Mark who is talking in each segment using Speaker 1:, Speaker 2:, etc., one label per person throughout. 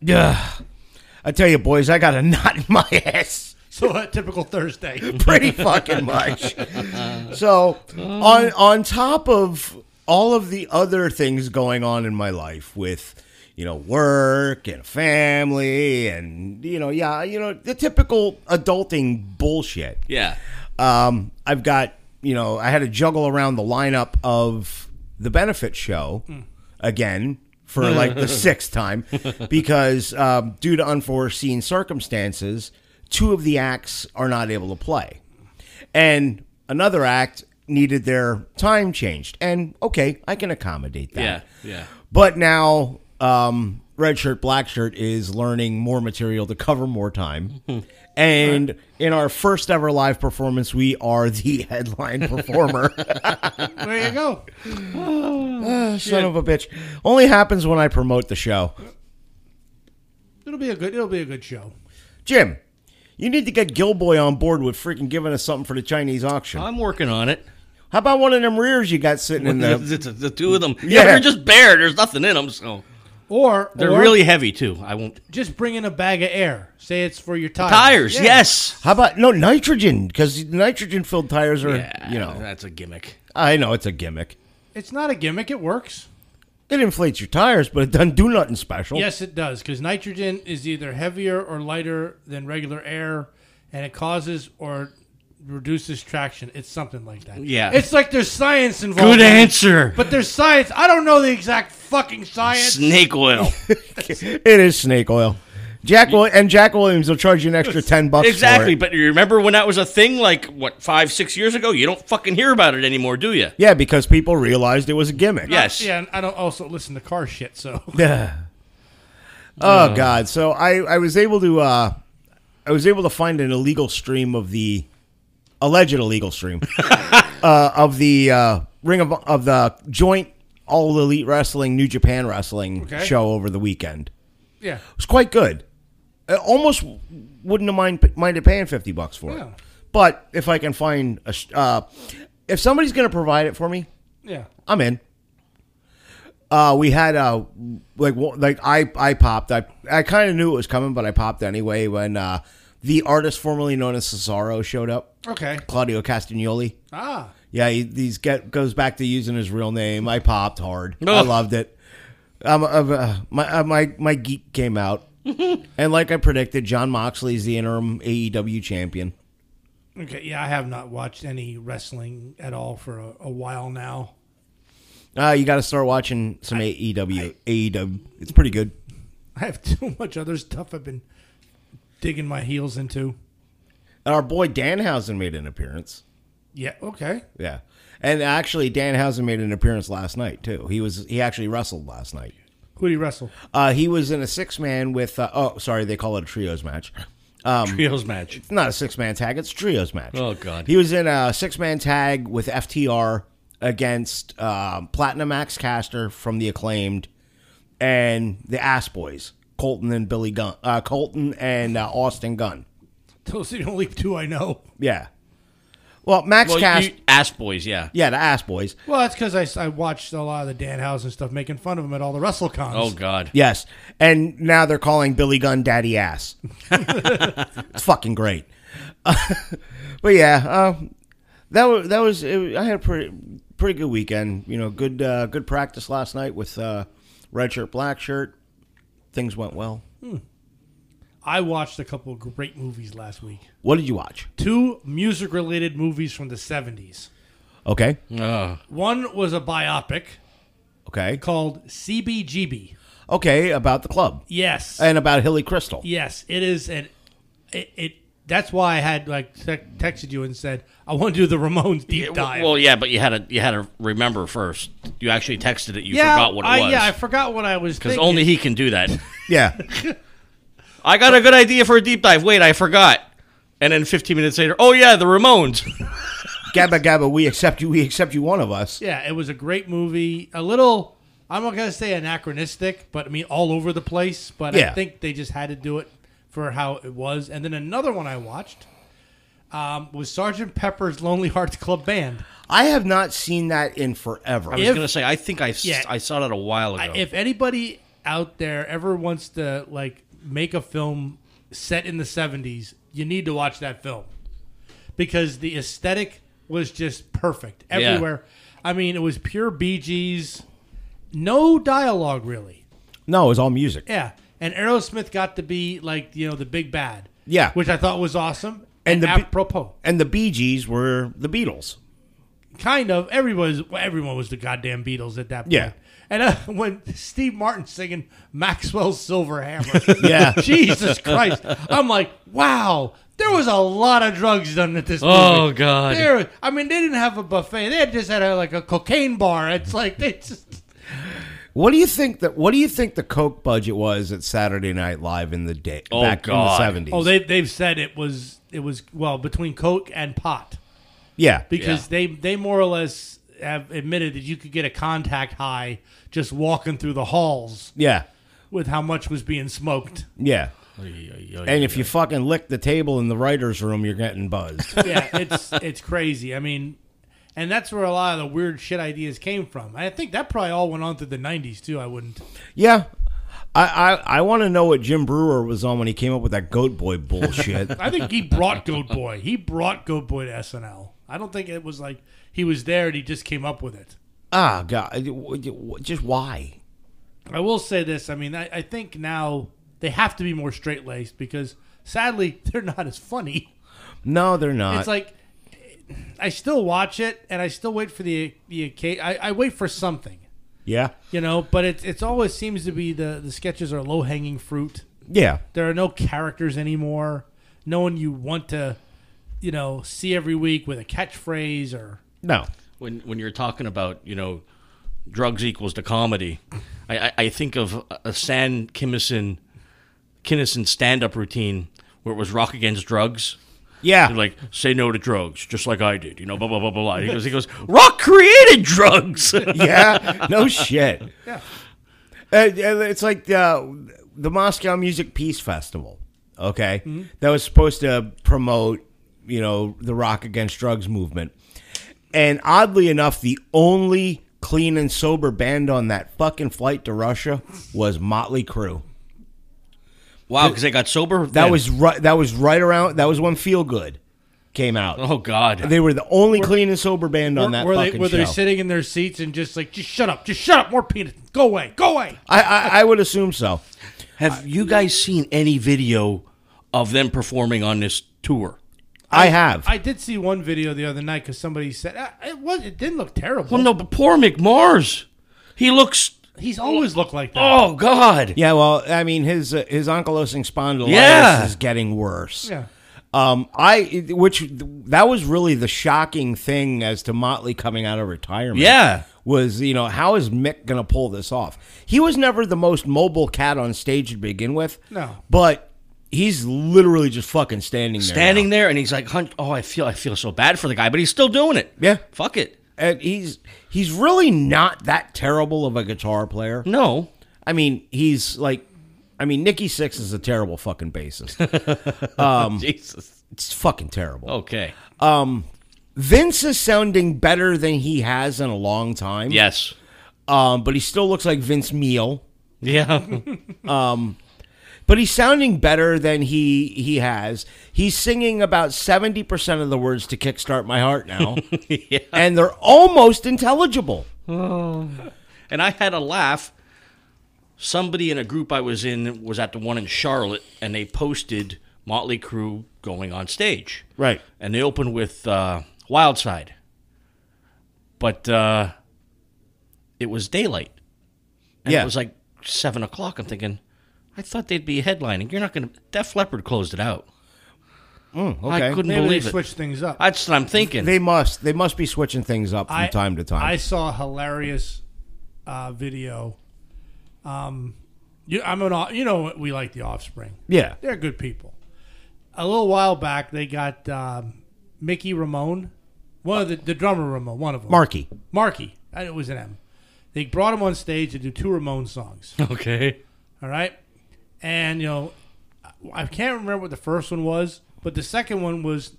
Speaker 1: Yeah. I tell you, boys, I got a knot in my ass.
Speaker 2: So a typical Thursday.
Speaker 1: pretty fucking much. So on on top of all of the other things going on in my life with you know work and family and you know yeah you know the typical adulting bullshit.
Speaker 3: Yeah.
Speaker 1: Um, I've got you know I had to juggle around the lineup of the benefit show again for like the sixth time because um, due to unforeseen circumstances, two of the acts are not able to play, and another act needed their time changed. And okay, I can accommodate that.
Speaker 3: Yeah. Yeah.
Speaker 1: But now, um, red shirt, black shirt is learning more material to cover more time. And in our first ever live performance, we are the headline performer.
Speaker 2: There you
Speaker 3: Uh.
Speaker 2: go.
Speaker 1: Son of a bitch. Only happens when I promote the show.
Speaker 2: It'll be a good. It'll be a good show.
Speaker 1: Jim, you need to get Gilboy on board with freaking giving us something for the Chinese auction.
Speaker 3: I'm working on it.
Speaker 1: How about one of them rears you got sitting in the.
Speaker 3: the, two of them.
Speaker 1: Yeah.
Speaker 3: Yeah. They're just bare. There's nothing in them. So
Speaker 2: Or
Speaker 3: they're
Speaker 2: or
Speaker 3: really heavy too. I won't.
Speaker 2: just bring in a bag of air. Say it's for your tires.
Speaker 3: Tires.
Speaker 2: Yeah.
Speaker 3: Yes.
Speaker 1: How about no nitrogen? Because nitrogen filled tires are,
Speaker 3: Yeah,
Speaker 1: you know.
Speaker 3: that's a gimmick.
Speaker 1: I know it's a gimmick.
Speaker 2: It's not a gimmick. It works.
Speaker 1: It inflates your tires, but it doesn't do nothing special.
Speaker 2: Yes, it does because nitrogen is either heavier or lighter than regular air, and it causes or reduces traction. It's something like that.
Speaker 3: Yeah.
Speaker 2: It's like there's science involved.
Speaker 3: Good
Speaker 2: in it.
Speaker 3: answer.
Speaker 2: But there's science. I don't know the exact fucking science.
Speaker 3: Snake oil.
Speaker 1: It is snake oil. Jack Wil- and Jack Williams will charge you an extra ten bucks. for
Speaker 3: exactly.
Speaker 1: it.
Speaker 3: But you remember when that was a thing? Like what? Five, six years ago. You don't fucking hear about it anymore, do you?
Speaker 1: Yeah, because people realized it was a gimmick.
Speaker 3: Yes.
Speaker 2: Yeah, and I don't also listen to car shit. So
Speaker 1: Yeah. Oh God! So I I was able to uh I was able to find an illegal stream of the alleged illegal stream uh, of the uh, ring of of the joint all elite wrestling New Japan wrestling
Speaker 2: Okay.
Speaker 1: show over the weekend.
Speaker 2: yeah,
Speaker 1: It was quite good. I almost wouldn't have mind, minded paying fifty bucks for it.
Speaker 2: Yeah.
Speaker 1: But if I can find a, sh- uh, if somebody's going to provide it for me,
Speaker 2: yeah.
Speaker 1: I'm in. Uh, we had uh, like wo- like I I popped. I I kind of knew it was coming, but I popped anyway when uh, the artist formerly known as Cesaro showed up,
Speaker 2: Okay.
Speaker 1: Claudio Castagnoli.
Speaker 2: Ah,
Speaker 1: Yeah, he, he's get goes back to using his real name. I popped hard. I
Speaker 3: Ugh.
Speaker 1: loved it. Um, um, uh, my uh, my my geek came out, and like I predicted, John Moxley's the interim AEW champion.
Speaker 2: okay. Yeah, I have not watched any wrestling at all for a, a while now.
Speaker 1: Uh, you got to start watching some E AEW. AEW, it's pretty good.
Speaker 2: I have too much other stuff I've been digging my heels into.
Speaker 1: And our boy Danhausen made an appearance.
Speaker 2: Yeah. Okay.
Speaker 1: Yeah, and actually, Danhausen made an appearance last night too. He was he actually wrestled last night.
Speaker 2: Who do you wrestle?
Speaker 1: Uh, he was in a six man with uh, oh sorry they call it a trios match.
Speaker 3: Trios match.
Speaker 1: It's not a six man tag; it's a trios match.
Speaker 3: Oh, God.
Speaker 1: He was in a six man tag with FTR against um, Platinum Axe Caster from the acclaimed and the Ass Boys, Colton and Billy Gunn, uh, Colton and uh, Austin Gunn.
Speaker 2: Those are the only two I know.
Speaker 1: Yeah. Well, Max
Speaker 3: Well,
Speaker 1: Cast,
Speaker 3: you, ass boys. Yeah.
Speaker 1: yeah, the Ass Boys.
Speaker 2: Well, that's because I, s- I watched a lot of the Danhausen stuff, making fun of him at all the WrestleCons.
Speaker 3: Oh God.
Speaker 1: Yes. And now they're calling Billy Gunn Daddy Ass. it's fucking great. but yeah, uh, that was that was. It, I had a pretty pretty good weekend. You know, good uh, good practice last night with uh, red shirt, black shirt. Things went well.
Speaker 2: I watched a couple of great movies last week.
Speaker 1: What did you watch?
Speaker 2: Two music related movies from the 70s.
Speaker 1: Okay,
Speaker 3: Ugh.
Speaker 2: One was a biopic
Speaker 1: okay,
Speaker 2: called CBGB.
Speaker 1: okay. About the club
Speaker 2: Yes.
Speaker 1: and about Hilly Crystal.
Speaker 2: yes, it is an it, it that's why I had like tec- texted you and said I want to do the Ramones deep dive.
Speaker 3: Well, yeah, but you had to you had to remember first. You actually texted it. You
Speaker 2: yeah,
Speaker 3: forgot what it
Speaker 2: I,
Speaker 3: was.
Speaker 2: Yeah, I forgot what I was
Speaker 3: because
Speaker 2: thinking.
Speaker 3: only he can do that.
Speaker 1: Yeah,
Speaker 3: I got a good idea for a deep dive. Wait, I forgot. And then 15 minutes later, oh yeah, the Ramones.
Speaker 1: Gabba Gabba, we accept you. We accept you. One of us.
Speaker 2: Yeah, it was a great movie. A little, I'm not gonna say anachronistic, but I mean all over the place. But
Speaker 1: Yeah.
Speaker 2: I think they just had to do it for how it was. And then another one I watched um, was Sergeant Pepper's Lonely Hearts Club Band.
Speaker 1: I have not seen that in forever.
Speaker 3: I was
Speaker 2: If-
Speaker 3: gonna say, I think I s-
Speaker 2: Yeah.
Speaker 3: I saw that a while ago.
Speaker 2: If anybody out there ever wants to like make a film set in the 70s, you need to watch that film because the aesthetic was just perfect everywhere. I mean, it was pure Bee Gees, no dialogue really.
Speaker 1: No, it was all music.
Speaker 2: Yeah, and Aerosmith got to be like you know the big bad.
Speaker 1: Yeah.
Speaker 2: which I thought was awesome and,
Speaker 1: And the Bee-
Speaker 2: apropos,
Speaker 1: And the Bee Gees were the Beatles.
Speaker 2: kind of everybody's well, everyone was the goddamn Beatles at that point.
Speaker 1: Yeah.
Speaker 2: And uh, when Steve Martin singing Maxwell's Silver Hammer,
Speaker 1: Yeah.
Speaker 2: Jesus Christ, I'm like, wow, there was a lot of drugs done at this.
Speaker 3: Oh,
Speaker 2: movie.
Speaker 3: God.
Speaker 2: There, I mean, they didn't have a buffet; they had just had a, like a cocaine bar. It's like they just
Speaker 1: What do you think that? What do you think the Coke budget was at Saturday Night Live in the day
Speaker 3: Oh,
Speaker 1: back in the
Speaker 3: God.
Speaker 1: seventies?
Speaker 2: oh, they they've said it was it was well between coke and pot.
Speaker 1: yeah,
Speaker 2: because
Speaker 3: Yeah.
Speaker 2: they they more or less have admitted that you could get a contact high just walking through the halls
Speaker 1: yeah,
Speaker 2: with how much was being smoked.
Speaker 1: yeah.
Speaker 3: And
Speaker 1: And if you fucking lick the table in the writers' room, you're getting buzzed.
Speaker 2: Yeah, it's it's crazy. I mean, and that's where a lot of the weird shit ideas came from. I think that probably all went on through the '90s too. I wouldn't.
Speaker 1: yeah, I I, I want to know what Jim Brewer was on when he came up with that Goat Boy bullshit.
Speaker 2: I think he brought Goat Boy. He brought Goat Boy to SNL. I don't think it was like he was there and he just came up with it.
Speaker 1: ah, God, just why?
Speaker 2: I will say this. I mean, I, I think now they have to be more straight laced because sadly they're not as funny.
Speaker 1: No, they're not.
Speaker 2: it's like I still watch it, and I still wait for the the occa- I, I wait for something,
Speaker 1: yeah,
Speaker 2: you know. But it's it's always seems to be the the sketches are low hanging fruit.
Speaker 1: yeah,
Speaker 2: There are no characters anymore. No one you want to, you know, see every week with a catchphrase or
Speaker 1: no.
Speaker 3: when when you're talking about you know drugs equals to comedy, I I, I think of a San Kinnison Kinnison stand up routine where it was rock against drugs.
Speaker 1: Yeah,
Speaker 3: And like say no to drugs, just like I did, you know, blah blah blah blah blah. He goes, he goes, rock created drugs.
Speaker 1: yeah, no shit. Yeah, it's like uh, the Moscow Music Peace Festival. Okay,
Speaker 2: Mm-hmm.
Speaker 1: that was supposed to promote, you know, the Rock Against Drugs movement, and oddly enough, the only clean and sober band on that fucking flight to Russia was Motley Crue.
Speaker 3: wow, because they got sober.
Speaker 1: That was right. That was right around. That was when Feel Good came out.
Speaker 3: oh god.
Speaker 1: They were the only clean and sober band on that
Speaker 2: were they
Speaker 1: fucking
Speaker 2: were they
Speaker 1: show.
Speaker 2: sitting in their seats and just like just shut up, just shut up, more peanuts, go away, go away.
Speaker 1: I, I I would assume so.
Speaker 3: Have you guys seen any video of them performing on this tour?
Speaker 1: I, have.
Speaker 2: I did see one video the other night because somebody said "Ah, it was it didn't look terrible.
Speaker 3: Well, no, but poor McMars. He looks.
Speaker 2: He's always looked like that.
Speaker 3: Oh God.
Speaker 1: Yeah, well, I mean, his uh, his ankylosing spondylitis
Speaker 3: Yeah.
Speaker 1: is getting worse.
Speaker 2: Yeah.
Speaker 1: Um, I which that was really the shocking thing as to Motley coming out of retirement.
Speaker 3: Yeah.
Speaker 1: was you know how is Mick gonna pull this off? He was never the most mobile cat on stage to begin with.
Speaker 2: No.
Speaker 1: but he's literally just fucking standing there.
Speaker 3: standing there and he's like "Hun- oh i feel i feel so bad for the guy but he's still doing it
Speaker 1: Yeah.
Speaker 3: fuck it
Speaker 1: now. and he's he's really not that terrible of a guitar player.
Speaker 3: no
Speaker 1: I mean, he's like, I mean, Nikki Six is a terrible fucking bassist.
Speaker 3: Um, jesus
Speaker 1: it's fucking
Speaker 3: Oh,
Speaker 1: terrible.
Speaker 3: okay
Speaker 1: Vince is sounding better than he has in a long time.
Speaker 3: yes
Speaker 1: Um, but he still looks like Vince Meal.
Speaker 3: yeah
Speaker 1: But he's sounding better than he he has. He's singing about seventy percent of the words to "Kickstart My Heart" now, and they're almost intelligible.
Speaker 3: and i had a laugh somebody in a group i was in was at the one in charlotte and they posted motley crue going on stage
Speaker 1: Right.
Speaker 3: and they opened with uh, wild side but uh, it was daylight And
Speaker 1: Yeah.
Speaker 3: it was like seven o'clock. I'm thinking, I thought they'd be headlining. You're not going to. Def Leppard closed it out. I
Speaker 1: okay.
Speaker 3: couldn't
Speaker 2: Maybe
Speaker 3: believe
Speaker 2: they
Speaker 3: it.
Speaker 2: switch things up.
Speaker 3: That's what I'm thinking.
Speaker 1: They must. They must be switching things up from
Speaker 2: I-
Speaker 1: time to time.
Speaker 2: I saw a hilarious uh, video. Um, you, I'm an, au- you know, we like the Offspring.
Speaker 1: yeah.
Speaker 2: They're good people. A little while back, they got um, Mickey Ramone, one of the, the drummer Ramone, one of them,
Speaker 1: Marky.
Speaker 2: Marky. I- It was an M. They brought him on stage to do two Ramone songs.
Speaker 3: Okay.
Speaker 2: All right. And, you know, I can't remember what the first one was, but the second one was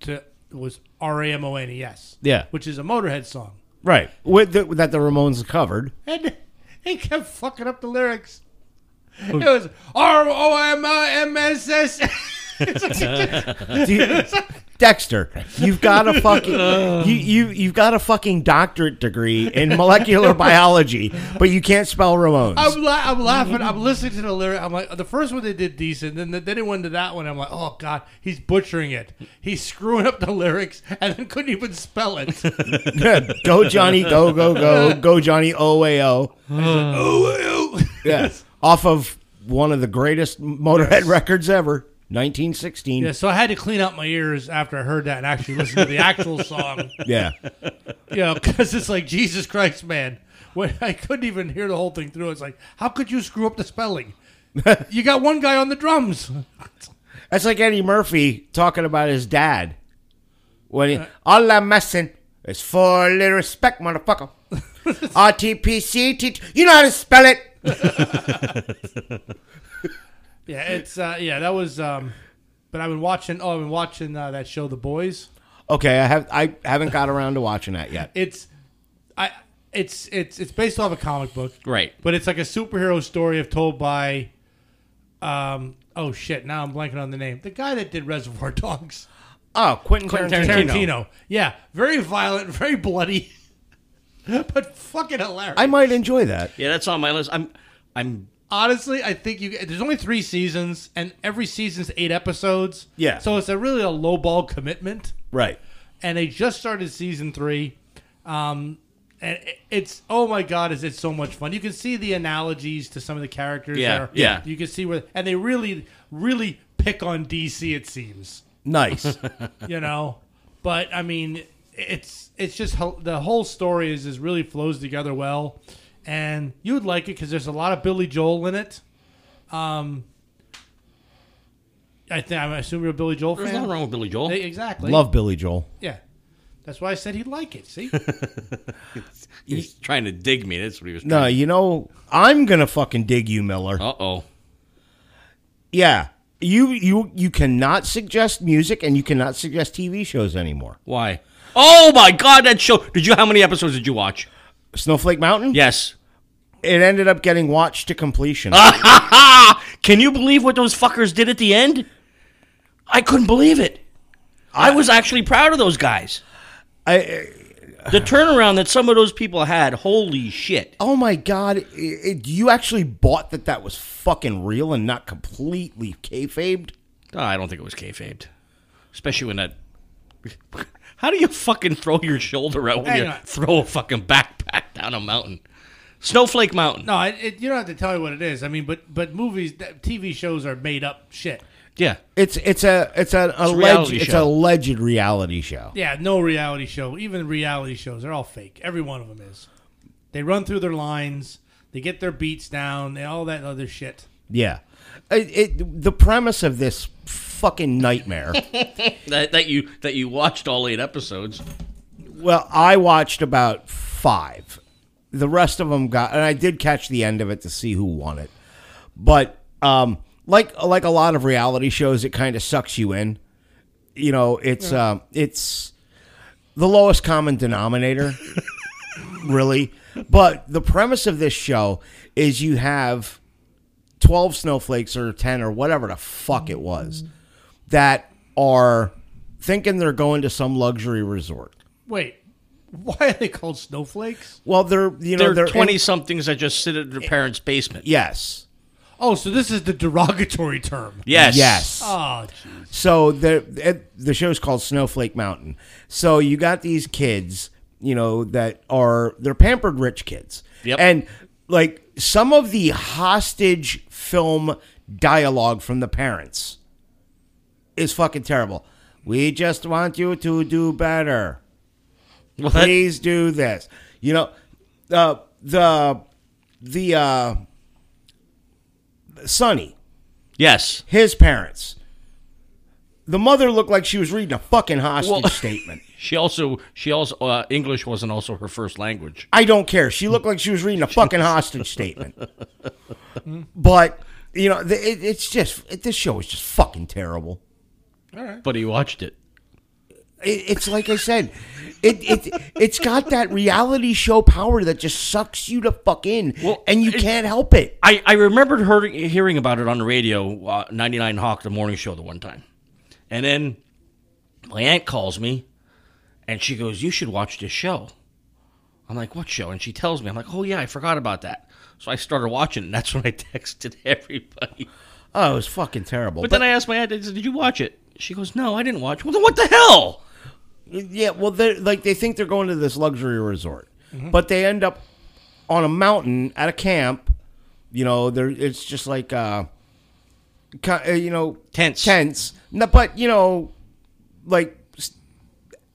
Speaker 2: to was R A M O N E S.
Speaker 1: Yeah.
Speaker 2: Which is a Motorhead song.
Speaker 1: Right. With the, that the Ramones covered.
Speaker 2: And He kept fucking up the lyrics. It was R O M I M S S. It's like-
Speaker 1: Dude, Dexter, you've got a fucking you, you you've got a fucking doctorate degree in molecular biology, but you can't spell Ramones.
Speaker 2: I'm, la- I'm laughing. I'm listening to the lyric. I'm like, the first one they did decent. Then, then it went to that one. I'm like, oh god, he's butchering it. He's screwing up the lyrics, and then couldn't even spell it.
Speaker 1: go Johnny, go go go go Johnny O A O.
Speaker 2: Ooh, ooh.
Speaker 1: Yes, off of one of the greatest Motorhead records ever, 1916.
Speaker 2: Yeah, so I had to clean out my ears after I heard that and actually listen to the actual song.
Speaker 1: Yeah,
Speaker 2: You know, because it's like Jesus Christ, man. When I couldn't even hear the whole thing through, it's like, how could you screw up the spelling? you got one guy on the drums.
Speaker 1: that's like Eddie Murphy talking about his dad. When he, all I'm missing is for a little respect, motherfucker. RTPC, you know how to spell it.
Speaker 2: Yeah, it's uh, yeah, that was. um But I've been watching. Oh, I've been watching uh, that show, The Boys.
Speaker 1: Okay, I have I haven't got around to watching that yet.
Speaker 2: It's, I, it's it's it's based off a comic book,
Speaker 3: Right.
Speaker 2: But it's like a superhero story of told by, um, oh shit, now I'm blanking on the name. The guy that did Reservoir Dogs.
Speaker 1: Oh, Quentin,
Speaker 3: Quentin
Speaker 1: Tarantino.
Speaker 3: Tarantino.
Speaker 2: Tarantino. Yeah, very violent, very bloody, but fucking hilarious.
Speaker 1: I might enjoy that.
Speaker 3: Yeah, that's on my list. I'm I'm
Speaker 2: Honestly, I think you. There's only three seasons, and every season's eight episodes.
Speaker 1: Yeah.
Speaker 2: So it's a really a low ball commitment,
Speaker 1: Right.
Speaker 2: and they just started season three. Um, and it- it's oh my god, is it so much fun? You can see the analogies to some of the characters.
Speaker 3: Yeah,
Speaker 2: there.
Speaker 3: yeah.
Speaker 2: You can see where, and they really, really pick on DC. It seems.
Speaker 1: Nice.
Speaker 2: you know. But I mean, it's it's just ho- the whole story is is really flows together well, and you would like it because there's a lot of Billy Joel in it. Um, I think I'm assuming you're a Billy Joel
Speaker 3: there's
Speaker 2: fan.
Speaker 3: nothing wrong with Billy Joel.
Speaker 2: They- exactly.
Speaker 1: Love Billy Joel.
Speaker 2: Yeah, that's why I said he'd like it. See,
Speaker 3: He's trying to dig me. That's what he was.
Speaker 1: No,
Speaker 3: Trying.
Speaker 1: you know I'm gonna fucking dig you, Miller.
Speaker 3: Uh oh.
Speaker 1: Yeah. You you you cannot suggest music and you cannot suggest TV shows anymore.
Speaker 3: Why? Oh my God! That show. Did you? How many episodes did you watch?
Speaker 1: Snowflake Mountain?
Speaker 3: Yes.
Speaker 1: It ended up getting watched to completion.
Speaker 3: Ah! Can you believe what those fuckers did at the end? I couldn't believe it. I was actually proud of those guys.
Speaker 1: I,
Speaker 3: The turnaround that some of those people had. Holy shit!
Speaker 1: oh my god, it, it- you actually bought that that was fucking real and not completely kayfabed?
Speaker 3: Oh, I don't think it was kayfabed, especially when that. How do you fucking throw your shoulder out when
Speaker 2: Hang
Speaker 3: you
Speaker 2: on.
Speaker 3: throw a fucking backpack down a mountain? Snowflake Mountain.
Speaker 2: no, it, it, you don't have to tell me what it is. I mean, but but movies, that- TV shows are made up shit.
Speaker 3: Yeah.
Speaker 1: It's it's a it's an alleged
Speaker 3: reality
Speaker 1: it's
Speaker 3: show.
Speaker 1: an alleged reality show.
Speaker 2: Yeah, no reality show. Even reality shows, they're all fake. Every one of them is. They run through their lines. They get their beats down. They, all that other shit.
Speaker 1: Yeah. It, it, the premise of this fucking nightmare.
Speaker 3: That, that you that you watched all eight episodes.
Speaker 1: well, I watched about five. The rest of them got, and I did catch the end of it to see who won it. But um, like like a lot of reality shows, it kind of sucks you in. You know, it's um, it's the lowest common denominator, really. But the premise of this show is you have 12 snowflakes or 10 or whatever the fuck it was that are thinking they're going to some luxury resort.
Speaker 2: Wait, why are they called snowflakes?
Speaker 1: Well, they're, you know,
Speaker 3: They're
Speaker 1: they're, in-
Speaker 3: twenty somethings that just sit at their parents' basement.
Speaker 1: yes.
Speaker 2: Oh, so this is the derogatory term.
Speaker 3: Yes.
Speaker 1: Yes.
Speaker 2: Oh, jeez.
Speaker 1: So the it- the show's called Snowflake Mountain. So you got these kids, you know, that are they're pampered rich kids,
Speaker 3: Yep.
Speaker 1: and like some of the hostage film dialogue from the parents is fucking terrible. We just want you to do better.
Speaker 3: Well, that-
Speaker 1: Please do this. You know, uh, the the uh, Sonny.
Speaker 3: yes.
Speaker 1: his parents. The mother looked like she was reading a fucking hostage
Speaker 3: Well-
Speaker 1: statement.
Speaker 3: She also she also uh, English wasn't also her first language.
Speaker 1: I don't care. She looked like she was reading a fucking hostage statement. But you know, the, it, it's just it, this show is just fucking terrible.
Speaker 2: All right.
Speaker 3: But he watched it.
Speaker 1: It, it's like I said, it it it's got that reality show power that just sucks you to fuck in,
Speaker 3: Well,
Speaker 1: and you
Speaker 3: it-
Speaker 1: can't help it.
Speaker 3: I, I remembered heard, hearing about it on the radio, uh, 99 Hawk, the morning show, the one time. And then my aunt calls me and she goes, You should watch this show. I'm like, What show? And she tells me, I'm like, Oh, yeah, I forgot about that. So I started watching it, and that's when I texted everybody.
Speaker 1: Oh, it was fucking terrible.
Speaker 3: But then I asked my aunt, I said, Did you watch it? She goes, No, I didn't watch it. Well, then what the hell?
Speaker 1: Yeah, well, they are like they think they're going to this luxury resort,
Speaker 3: Mm-hmm.
Speaker 1: but they end up on a mountain at a camp. You know, they're it's just like uh, ki- uh, you know,
Speaker 3: Tents.
Speaker 1: tents. No, but you know, like s-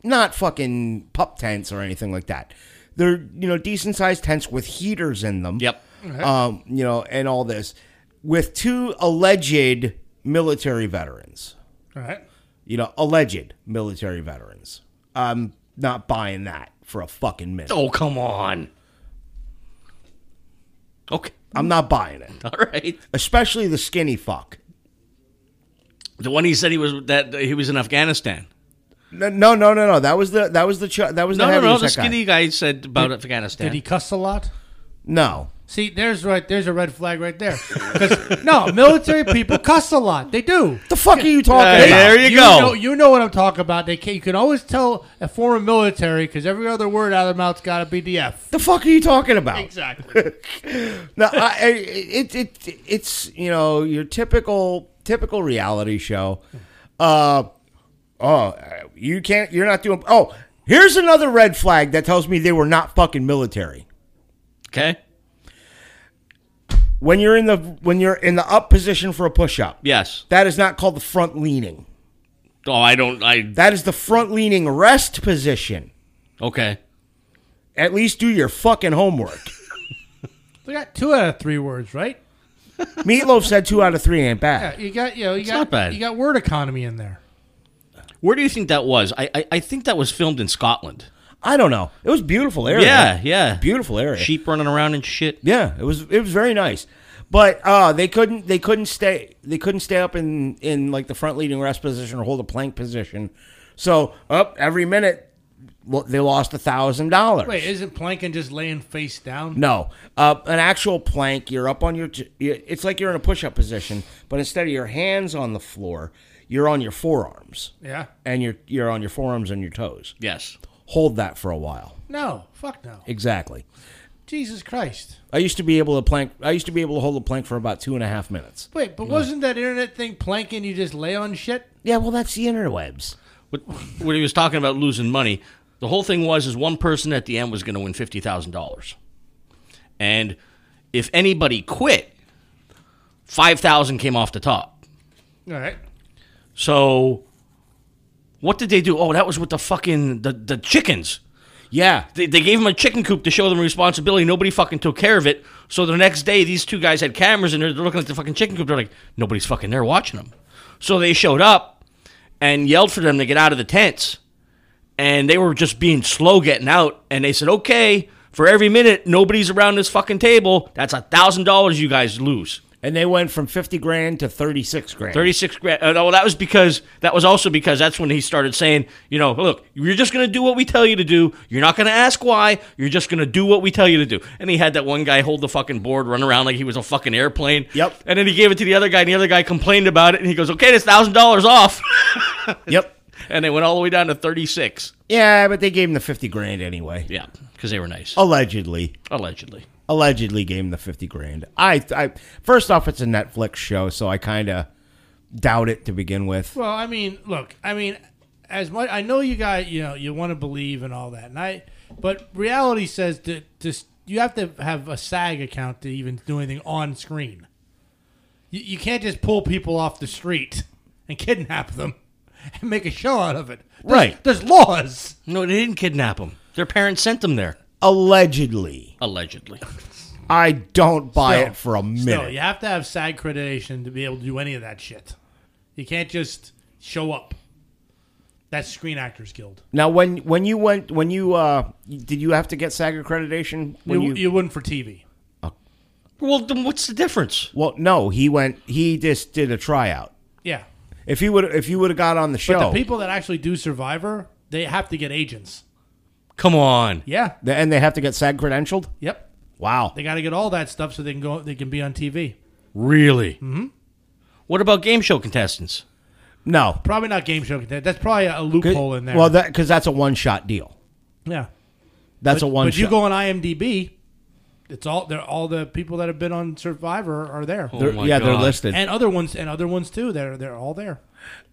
Speaker 1: not fucking pup tents or anything like that. They're you know decent sized tents with heaters in them.
Speaker 3: Yep.
Speaker 1: Um, you know, and all this with two alleged military veterans
Speaker 2: All right.
Speaker 1: you know, alleged military veterans. I'm not buying that for a fucking minute.
Speaker 3: Oh, come on. Okay.
Speaker 1: I'm not buying it,
Speaker 3: All right.
Speaker 1: especially the skinny fuck.
Speaker 3: The one he said he was that he was in Afghanistan.
Speaker 1: No, no, no, no. no. That was the that was the ch- that was
Speaker 3: No,
Speaker 1: the
Speaker 3: no,
Speaker 1: heavy
Speaker 3: no. The
Speaker 1: set guy.
Speaker 3: skinny guy said about Afghanistan.
Speaker 2: Did he cuss a lot?
Speaker 1: No,
Speaker 2: See, there's right there's a red flag right there. 'Cause- no, military people cuss a lot. They do.
Speaker 1: the fuck are you talking
Speaker 3: Hey,
Speaker 1: about?
Speaker 3: there you go.
Speaker 2: Know, you know what I'm talking about. They can, you can always tell a former military because every other word out of their mouth's got to be the F.
Speaker 1: The fuck are you talking about?
Speaker 2: Exactly.
Speaker 1: No, I, I, it, it it's you know your typical typical reality show. Uh, oh, you can't. You're not doing. Oh, here's another red flag that tells me they were not fucking military.
Speaker 3: Okay.
Speaker 1: when you're in the when you're in the up position for a push up.
Speaker 3: Yes.
Speaker 1: That is not called the front leaning.
Speaker 3: Oh, I don't. I
Speaker 1: That is the front leaning rest position.
Speaker 3: okay.
Speaker 1: At least do your fucking homework.
Speaker 2: we got two out of three words, right?
Speaker 1: Meatloaf said two out of three ain't
Speaker 2: Yeah,
Speaker 1: bad.
Speaker 2: you got you know you got
Speaker 3: not bad.
Speaker 2: you got word economy in there.
Speaker 3: Where do you think that was? I I, I think that was filmed in Scotland.
Speaker 1: I don't know. It was beautiful area.
Speaker 3: Yeah, yeah.
Speaker 1: Beautiful area.
Speaker 3: Sheep running around and shit.
Speaker 1: Yeah, it was it was very nice. But uh, they couldn't they couldn't stay they couldn't stay up in in like the front leading rest position or hold a plank position. So up every minute lo- they lost a thousand dollars.
Speaker 2: Wait, isn't planking just laying face down?
Speaker 1: No, uh, an actual plank. You're up on your. T- you- it's like you're in a push-up position, but instead of your hands on the floor, you're on your forearms,
Speaker 2: Yeah.
Speaker 1: and you're you're on your forearms and your toes.
Speaker 3: Yes.
Speaker 1: Hold that for a while.
Speaker 2: No. Fuck no.
Speaker 1: Exactly.
Speaker 2: Jesus Christ.
Speaker 1: I used to be able to plank. I used to be able to hold a plank for about two and a half minutes.
Speaker 2: Wait, but wasn't that internet thing planking? You just lay on shit.
Speaker 1: Yeah, well, that's the interwebs.
Speaker 3: What, when he was talking about losing money, the whole thing was is one person at the end was going to win fifty thousand dollars, and if anybody quit, five thousand came off the top.
Speaker 2: All right.
Speaker 3: So, what did they do? Oh, that was with the fucking the, the chickens.
Speaker 1: Yeah,
Speaker 3: They, they gave them a chicken coop to show them responsibility. Nobody fucking took care of it. So the next day, these two guys had cameras and they're, they're looking at the fucking chicken coop. They're like, nobody's fucking there watching them. So they showed up and yelled for them to get out of the tents. And they were just being slow getting out. And they said, okay, for every minute nobody's around this fucking table, that's a thousand dollars you guys lose.
Speaker 1: and they went from fifty grand to thirty-six grand.
Speaker 3: 36 grand. Uh, no, that was because that was also because that's when he started saying, you know, look, you're just going to do what we tell you to do. You're not going to ask why. You're just going to do what we tell you to do. And he had that one guy hold the fucking board, run around like he was a fucking airplane.
Speaker 1: Yep.
Speaker 3: And then he gave it to the other guy, and the other guy complained about it. And he goes, okay, that's thousand dollars off.
Speaker 1: Yep.
Speaker 3: and they went all the way down to 36.
Speaker 1: Yeah, but they gave him the fifty grand anyway.
Speaker 3: Yeah, because they were nice,
Speaker 1: Oh. Allegedly.
Speaker 3: allegedly.
Speaker 1: allegedly gave him the 50 grand. I, I first off, it's a Netflix show, so I kind of doubt it to begin with.
Speaker 2: Well, I mean, look, I mean, as much I know you guys, you know, you want to believe and all that, and I, but reality says that just you have to have a SAG account to even do anything on screen. You, you can't just pull people off the street and kidnap them and make a show out of it. There's-
Speaker 1: Right.
Speaker 2: There's laws.
Speaker 3: No, they didn't kidnap him. Their parents sent them there,
Speaker 1: Allegedly,
Speaker 3: allegedly.
Speaker 1: I don't buy
Speaker 2: Still-
Speaker 1: it for a minute.
Speaker 2: Still, you have to have SAG accreditation to be able to do any of that shit. You can't just show up. That's Screen Actors Guild.
Speaker 1: Now, when when you went, when you uh, did you have to get SAG accreditation? When
Speaker 2: You, you, wouldn't for TV.
Speaker 3: Well, then what's the difference?
Speaker 1: well, no, he went. He just did a tryout.
Speaker 2: Yeah.
Speaker 1: If he would, if you would have got on the show,
Speaker 2: The people that actually do Survivor they have to get agents.
Speaker 3: Come on.
Speaker 2: Yeah.
Speaker 1: Th- And they have to get SAG credentialed?
Speaker 2: Yep.
Speaker 1: Wow.
Speaker 2: They got to get all that stuff so they can go. They can be on TV.
Speaker 3: Really? Mm-hmm. What about game show contestants?
Speaker 1: No.
Speaker 2: Probably not game show content. That's probably a loophole in there.
Speaker 1: Well, that because that's a one shot deal.
Speaker 2: yeah.
Speaker 1: That's a one
Speaker 2: But you
Speaker 1: shot.
Speaker 2: go on IMDb, it's all they're all the people that have been on Survivor are there,
Speaker 1: They're-
Speaker 3: Oh my
Speaker 1: yeah, they're
Speaker 3: God.
Speaker 1: listed.
Speaker 2: and other ones and other ones too. They're they're all there.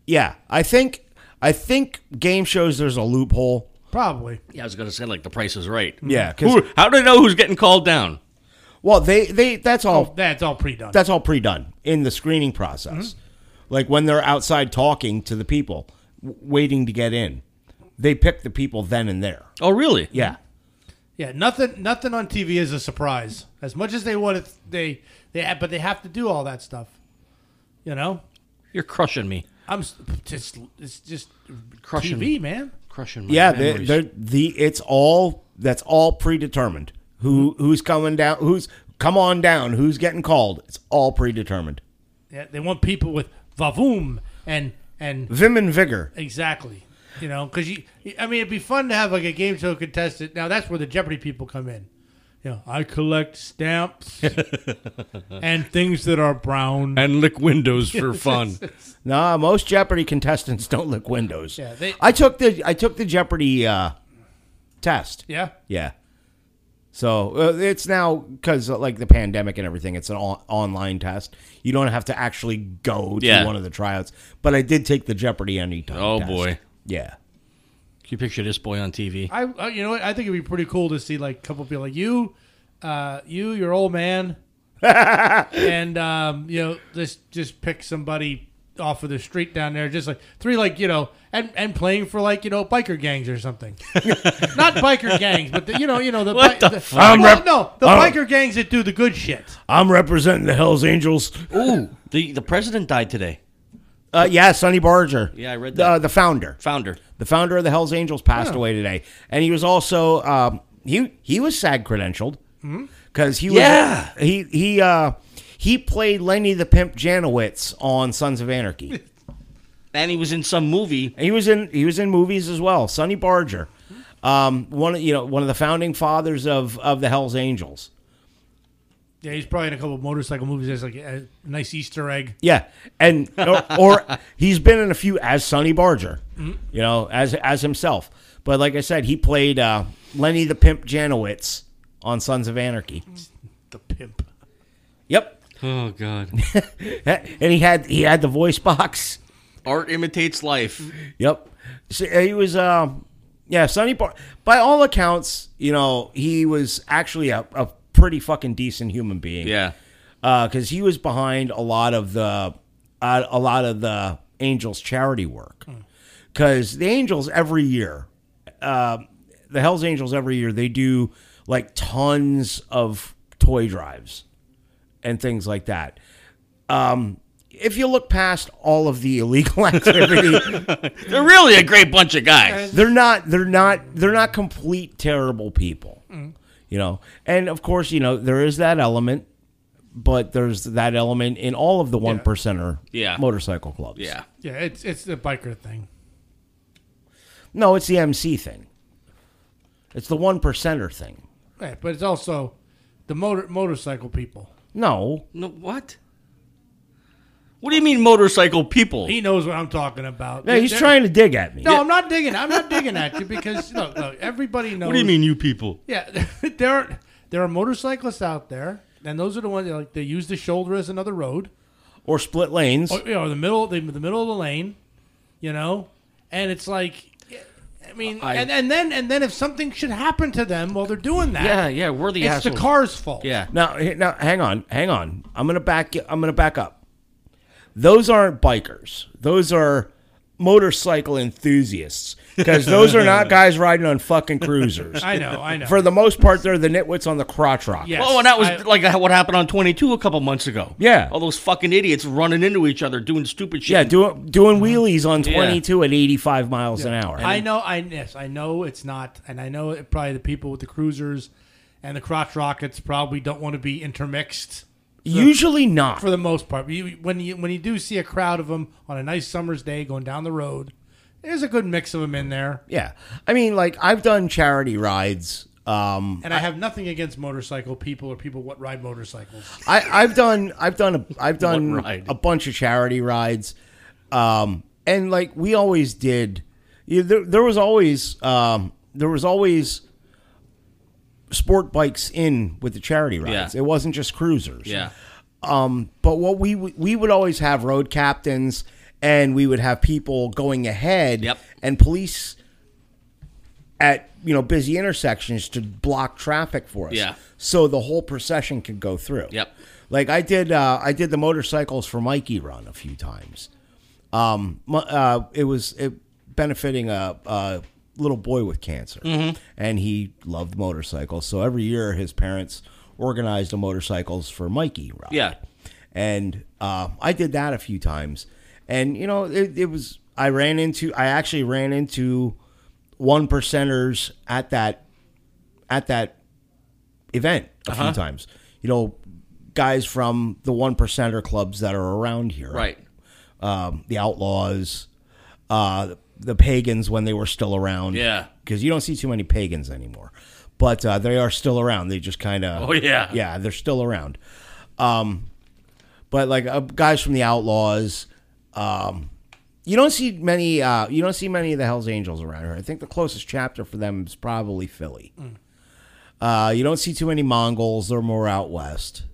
Speaker 1: yeah, I think I think game shows there's a loophole.
Speaker 2: Probably.
Speaker 3: Yeah, I was gonna say like the Price is Right.
Speaker 1: Yeah, 'cause-
Speaker 3: Who, how do they know who's getting called down?
Speaker 1: well, they they that's all
Speaker 2: That's all pre-done.
Speaker 1: that's all pre-done in the screening process. Like when they're outside talking to the people w- waiting to get in, they pick the people then and there.
Speaker 3: Oh, really?
Speaker 1: Yeah.
Speaker 2: yeah, nothing nothing on TV is a surprise. As much as they want it, they they ha- but they have to do all that stuff. You know,
Speaker 3: You're crushing me.
Speaker 2: I'm s- just it's just
Speaker 3: Crushing.
Speaker 2: TV, man.
Speaker 3: Crushing my
Speaker 1: Yeah, they,
Speaker 3: memories.
Speaker 1: they're the it's all that's all predetermined. Who who's coming down? Who's come on down? Who's getting called? It's all predetermined.
Speaker 2: Yeah, they want people with vavoom and and
Speaker 1: Vim and vigor.
Speaker 2: exactly. You know, because you, I mean, it'd be fun to have like a game show contestant. Now that's where the Jeopardy people come in. You know, I collect stamps and things that are brown.
Speaker 3: and lick windows for fun.
Speaker 1: Nah, most Jeopardy contestants don't lick windows.
Speaker 2: Yeah, they-
Speaker 1: I took the I took the Jeopardy uh, test.
Speaker 2: Yeah,
Speaker 1: Yeah. So uh, it's now because like the pandemic and everything, it's an on- online test. You don't have to actually go to
Speaker 3: Yeah.
Speaker 1: one of the tryouts. But I did take the Jeopardy anytime.
Speaker 3: Oh,
Speaker 1: test.
Speaker 3: boy.
Speaker 1: Yeah.
Speaker 3: Can you picture this boy on TV?
Speaker 2: I, I you know what? I think it'd be pretty cool to see like a couple people like you, uh, you, your old man, and um, you know, just just pick somebody off of the street down there, just like three, like you know, and and playing for like you know biker gangs or something. Not biker gangs, but the, you know, you know the
Speaker 3: What
Speaker 2: bi-
Speaker 3: the fuck?
Speaker 2: well, no, the
Speaker 1: I'm-
Speaker 2: biker gangs that do the good shit.
Speaker 1: I'm representing the Hell's Angels.
Speaker 3: Ooh, the the president died today.
Speaker 1: Uh, yeah, Sonny Barger.
Speaker 3: Yeah, I read
Speaker 1: The-
Speaker 3: that.
Speaker 1: Uh, the founder.
Speaker 3: Founder.
Speaker 1: The founder of the Hell's Angels passed away today, and he was also um, he he was SAG credentialed because he was
Speaker 3: Yeah.
Speaker 1: he he uh, he played Lenny the Pimp Janowitz on Sons of Anarchy.
Speaker 3: And he was in some movie.
Speaker 1: he was in he was in movies as well. Sonny Barger, um, one of you know one of the founding fathers of of the Hell's Angels.
Speaker 2: Yeah, he's probably in a couple of motorcycle movies. There's like a nice Easter egg.
Speaker 1: Yeah, and or, or he's been in a few as Sonny Barger, you know, as as himself. But like I said, he played uh, Lenny the Pimp Janowitz on Sons of Anarchy.
Speaker 2: The pimp.
Speaker 1: Yep,
Speaker 3: Oh God.
Speaker 1: and he had he had the voice box.
Speaker 3: Art imitates life.
Speaker 1: Yep, so he was um yeah Sonny Bar. By all accounts, you know, he was actually a, a pretty fucking decent human being.
Speaker 3: Yeah.
Speaker 1: because he was behind a lot of the uh, a lot of the Angels charity work. Because the Angels every year, uh, the Hell's Angels every year they do like tons of toy drives and things like that. Um, if you look past all of the illegal activity,
Speaker 3: They're really a great bunch of guys.
Speaker 1: they're not they're not they're not complete terrible people
Speaker 3: Mm.
Speaker 1: you know and of course you know there is that element but there's that element in all of the one percenter
Speaker 3: Yeah.
Speaker 1: motorcycle clubs
Speaker 3: Yeah.
Speaker 2: Yeah, it's it's the biker thing.
Speaker 1: no it's the mc thing it's the one percenter thing
Speaker 2: Right, but it's also the motor motorcycle people.
Speaker 1: no
Speaker 3: No what? What do you mean motorcycle people?
Speaker 2: He knows what I'm talking about.
Speaker 1: no he's
Speaker 2: They're-
Speaker 1: trying to dig at me
Speaker 2: No, I'm not digging. I'm not digging at you because look, look, everybody knows.
Speaker 3: What do you mean you people?
Speaker 2: Yeah, there are there are motorcyclists out there, and those are the ones that, like they use the shoulder as another road,
Speaker 1: or split lanes
Speaker 3: Oh,
Speaker 2: or you know, the middle the, the middle of the lane, you know, and it's like. I mean,
Speaker 3: I-
Speaker 2: and, and then and then if something should happen to them while they're doing that,
Speaker 3: Yeah, yeah, we're the
Speaker 2: it's
Speaker 3: assholes.
Speaker 2: the car's fault.
Speaker 3: Yeah.
Speaker 1: now h- now hang on hang on i'm gonna back you- i'm gonna back up those aren't bikers those are motorcycle enthusiasts because those are not guys riding on fucking cruisers
Speaker 2: I know, I know.
Speaker 1: for the most part, they're the nitwits on the crotch rock.
Speaker 2: yes,
Speaker 3: Oh, and that was
Speaker 2: I-
Speaker 3: like what happened on 22 a couple months ago.
Speaker 1: Yeah.
Speaker 3: All those fucking idiots running into each other doing stupid shit.
Speaker 1: Yeah, doing doing wheelies on 22 at 85 miles an hour.
Speaker 2: Mm-hmm. I know. I yes, I know it's not, and I know it, probably the people with the cruisers and the crotch rockets probably don't want to be intermixed
Speaker 1: Usually not.
Speaker 2: for the most part. You, when you when you do see a crowd of them on a nice summer's day going down the road, There's a good mix of them in there,
Speaker 1: Yeah. I mean, like I've done charity rides. Um,
Speaker 2: and I, have nothing against motorcycle people or people what ride motorcycles.
Speaker 1: I, I've done I've done a, I've done
Speaker 3: One ride.
Speaker 1: a bunch of charity rides, um, and like we always did. You, there, there was always um, there was always sport bikes in with the charity rides.
Speaker 3: Yeah.
Speaker 1: It wasn't just cruisers.
Speaker 3: Yeah.
Speaker 1: Um, but what we w- we would always have road captains, and we would have people going ahead
Speaker 3: Yep.
Speaker 1: and police at you know busy intersections to block traffic for us.
Speaker 3: Yeah.
Speaker 1: So the whole procession could go through.
Speaker 3: Yep.
Speaker 1: Like I did, uh, I did the motorcycles for Mikey run a few times. Um, mu- uh, it was it benefiting a, a little boy with cancer, and he loved motorcycles. So every year, his parents organized the motorcycles for Mikey run
Speaker 3: Yeah.
Speaker 1: and uh, I did that a few times. And you know, it, it was I ran into I actually ran into one percenters at that at that event a
Speaker 3: Uh-huh.
Speaker 1: few times. You know, guys from the one percenter clubs that are around here,
Speaker 3: Right.
Speaker 1: Um, the Outlaws, uh, the Pagans when they were still around,
Speaker 3: Yeah.
Speaker 1: because you don't see too many Pagans anymore. But uh, they are still around. They just kind of
Speaker 3: Oh, yeah.
Speaker 1: yeah, they're still around. Um, but like uh, guys from the Outlaws, um, you don't see many. Uh, you don't see many of the Hell's Angels around here. I think the closest chapter for them is probably Philly. Uh, you don't see too many Mongols. They're more out west.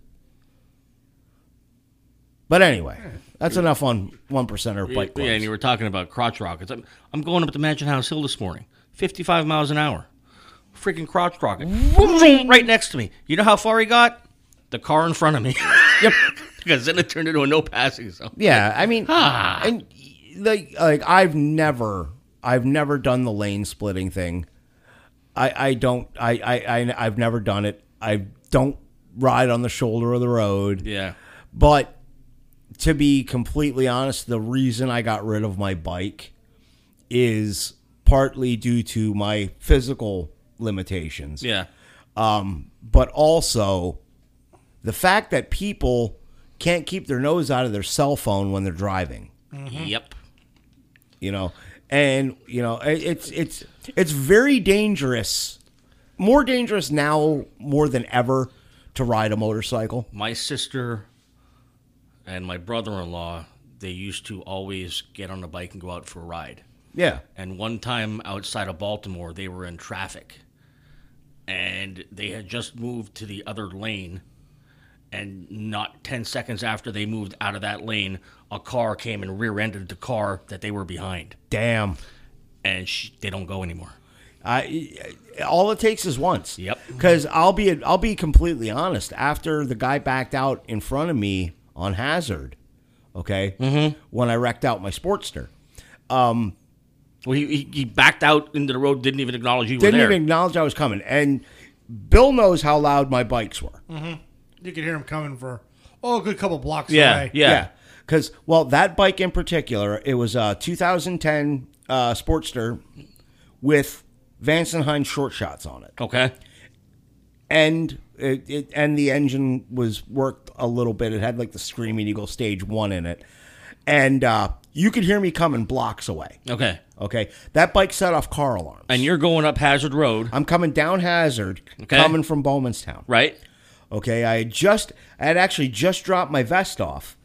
Speaker 1: But anyway, that's enough on one percenter
Speaker 3: Yeah,
Speaker 1: bike.
Speaker 3: yeah, and
Speaker 1: clubs.
Speaker 3: you were talking about crotch rockets. I'm, I'm going up to Mansion House Hill this morning, 55 miles an hour. Freaking crotch rocket. right next to me. You know how far he got? The car in front of me. yep. Because then it turned into a no passing zone.
Speaker 1: Yeah, I mean, and like, like I've never, I've never done the lane splitting thing. I, I don't, I, I, I, I've never done it. I don't ride on the shoulder of the road.
Speaker 3: Yeah.
Speaker 1: But to be completely honest, the reason I got rid of my bike is partly due to my physical limitations
Speaker 3: Yeah.
Speaker 1: but also the fact that people can't keep their nose out of their cell phone when they're driving
Speaker 3: Yep.
Speaker 1: you know and you know it- it's it's it's very dangerous more dangerous now more than ever to ride a motorcycle
Speaker 3: my sister and my brother-in-law they used to always get on a bike and go out for a ride
Speaker 1: yeah
Speaker 3: and one time outside of baltimore they were in traffic and they had just moved to the other lane and not 10 seconds after they moved out of that lane a car came and rear-ended the car that they were behind
Speaker 1: damn
Speaker 3: and sh they don't go anymore
Speaker 1: I, all it takes is once.
Speaker 3: Yep.
Speaker 1: Because I'll be I'll be completely honest. After the guy backed out in front of me on Hazard, okay, mm-hmm. when I wrecked out my Sportster,
Speaker 3: well he, he, he backed out into the road didn't even acknowledge you
Speaker 1: didn't
Speaker 3: were there
Speaker 1: even acknowledge I was coming. And Bill knows how loud my bikes were.
Speaker 3: Mm-hmm.
Speaker 2: You can hear them coming for oh, a good couple blocks
Speaker 3: yeah,
Speaker 2: away.
Speaker 3: yeah
Speaker 1: Because well, that bike in particular, it was a 2010 uh, Sportster with Vansenheim short shots on it.
Speaker 3: okay
Speaker 1: and it, it and the engine was worked a little bit. It had like the Screaming Eagle Stage One in it, and uh, you could hear me coming blocks away.
Speaker 3: okay
Speaker 1: Okay, that bike set off car alarms.
Speaker 3: and you're going up hazard road
Speaker 1: I'm coming down Hazard,
Speaker 3: Okay.
Speaker 1: coming from Bowmanstown.
Speaker 3: right
Speaker 1: Okay, I had just I had actually just dropped my vest off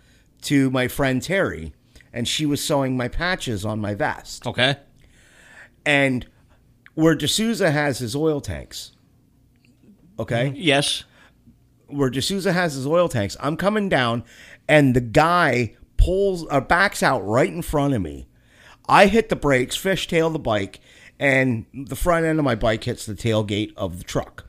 Speaker 1: to my friend Terry, and she was sewing my patches on my vest.
Speaker 3: Okay.
Speaker 1: And where D'Souza has his oil tanks. Okay.
Speaker 3: Yes.
Speaker 1: where D'Souza has his oil tanks. I'm coming down, and the guy pulls or backs out right in front of me. I hit the brakes, fishtail the bike, and the front end of my bike hits the tailgate of the truck.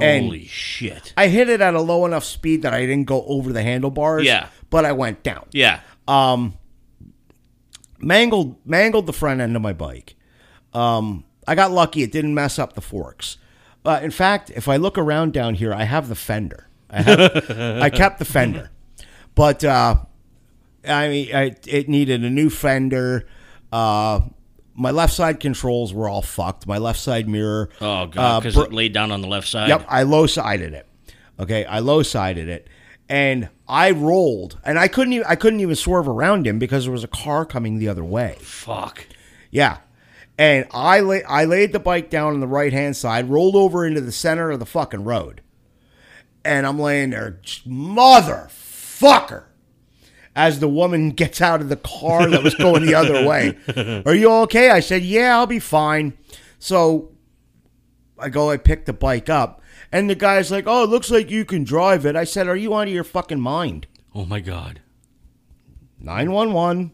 Speaker 1: And-
Speaker 3: Holy shit.
Speaker 1: I hit it at a low enough speed that I didn't go over the handlebars.
Speaker 3: Yeah.
Speaker 1: But I went down.
Speaker 3: Yeah.
Speaker 1: Mangled mangled the front end of my bike. Um, I got lucky it didn't mess up the forks. Uh, in fact, if I look around down here, I have the fender. I, have, I kept the fender, but uh, I mean, I, it needed a new fender. Uh, my left side controls were all fucked. My left side mirror.
Speaker 3: Oh god,
Speaker 1: uh,
Speaker 3: because
Speaker 1: bro-
Speaker 3: it laid down on the left side.
Speaker 1: Yep, I low sided it. Okay, I low sided it, and I rolled, and I couldn't even I couldn't even swerve around him because there was a car coming the other way.
Speaker 3: Fuck.
Speaker 1: Yeah. And I lay, I laid the bike down on the right hand side, rolled over into the center of the fucking road. And I'm laying there, just, motherfucker, as the woman gets out of the car that was going the other way. Are you okay? I said, Yeah, I'll be fine. So I go, I pick the bike up. And the guy's like, Oh, it looks like you can drive it. I said, Are you out of your fucking mind?
Speaker 3: Oh my god.
Speaker 1: 911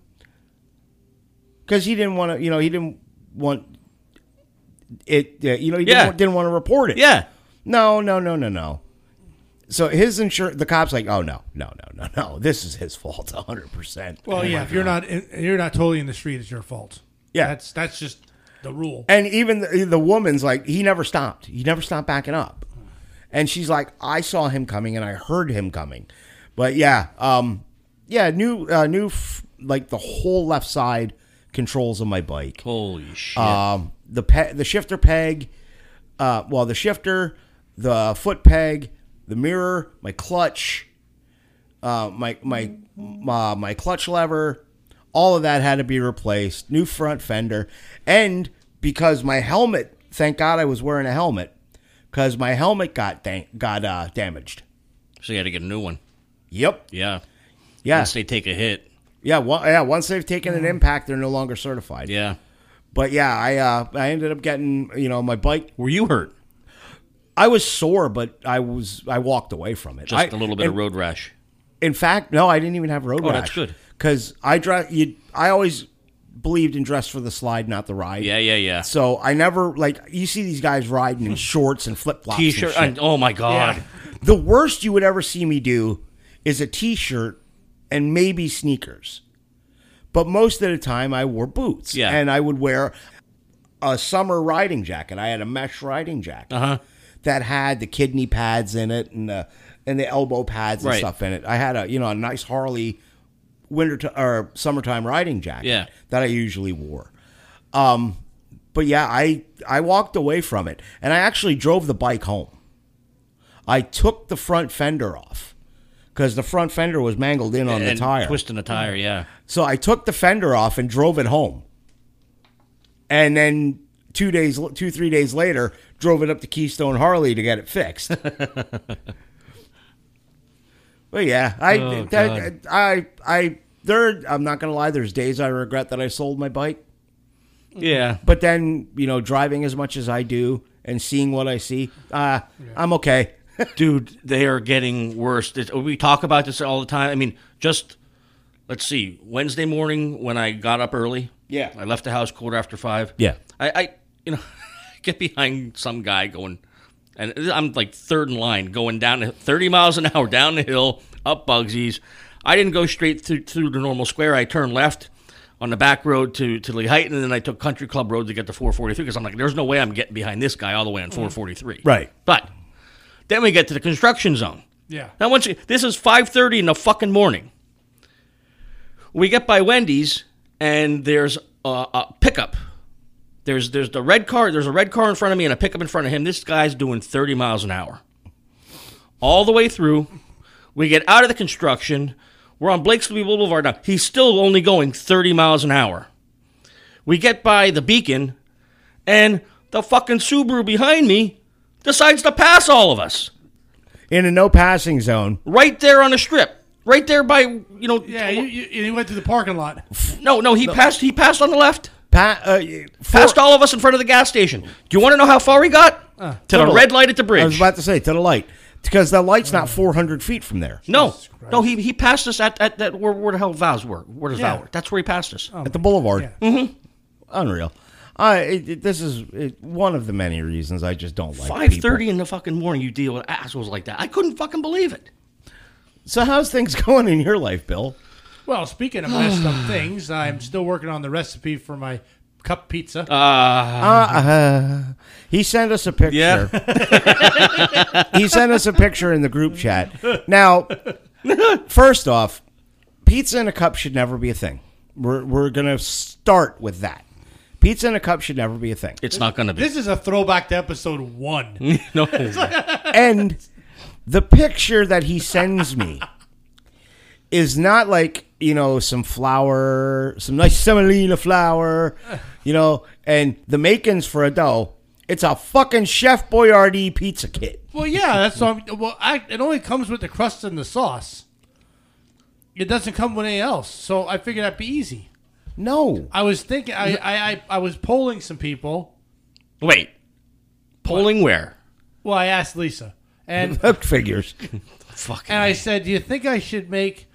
Speaker 1: because he didn't want to you know he didn't want it uh, you know he
Speaker 3: Yeah.
Speaker 1: didn't, didn't want to report it
Speaker 3: Yeah.
Speaker 1: no no no no no so his insurance the cops like oh no no no no no this is his fault 100%
Speaker 2: Well, yeah, if you're not in, you're not totally in the street, it's your fault.
Speaker 1: Yeah.
Speaker 2: that's that's just the rule.
Speaker 1: and even the, the woman's like he never stopped he never stopped backing up and she's like i saw him coming and i heard him coming but yeah um yeah new uh, new f- like the whole left side controls of my bike
Speaker 3: Holy shit.
Speaker 1: Um, the pe- the shifter peg, uh, well, the shifter, the foot peg, the mirror, my clutch, uh, my my my, my clutch lever, all of that had to be replaced. New front fender, and because my helmet, thank God I was wearing a helmet, because my helmet got dang- got uh, damaged.
Speaker 3: so you had to get a new one.
Speaker 1: Yep.
Speaker 3: Yeah.
Speaker 1: Yeah.
Speaker 3: Once they take a hit.
Speaker 1: Yeah. Well, yeah. Once they've taken an impact, they're no longer certified.
Speaker 3: Yeah.
Speaker 1: But yeah, I uh, I ended up getting you know my bike
Speaker 3: Were you hurt?
Speaker 1: I was sore, but I was I walked away from it.
Speaker 3: Just
Speaker 1: a
Speaker 3: a little bit of road rash.
Speaker 1: In fact, no, I didn't even have road
Speaker 3: Oh,
Speaker 1: rash.
Speaker 3: that's good.
Speaker 1: Because I dress. You, I always believed in dress for the slide, not the ride.
Speaker 3: Yeah, yeah, yeah. Hmm.
Speaker 1: So I never like you see these guys riding in shorts and flip flops.
Speaker 3: T-shirt. and- oh my god.
Speaker 2: Yeah.
Speaker 1: The worst you would ever see me do is a t-shirt and maybe sneakers. But most of the time I wore boots.
Speaker 3: Yeah.
Speaker 1: And I would wear a summer riding jacket. I had a mesh riding jacket
Speaker 3: Uh-huh.
Speaker 1: that had the kidney pads in it and the and the elbow pads and
Speaker 3: Right.
Speaker 1: stuff in it. I had a you know a nice Harley winter to, or summertime riding jacket
Speaker 3: Yeah.
Speaker 1: that I usually wore. Um, but yeah, I I walked away from it and I actually drove the bike home. I took the front fender off because the front fender was mangled in on the
Speaker 3: And
Speaker 1: tire.
Speaker 3: Twisting the tire. Yeah.
Speaker 1: So I took the fender off and drove it home. And then two days, two three days later, drove it up to Keystone Harley to get it fixed. but yeah, I,
Speaker 3: Oh,
Speaker 1: that, I, I, there. I'm not gonna lie. There's days I regret that I sold my bike.
Speaker 3: Yeah.
Speaker 1: But then you know, driving as much as I do and seeing what I see, uh, I'm okay.
Speaker 3: dude they are getting worse This- we talk about this all the time i mean just let's see wednesday morning when i got up early
Speaker 1: Yeah.
Speaker 3: i left the house quarter after five
Speaker 1: Yeah.
Speaker 3: i, I you know get behind some guy going and i'm like third in line going down the- 30 miles an hour down the hill up bugsy's i didn't go straight through, through the normal square i turned left on the back road to, to Lee Heighton, and then I took Country Club Road to get to 443 because I'm like, there's no way I'm getting behind this guy all the way on 443.
Speaker 1: Right.
Speaker 3: But then we get to the construction zone.
Speaker 2: yeah,
Speaker 3: Now once you, this is 5:30 in the fucking morning. We get by Wendy's and there's a, a pickup. There's there's the red car. There's a red car in front of me and a pickup in front of him. This guy's doing 30 miles an hour. All the way through, we get out of the construction. We're on Blakesville Boulevard now. He's still only going 30 miles an hour. We get by the beacon, and the fucking Subaru behind me decides to pass all of us
Speaker 1: In a no passing zone,
Speaker 3: right there on the strip, right there by you know.
Speaker 2: yeah. You, you, and he went to the parking lot.
Speaker 3: no, no, he passed. He passed on the left.
Speaker 1: pa- uh, four-
Speaker 3: Passed all of us in front of the gas station. Do you want to know how far he got?
Speaker 2: Uh,
Speaker 3: to the
Speaker 1: total.
Speaker 3: red light at the
Speaker 1: I was
Speaker 3: bridge.
Speaker 1: about to say to the light because the light's not 400 feet from there
Speaker 3: no,
Speaker 2: Jesus Christ.
Speaker 3: no, he, he passed us at, at that where, where the hell vows were. Where does
Speaker 2: Yeah. Oh,
Speaker 3: yeah. That's where he passed us.
Speaker 1: at the boulevard.
Speaker 2: Yeah.
Speaker 3: Mm-hmm.
Speaker 1: Unreal. I it, it- this is it, one of the many reasons I just don't like
Speaker 3: Five
Speaker 1: people.
Speaker 3: thirty in the fucking morning, you deal with assholes like that. I couldn't fucking believe it.
Speaker 1: So how's things going in your life, Bill?
Speaker 2: Well, speaking of messed up things, I'm still working on the recipe for my cup pizza.
Speaker 1: He sent us a picture. he sent us a picture in the group chat. Now, first off, pizza in a cup should never be a thing. We're we're gonna start with that. Pizza in a cup should never be a thing.
Speaker 3: It's not gonna be.
Speaker 2: this is a throwback to episode one.
Speaker 3: no,
Speaker 1: and the picture that he sends me is not like you know some flour, some nice semolina flour, you know, and the makings for a dough. It's a fucking Chef Boyardee pizza kit.
Speaker 2: Well, yeah, that's what I'm, well. I, it only comes with the crust and the sauce. It doesn't come with anything else, so I figured that'd be easy.
Speaker 1: No,
Speaker 2: I was thinking, I, I, I, I was polling some people.
Speaker 3: Wait, polling where?
Speaker 2: Well, I asked Lisa, and
Speaker 1: hook figures.
Speaker 3: Fuck.
Speaker 2: and I said, "Do you think I should make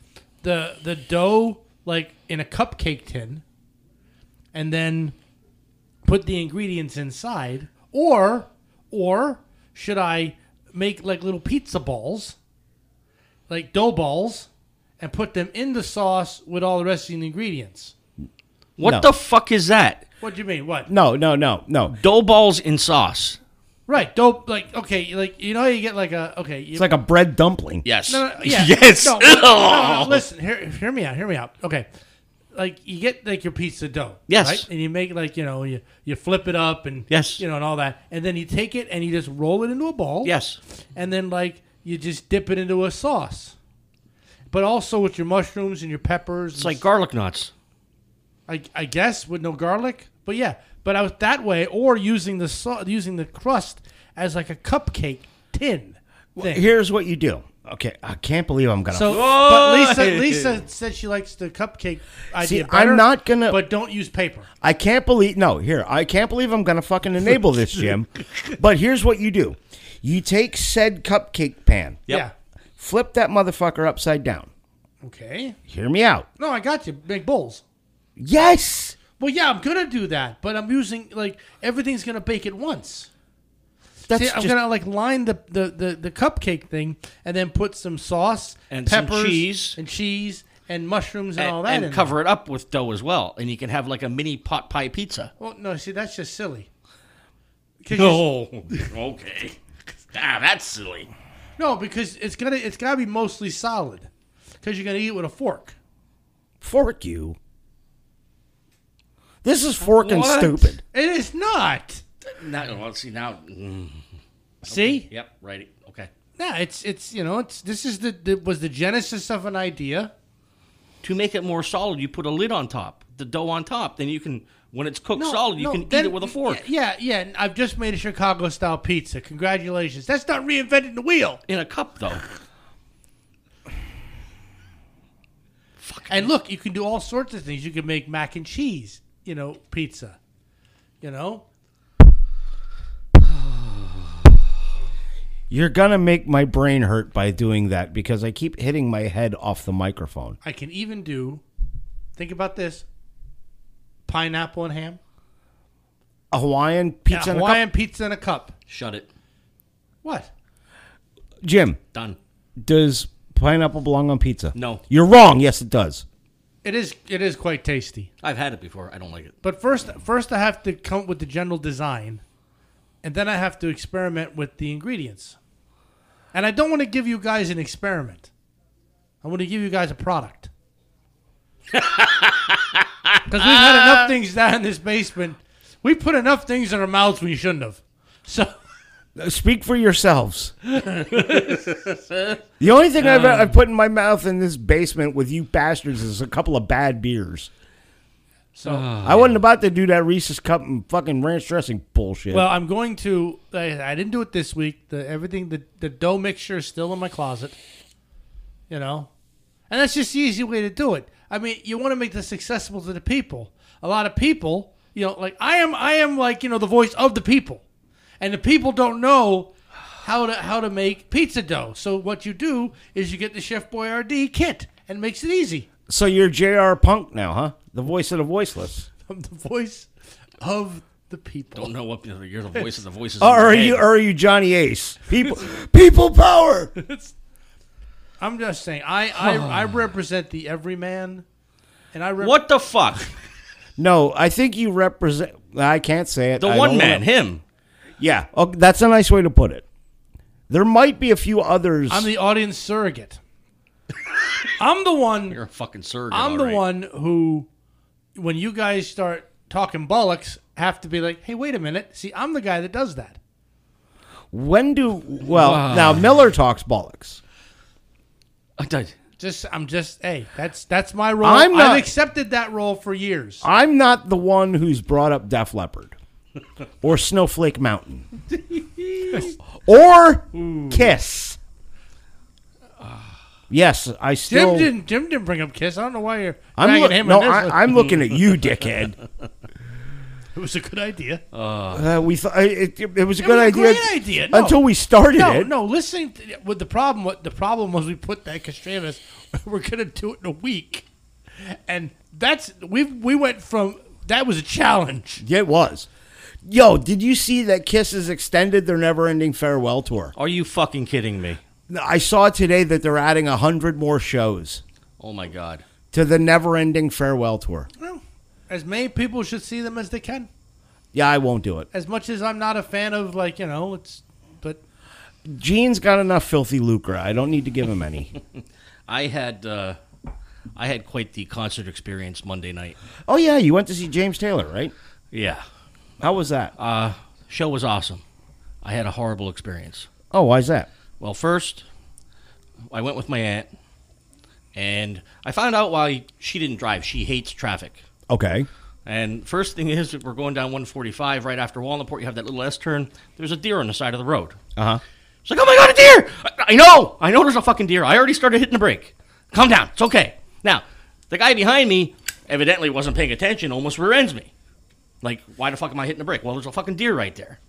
Speaker 2: the the dough like in a cupcake tin, and then put the ingredients inside, or or should I make like little pizza balls, like dough balls, and put them in the sauce with all the rest of the ingredients?"
Speaker 3: what
Speaker 1: No.
Speaker 3: the fuck is that?
Speaker 2: What do you mean? What?
Speaker 1: No, no, no, no.
Speaker 3: Dough balls in sauce.
Speaker 2: Right? Dough? Like okay? Like you know how you get like a okay? You,
Speaker 1: It's like a bread dumpling.
Speaker 3: Yes.
Speaker 2: No, no, yeah.
Speaker 3: Yes.
Speaker 2: No, no, no, no, listen, hear, hear me out. Hear me out. Okay. Like you get like your pizza dough,
Speaker 3: Yes.
Speaker 2: right? and you make like you know you you flip it up and
Speaker 3: Yes.
Speaker 2: you know and all that, and then you take it and you just roll it into a ball,
Speaker 3: Yes.
Speaker 2: and then like you just dip it into a sauce, but also with your mushrooms and your peppers.
Speaker 3: It's like garlic nuts.
Speaker 2: I, I guess with no garlic, but yeah, but I was that way or using the sau using the crust as like a cupcake tin thing.
Speaker 1: Here's what you do. Okay, I can't believe I'm gonna.
Speaker 2: So,
Speaker 3: Whoa!
Speaker 2: but Lisa, Lisa said she likes the cupcake idea.
Speaker 1: See, I'm
Speaker 2: better,
Speaker 1: not gonna-
Speaker 2: But don't use paper.
Speaker 1: I can't believe. No, here I can't believe I'm gonna fucking enable this, Jim. but here's what you do: you take said cupcake pan,
Speaker 3: Yep.
Speaker 1: flip that motherfucker upside down.
Speaker 2: Yeah. Okay.
Speaker 1: Hear me out.
Speaker 2: No, I got you. Make bowls.
Speaker 1: Yes.
Speaker 2: Well, yeah, I'm gonna do that, but I'm using like everything's gonna bake at once.
Speaker 1: That's
Speaker 2: See, I'm
Speaker 1: just-
Speaker 2: gonna like line the, the, the, the cupcake thing and then put some sauce
Speaker 3: And some
Speaker 2: peppers
Speaker 3: cheese.
Speaker 2: and cheese and mushrooms and, all
Speaker 3: And,
Speaker 2: that
Speaker 3: and
Speaker 2: in
Speaker 3: cover it up with dough as well, and you can have like a mini pot pie pizza.
Speaker 2: There. Well, no, see, that's just silly. 'Cause you-
Speaker 3: Oh, okay. Ah, that's silly.
Speaker 2: no, because it's gonna it's gotta be mostly solid because you're gonna eat it with a fork.
Speaker 1: fork you. This is forking
Speaker 3: What?
Speaker 1: stupid.
Speaker 2: It is not.
Speaker 3: Now, well, see now. mm,
Speaker 2: See?
Speaker 3: Yep. Right. Okay.
Speaker 2: Yeah, it's it's you know it's this is the, the was the genesis of an idea.
Speaker 3: To make it more solid, you put a lid on top, the dough on top. Then you can, when it's cooked
Speaker 2: No,
Speaker 3: solid, you
Speaker 2: no,
Speaker 3: can
Speaker 2: then-
Speaker 3: eat it with a fork
Speaker 2: Yeah, yeah. and I've just made a Chicago style pizza. Congratulations. That's not reinventing the wheel.
Speaker 3: in a cup, though.
Speaker 2: And look, you can do all sorts of things. You can make mac and cheese, you know, pizza. You know,
Speaker 1: You're gonna make my brain hurt by doing that because I keep hitting my head off the microphone.
Speaker 2: I can even do. Think about this: pineapple and ham,
Speaker 1: A Hawaiian pizza, and a cup-
Speaker 2: Hawaiian pizza in a cup.
Speaker 3: Shut it.
Speaker 2: What?
Speaker 1: Jim,
Speaker 3: Done.
Speaker 1: does pineapple belong on pizza?
Speaker 3: No.
Speaker 1: You're wrong. Yes, it does.
Speaker 2: It is. It is quite tasty.
Speaker 3: I've had it before. I don't like it.
Speaker 2: But first, first I have to come up with the general design, and then I have to experiment with the ingredients. And I don't want to give you guys an experiment. I want to give you guys a product. Because we've had enough things down in this basement. We put enough things in our mouths we shouldn't have. So
Speaker 1: Uh, Speak for yourselves. the only thing I've,
Speaker 3: Um.
Speaker 1: I've put in my mouth in this basement with you bastards is a couple of bad beers.
Speaker 2: so.
Speaker 1: I wasn't about to do that Reese's cup and fucking ranch dressing bullshit.
Speaker 2: Well, I'm going to. I, I didn't do it this week. The everything the the dough mixture is still in my closet. You know, and that's just the easy way to do it. I mean, you want to make this accessible to the people. A lot of people, you know, like I am. I am like you know the voice of the people, and the people don't know how to how to make pizza dough. So what you do is you get the Chef Boyardee kit and it makes it easy.
Speaker 1: so you're J.R. Punk now, huh? The voice of the voiceless.
Speaker 2: I'm the voice of the people.
Speaker 3: Don't know what you're the voice of the voices. in
Speaker 1: Or Oh, are
Speaker 3: your
Speaker 1: you?
Speaker 3: head.
Speaker 1: Or are you Johnny Ace? People, people power.
Speaker 2: I'm just saying, I I, I represent the everyman, and I rep-
Speaker 3: What the fuck?
Speaker 1: No, I think you represent. I can't say it.
Speaker 3: The
Speaker 1: I
Speaker 3: one
Speaker 1: don't
Speaker 3: man,
Speaker 1: wanna-
Speaker 3: him.
Speaker 1: Yeah, oh, that's a nice way to put it. There might be a few others.
Speaker 2: I'm the audience surrogate. I'm the one.
Speaker 3: You're a fucking surrogate.
Speaker 2: I'm the
Speaker 3: alright.
Speaker 2: one who, when you guys start talking bollocks, have to be like, hey, wait a minute. See, I'm the guy that does that.
Speaker 1: When do well now Miller talks bollocks.
Speaker 3: I died.
Speaker 2: Just I'm just hey, that's that's my role.
Speaker 1: I'm
Speaker 2: I've
Speaker 1: not-
Speaker 2: accepted that role for years.
Speaker 1: I'm not the one who's brought up Def Leppard or Snowflake Mountain or Kiss. Yes, I
Speaker 2: Jim
Speaker 1: still.
Speaker 2: didn't Jim didn't bring up Kiss. I don't know why you're
Speaker 1: I'm
Speaker 2: dragging
Speaker 1: look-
Speaker 2: him
Speaker 1: no,
Speaker 2: in this. Uh,
Speaker 1: I, I'm looking at you, dickhead.
Speaker 2: it was a good idea.
Speaker 1: Uh, we thought it, it, it was a
Speaker 2: It
Speaker 1: good
Speaker 2: was a
Speaker 1: idea,
Speaker 2: great idea. No.
Speaker 1: until we started
Speaker 2: no,
Speaker 1: it.
Speaker 2: no. Listening to, with the problem, what the problem was, we put that Castramus. We're gonna do it in a week, and that's we we went from that was a challenge.
Speaker 1: Yeah, It was. Yo, did you see that Kiss has extended their never-ending farewell tour?
Speaker 3: Are you fucking kidding me?
Speaker 1: I saw today that they're adding hundred more shows
Speaker 3: Oh my god.
Speaker 1: to the never-ending farewell tour.
Speaker 2: Well, as many people should see them as they can.
Speaker 1: Yeah, I won't do it.
Speaker 2: As much as I'm not a fan of like you know, it's but
Speaker 1: Gene's got enough filthy lucre. I don't need to give him any.
Speaker 3: I had uh, I had quite the concert experience Monday night.
Speaker 1: oh yeah, you went to see James Taylor, right?
Speaker 3: Yeah.
Speaker 1: How was that?
Speaker 3: Uh, show was awesome. I had a horrible experience.
Speaker 1: Oh, why's that?
Speaker 3: Well, first, I went with my aunt, and I found out why she didn't drive. She hates traffic.
Speaker 1: Okay.
Speaker 3: And first thing is, we're going down 145 right after Walnut. You have that little S turn. There's a deer on the side of the road.
Speaker 1: Uh huh.
Speaker 3: She's like, "Oh my god, a deer!" I, I know, I know. There's a fucking deer. I already started hitting the brake. Calm down. It's okay. Now, the guy behind me evidently wasn't paying attention. Almost rear ends me. Like, why the fuck am I hitting the brake? Well, there's a fucking deer right there.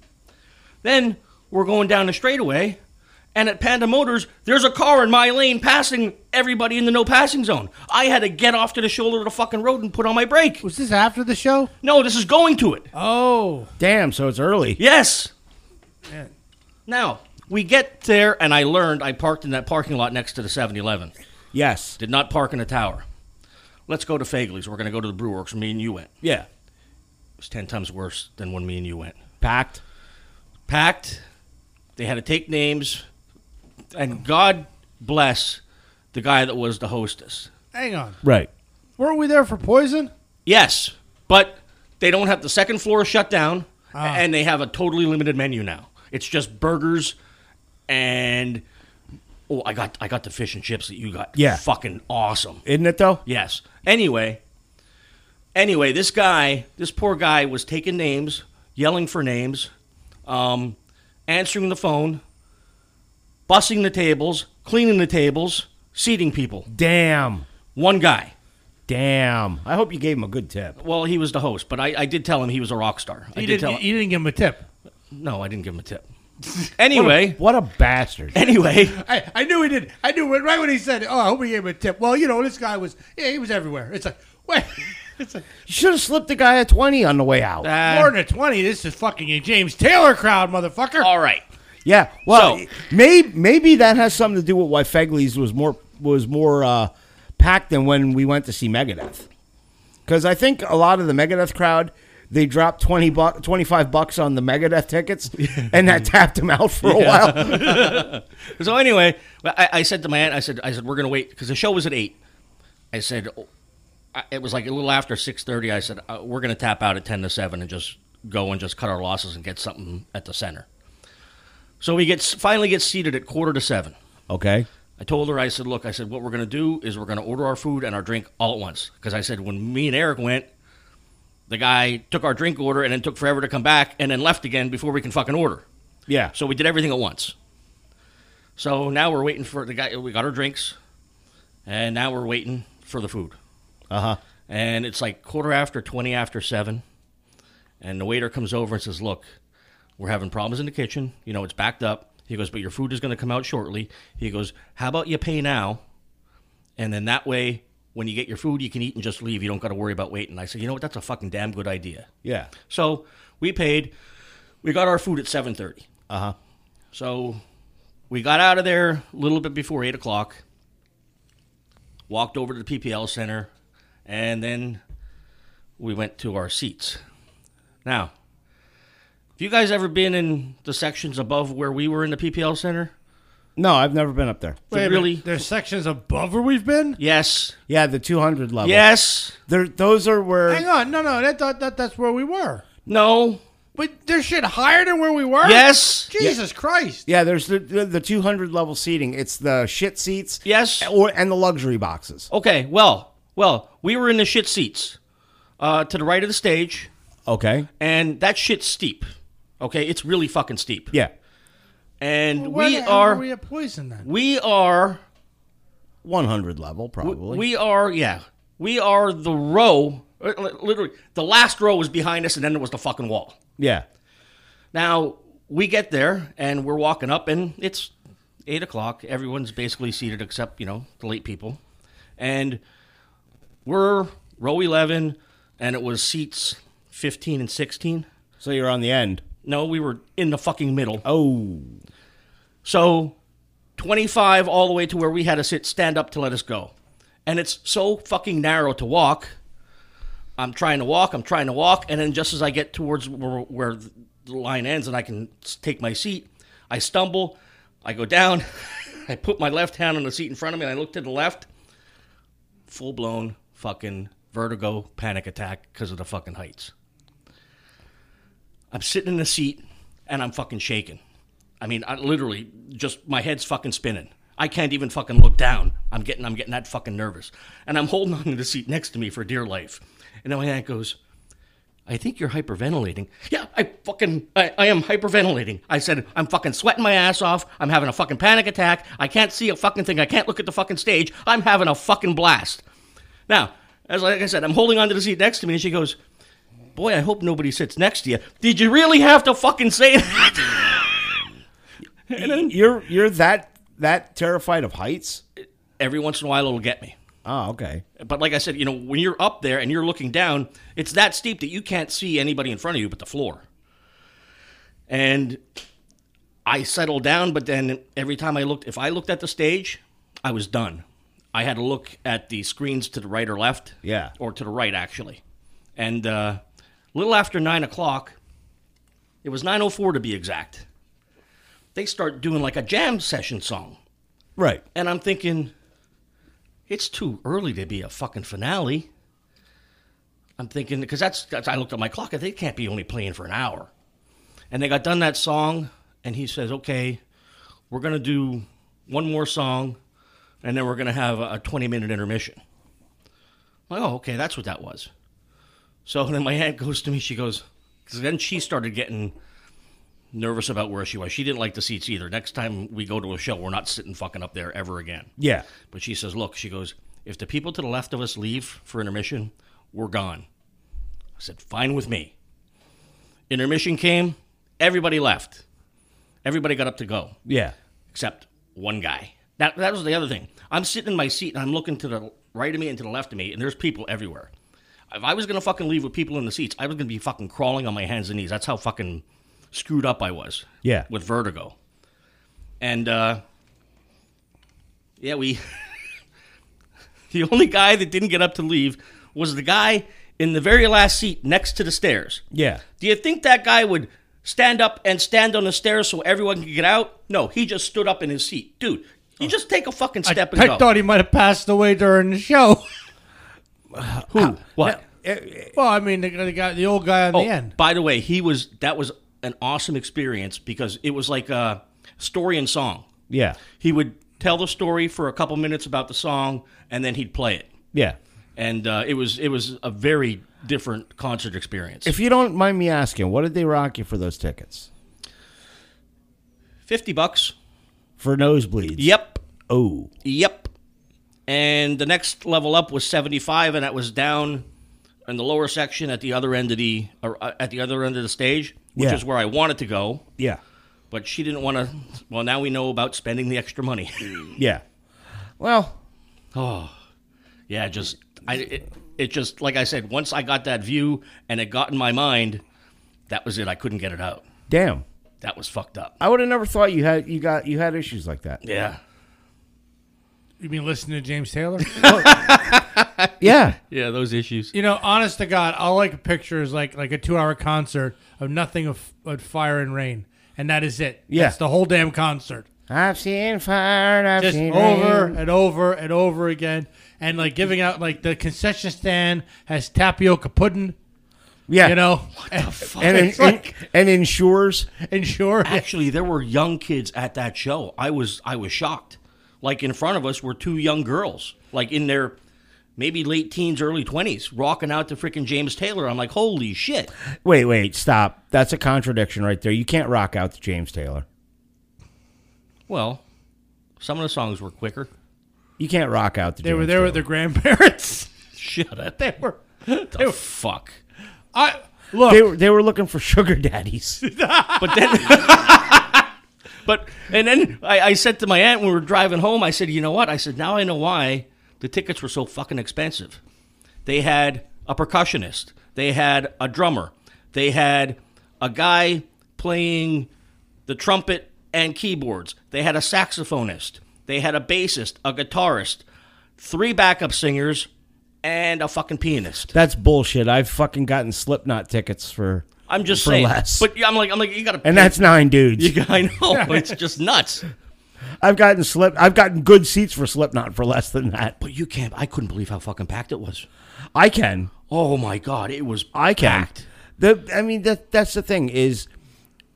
Speaker 3: Then we're going down the straightaway, and at Panda Motors, there's a car in my lane passing everybody in the no passing zone. I had to get off to the shoulder of the fucking road and put on my brake.
Speaker 2: was this after the show?
Speaker 3: No, this is going to it.
Speaker 2: Oh,
Speaker 1: Damn. So it's early.
Speaker 3: Yes.
Speaker 2: man.
Speaker 3: Now, we get there, and I learned I parked in that parking lot next to the 7 Eleven.
Speaker 1: Yes.
Speaker 3: Did not park in a tower. Let's go to Fagley's. We're going to go to the Brew Works. Me and you went. It
Speaker 1: Yeah.
Speaker 3: was 10 times worse than when me and you went.
Speaker 1: Packed.
Speaker 3: Packed. They had to take names. And God bless the guy that was the hostess.
Speaker 2: hang on.
Speaker 1: Right.
Speaker 2: Weren't we there for Poison?
Speaker 3: Yes, but they don't have the second floor shut down, and they have a totally limited menu now. It's just burgers and oh, I got I got the fish and chips that you got.
Speaker 1: Yeah.
Speaker 3: fucking awesome.
Speaker 1: Isn't it though?
Speaker 3: Yes. Anyway, anyway, this guy, this poor guy, was taking names, yelling for names, um, answering the phone, bussing the tables, cleaning the tables, seating people.
Speaker 1: Damn.
Speaker 3: One guy.
Speaker 1: Damn. I hope you gave him a good tip.
Speaker 3: Well, he was the host, but I, I did tell him he was a rock star. I
Speaker 2: You
Speaker 3: did
Speaker 2: didn't.
Speaker 3: tell
Speaker 2: You didn't give him a tip.
Speaker 3: No, I didn't give him a tip. Anyway,
Speaker 1: What a bastard.
Speaker 3: anyway,
Speaker 2: I, I knew he did. I knew it right when he said, "Oh, I hope he gave him a tip." Well, you know, this guy was. Yeah, he was everywhere. It's like, wait, it's like
Speaker 1: You should have slipped the guy a twenty on the way out.
Speaker 3: Uh,
Speaker 2: more than a twenty. This is fucking a James Taylor crowd, motherfucker.
Speaker 3: all right.
Speaker 1: Yeah. Well,
Speaker 3: So-
Speaker 1: maybe maybe that has something to do with why Fegley's was more was more uh, packed than when we went to see Megadeth. Because I think a lot of the Megadeth crowd they dropped 20 bu- 25 bucks on the Megadeth tickets, and that tapped them out for a while.
Speaker 3: So anyway, I, I said to my aunt, I said, I said we're gonna wait because the show was at eight. I said oh, I- it was like a little after six thirty. I said uh, we're gonna tap out at ten to seven and just go and just cut our losses and get something at the center. So we get finally get seated at quarter to seven.
Speaker 1: Okay.
Speaker 3: I told her, I said, look, I said, what we're going to do is we're going to order our food and our drink all at once. Because I said, when me and Eric went, the guy took our drink order and then took forever to come back and then left again before we can fucking order.
Speaker 1: Yeah.
Speaker 3: So we did everything at once. So now we're waiting for the guy. We got our drinks and now we're waiting for the food.
Speaker 1: Uh huh.
Speaker 3: And it's like quarter after, 20 after 7. And the waiter comes over and says, Look, we're having problems in the kitchen. You know, it's backed up. He goes, But your food is going to come out shortly. He goes, How about you pay now? And then that way, when you get your food, you can eat and just leave. You don't got to worry about waiting. I said, You know what? That's a fucking damn good idea.
Speaker 1: Yeah.
Speaker 3: So we paid. We got our food at 7.30.
Speaker 1: Uh huh.
Speaker 3: So we got out of there a little bit before 8 o'clock, walked over to the PPL Center, and then we went to our seats. Now, have you guys ever been in the sections above where we were in the PPL Center?
Speaker 1: No, I've never been up there.
Speaker 2: Wait a minute.
Speaker 3: really-
Speaker 2: There's sections above where we've been.
Speaker 3: Yes.
Speaker 1: Yeah, the 200 level.
Speaker 3: Yes.
Speaker 1: There, those are where.
Speaker 2: Hang on, no, no, that, that, that that's where we were.
Speaker 3: No.
Speaker 2: But there's shit higher than where we were.
Speaker 3: Yes.
Speaker 2: Jesus Christ.
Speaker 1: Yeah, there's the, the the 200 level seating. It's the shit seats.
Speaker 3: Yes.
Speaker 1: Or and the luxury boxes.
Speaker 3: Okay. Well, well, we were in the shit seats, uh, to the right of the stage,
Speaker 1: Okay.
Speaker 3: and that shit's steep. Okay, it's really fucking steep.
Speaker 1: Yeah.
Speaker 3: And
Speaker 2: Where
Speaker 3: we
Speaker 2: the hell
Speaker 3: are,
Speaker 2: Were we at poison then?
Speaker 3: we are,
Speaker 1: 100 level probably.
Speaker 3: we are, yeah, we are the row. uh, li- Literally, the last row was behind us, and then it was the fucking wall.
Speaker 1: yeah.
Speaker 3: Now we get there and we're walking up, and it's eight o'clock. Everyone's basically seated except you know the late people, and we're row eleven, and it was seats fifteen and sixteen.
Speaker 1: So you're on the end.
Speaker 3: No, we were in the fucking middle.
Speaker 1: Oh.
Speaker 3: So 25 all the way to where we had to sit stand up to let us go. And it's so fucking narrow to walk. I'm trying to walk, I'm trying to walk, and then just as I get towards where, where the line ends and I can s- take my seat, I stumble, I go down, I put my left hand on the seat in front of me, and I look to the left. Full blown fucking vertigo panic attack because of the fucking heights. I'm sitting in the seat and I'm fucking shaking. I mean, I literally just my head's fucking spinning. I can't even fucking look down. I'm getting I'm getting that fucking nervous. And I'm holding on to the seat next to me for dear life. And then my aunt goes, I think you're hyperventilating. Yeah, I fucking I, I am hyperventilating. I said, I'm fucking sweating my ass off. I'm having a fucking panic attack. I can't see a fucking thing. I can't look at the fucking stage. I'm having a fucking blast. Now, as like I said, I'm holding on to the seat next to me and she goes, Boy, I hope nobody sits next to you. Did you really have to fucking say that?
Speaker 1: You're you're that that terrified of heights?
Speaker 3: every once in a while it'll get me.
Speaker 1: Oh, okay.
Speaker 3: But like I said, you know, when you're up there and you're looking down, it's that steep that you can't see anybody in front of you but the floor. And I settled down, but then every time I looked, if I looked at the stage, I was done. I had to look at the screens to the right or left.
Speaker 1: Yeah.
Speaker 3: Or to the right, actually. And uh, a little after 9 o'clock, it was 9.04 to be exact, they start doing like a jam session song.
Speaker 1: Right.
Speaker 3: And I'm thinking, it's too early to be a fucking finale. I'm thinking because that's, that's I looked at my clock. and They can't be only playing for an hour. And they got done that song, and he says, "Okay, we're gonna do one more song, and then we're gonna have a 20 minute intermission." I'm like, oh, okay, that's what that was. So then my aunt goes to me. She goes, because then she started getting nervous about where she was. She didn't like the seats either. Next time we go to a show, we're not sitting fucking up there ever again.
Speaker 1: Yeah.
Speaker 3: But she says, look, she goes, if the people to the left of us leave for intermission, we're gone. I said, fine with me. Intermission came, everybody left. Everybody got up to go,
Speaker 1: Yeah.
Speaker 3: except one guy. That, that was the other thing. I'm sitting in my seat and I'm looking to the right of me and to the left of me, and there's people everywhere. If I was going to fucking leave with people in the seats, I was going to be fucking crawling on my hands and knees. That's how fucking screwed up I was
Speaker 1: Yeah.
Speaker 3: with vertigo. And uh, yeah, we the only guy that didn't get up to leave was the guy in the very last seat next to the stairs.
Speaker 1: Yeah.
Speaker 3: Do you think that guy would stand up and stand on the stairs so everyone could get out? No, he just stood up in his seat. Dude, you just take a fucking step and
Speaker 2: I
Speaker 3: go.
Speaker 2: thought he might have passed away during the show.
Speaker 3: Who? What?
Speaker 2: well, I mean, the, the guy, the old guy on
Speaker 3: Oh,
Speaker 2: the end.
Speaker 3: by the way, he was that was an awesome experience because it was like a story and song.
Speaker 1: Yeah.
Speaker 3: He would tell the story for a couple minutes about the song, and then he'd play it.
Speaker 1: Yeah.
Speaker 3: and uh, it was it was a very different concert experience.
Speaker 1: If you don't mind me asking, what did they rock you for those tickets?
Speaker 3: Fifty bucks.
Speaker 1: For nosebleeds.
Speaker 3: Yep,
Speaker 1: Oh.
Speaker 3: yep. And the next level up was seventy five, and that was down in the lower section at the other end of the or, uh, at the other end of the stage, which
Speaker 1: Yeah.
Speaker 3: is where I wanted to go.
Speaker 1: Yeah.
Speaker 3: But she didn't want to. Well, now we know about spending the extra money.
Speaker 1: Yeah. Well,
Speaker 3: oh, yeah. Just I it, it just like I said. Once I got that view and it got in my mind, that was it. I couldn't get it out.
Speaker 1: damn.
Speaker 3: That was fucked up.
Speaker 1: I would have never thought you had you got you had issues like that.
Speaker 3: Yeah.
Speaker 2: You mean listen to James Taylor?
Speaker 1: Yeah.
Speaker 3: Yeah, those issues.
Speaker 2: you know, honest to God, all I can picture is like like a two hour concert of nothing of, but fire and rain, and that is it.
Speaker 1: Yeah.
Speaker 2: That's the whole damn concert.
Speaker 1: I've seen fire. and I've
Speaker 2: just
Speaker 1: seen
Speaker 2: over
Speaker 1: rain.
Speaker 2: and over and over again, and like giving out like the concession stand has tapioca pudding.
Speaker 1: Yeah.
Speaker 2: You know,
Speaker 1: and, and,
Speaker 2: it's like-
Speaker 1: and ensures
Speaker 2: and sure,
Speaker 3: Actually, there were young kids at that show. I was I was shocked. Like in front of us were two young girls, like in their maybe late teens, early twenties, rocking out to freaking James Taylor. I'm like, holy shit!
Speaker 1: Wait, wait, stop. That's a contradiction right there. You can't rock out to James Taylor.
Speaker 3: Well, some of the songs were quicker.
Speaker 1: You can't rock out to
Speaker 2: they
Speaker 1: James
Speaker 2: were there
Speaker 1: Taylor.
Speaker 2: with their grandparents.
Speaker 3: Shut up.
Speaker 2: they were.
Speaker 3: The fuck.
Speaker 2: I look.
Speaker 1: They were, they were looking for sugar daddies.
Speaker 3: But then, but and then I, I said to my aunt when we were driving home, I said, you know what? I said now I know why the tickets were so fucking expensive. They had a percussionist, they had a drummer, they had a guy playing the trumpet and keyboards, they had a saxophonist, they had a bassist, a guitarist, three backup singers, and a fucking pianist.
Speaker 1: That's bullshit. I've fucking gotten Slipknot tickets for
Speaker 3: I'm just
Speaker 1: for
Speaker 3: saying,
Speaker 1: less.
Speaker 3: but I'm like, I'm like, you gotta,
Speaker 1: and that's nine dudes.
Speaker 3: you gotta, I know it's just nuts.
Speaker 1: I've gotten slip. I've gotten good seats for Slipknot for less than that.
Speaker 3: But you can't. I couldn't believe how fucking packed it was.
Speaker 1: I can.
Speaker 3: Oh my god, it was.
Speaker 1: I can.
Speaker 3: packed.
Speaker 1: The I mean that that's the thing is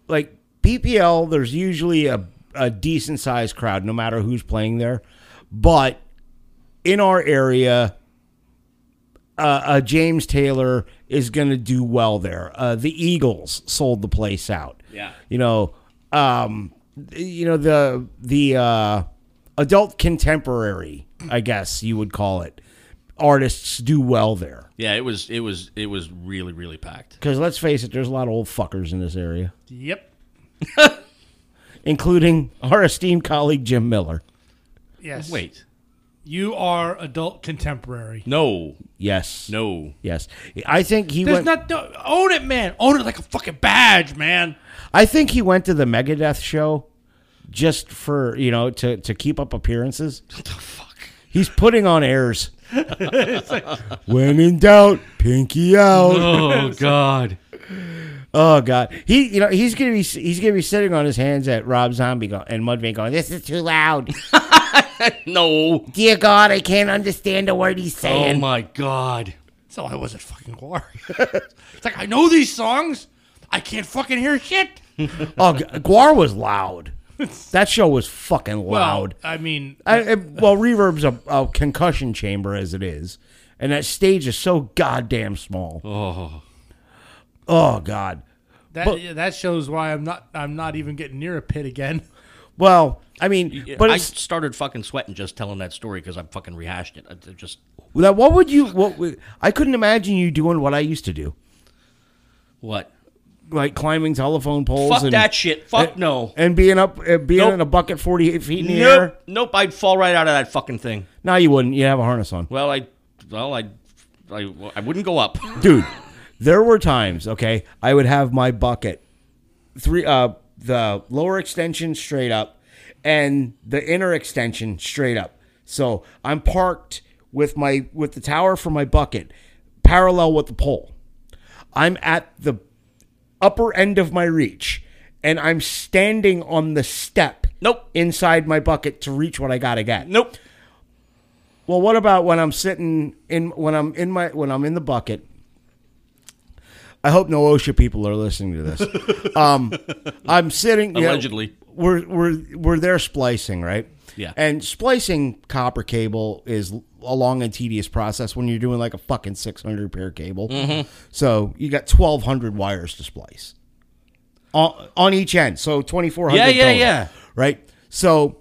Speaker 1: like PPL. There's usually a a decent sized crowd, no matter who's playing there. But in our area, uh, uh, James Taylor is going to do well there. Uh, the Eagles sold the place out.
Speaker 3: Yeah.
Speaker 1: you know, um, you know the the uh, adult contemporary, I guess you would call it. Artists do well there.
Speaker 3: Yeah, it was. It was. It was really, really packed.
Speaker 1: Because let's face it, there's a lot of old fuckers in this area,
Speaker 2: yep.
Speaker 1: including our esteemed colleague Jim Miller.
Speaker 2: Yes.
Speaker 3: Wait,
Speaker 2: You are adult contemporary.
Speaker 3: no,
Speaker 1: Yes.
Speaker 3: no.
Speaker 1: Yes. I think he
Speaker 2: There's
Speaker 1: went.
Speaker 2: not no, own it, man. Own it like a fucking badge, man.
Speaker 1: I think he went to the Megadeth show just for you know to to keep up appearances.
Speaker 3: What the fuck?
Speaker 1: He's putting on airs. when in doubt, pinky out.
Speaker 3: Oh god.
Speaker 1: Oh God, he you know he's gonna be he's gonna be sitting on his hands at Rob Zombie go, and Mudvayne going, "This is too loud.
Speaker 3: No.
Speaker 1: Dear God, I can't understand a word he's
Speaker 3: Oh
Speaker 1: saying."
Speaker 3: my god.
Speaker 2: So I was at fucking glory. it's like I know these songs. I can't fucking hear shit.
Speaker 1: Oh, G- Guar was loud. That show was fucking loud.
Speaker 2: Well, I mean,
Speaker 1: I, I- well, Reverb's a, a concussion chamber as it is, and that stage is so goddamn small. Oh, god.
Speaker 2: that that shows why I'm not I'm not even getting near a pit again.
Speaker 1: Well, I mean, but
Speaker 3: I
Speaker 1: it's,
Speaker 3: started fucking sweating just telling that story because I fucking rehashed it. I I just
Speaker 1: that what would you? What would, I couldn't imagine you doing what I used to do,
Speaker 3: what?
Speaker 1: like climbing telephone poles.
Speaker 3: Fuck
Speaker 1: and,
Speaker 3: that shit.
Speaker 1: Eh,
Speaker 3: Fuck no.
Speaker 1: And being up, uh, being
Speaker 3: Nope.
Speaker 1: in a bucket forty-eight feet in the air.
Speaker 3: Nope. Nope. I'd fall right out of that fucking thing.
Speaker 1: No, you wouldn't. You would have a harness on.
Speaker 3: Well, I. Well, I. I, I wouldn't go up.
Speaker 1: dude there were times okay i would have my bucket three uh the lower extension straight up and the inner extension straight up so i'm parked with my with the tower for my bucket parallel with the pole i'm at the upper end of my reach and i'm standing on the step
Speaker 3: Nope.
Speaker 1: inside my bucket to reach what i gotta get
Speaker 3: Nope.
Speaker 1: well, what about when I'm sitting in when I'm in my when I'm in the bucket? I hope no OSHA people are listening to this. um, I'm sitting you know,
Speaker 3: Allegedly.
Speaker 1: we're we're we're there splicing, right?
Speaker 3: Yeah.
Speaker 1: And splicing copper cable is a long and tedious process when you're doing like a fucking 600 pair cable.
Speaker 3: Mm-hmm.
Speaker 1: So you got 1,200 wires to splice on, on each end. So 2,400.
Speaker 3: Yeah, yeah,
Speaker 1: total,
Speaker 3: yeah.
Speaker 1: Right. So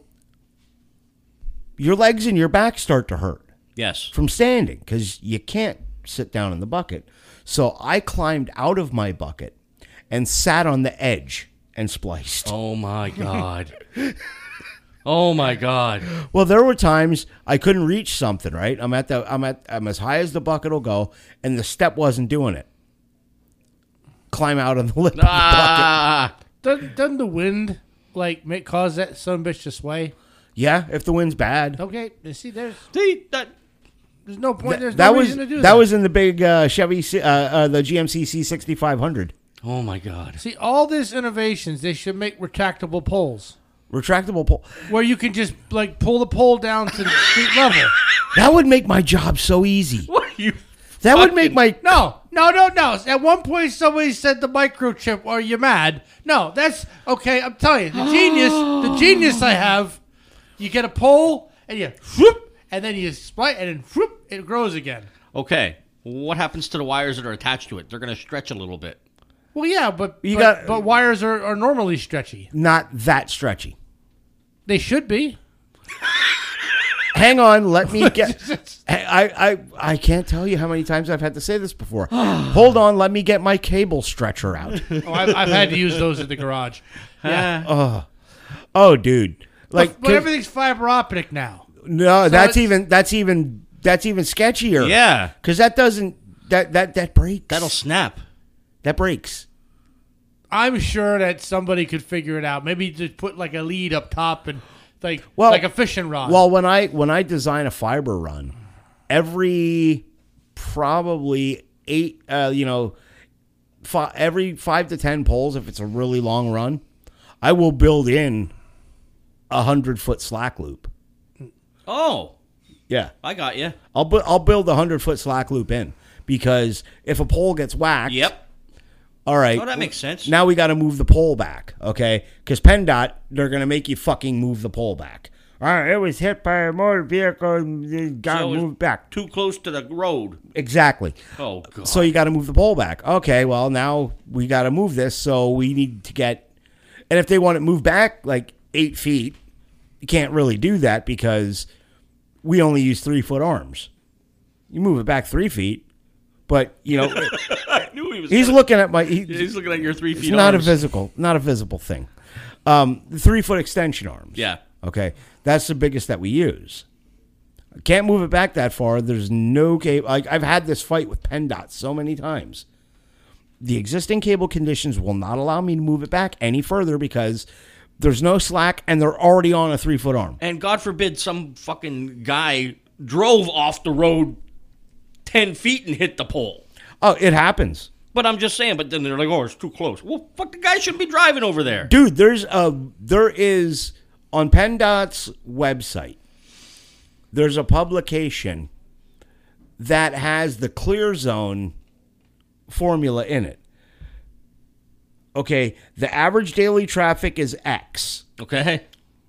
Speaker 1: your legs and your back start to hurt
Speaker 3: Yes.
Speaker 1: from standing because you can't sit down in the bucket. So I climbed out of my bucket and sat on the edge and spliced.
Speaker 3: Oh my god. oh my god.
Speaker 1: Well, there were times I couldn't reach something. Right, I'm at the I'm at I'm as high as the bucket will go, and the step wasn't doing it. Climb out on the lip. of the bucket.
Speaker 3: Ah.
Speaker 2: Doesn't, doesn't the wind like make, cause that son of a bitch to sway?
Speaker 1: Yeah, if the wind's bad.
Speaker 2: Okay, you see, there's
Speaker 3: See, that-
Speaker 2: there's no point. There's
Speaker 1: that
Speaker 2: no
Speaker 1: was
Speaker 2: reason to do
Speaker 1: that,
Speaker 2: that.
Speaker 1: was in the big uh, Chevy C- uh, uh, the GMC C6500
Speaker 3: Oh my god.
Speaker 2: see all this innovations. They should make retractable poles
Speaker 1: retractable pole.
Speaker 2: where you can just like pull the pole down to the street level.
Speaker 1: That would make my job so easy.
Speaker 3: What are you?
Speaker 1: That would make my
Speaker 2: No, no, no, no. At one point, somebody said the microchip. Are you mad? No, that's okay. I'm telling you, the genius, the genius I have. You get a pole and you whoop, and then you split, and then whoop, it grows again.
Speaker 3: Okay. What happens to the wires that are attached to it? They're going to stretch a little bit.
Speaker 2: Well, yeah, but
Speaker 1: You
Speaker 2: but,
Speaker 1: got-
Speaker 2: but wires are, are normally stretchy.
Speaker 1: Not that stretchy.
Speaker 2: They should be.
Speaker 1: Hang on, let me get. I, I I can't tell you how many times I've had to say this before. Hold on, let me get my cable stretcher out.
Speaker 2: Oh, I've, I've had to use those at the garage. Yeah,
Speaker 1: Oh, dude, like
Speaker 2: but everything's fiber optic now.
Speaker 1: no, that's
Speaker 2: it's-
Speaker 1: even that's even that's even sketchier.
Speaker 3: Yeah.
Speaker 1: because that doesn't that that that breaks.
Speaker 3: That'll snap.
Speaker 1: that breaks.
Speaker 2: I'm sure that somebody could figure it out. Maybe just put like a lead up top and like
Speaker 1: Well-
Speaker 2: like a fishing rod.
Speaker 1: Well, when I when I design a fiber run, every probably eight, uh, you know, fi- every five to ten poles, if it's a really long run, I will build in a hundred foot slack loop.
Speaker 3: Oh,
Speaker 1: Yeah,
Speaker 3: I got you.
Speaker 1: I'll bu- I'll build a hundred foot slack loop in because if a pole gets whacked,
Speaker 3: Yep.
Speaker 1: all right,
Speaker 3: Oh, that makes sense.
Speaker 1: Now we got to move the pole back, okay? Because PennDOT, they're going to make you fucking move the pole back. All right, it was hit by a motor vehicle and it got
Speaker 3: So it was-
Speaker 1: moved back.
Speaker 3: Too close to the road.
Speaker 1: Exactly.
Speaker 3: Oh, God.
Speaker 1: So you got to move the pole back. Okay, well, now we got to move this. So we need to get. And if they want it moved back like eight feet, you can't really do that because we only use three foot arms. You move it back three feet, but, you know,
Speaker 3: I knew he was.
Speaker 1: he's
Speaker 3: He's,
Speaker 1: looking at my. he-
Speaker 3: looking at your three feet.
Speaker 1: it's not
Speaker 3: arms.
Speaker 1: a visible, not a visible thing. Um, the three foot extension arms.
Speaker 3: Yeah.
Speaker 1: Okay, that's the biggest that we use. I can't move it back that far. There's no cable. Like I've had this fight with PennDOT so many times. The existing cable conditions will not allow me to move it back any further because there's no slack and they're already on a three foot arm.
Speaker 3: And God forbid some fucking guy drove off the road ten feet and hit the pole.
Speaker 1: Oh, it happens.
Speaker 3: But I'm just saying. But then they're like, "Oh, it's too close." Well, fuck, the guy shouldn't be driving over there.
Speaker 1: dude there's a there is on PennDOT's website there's a publication that has the clear zone formula in it okay the average daily traffic is x
Speaker 3: Okay.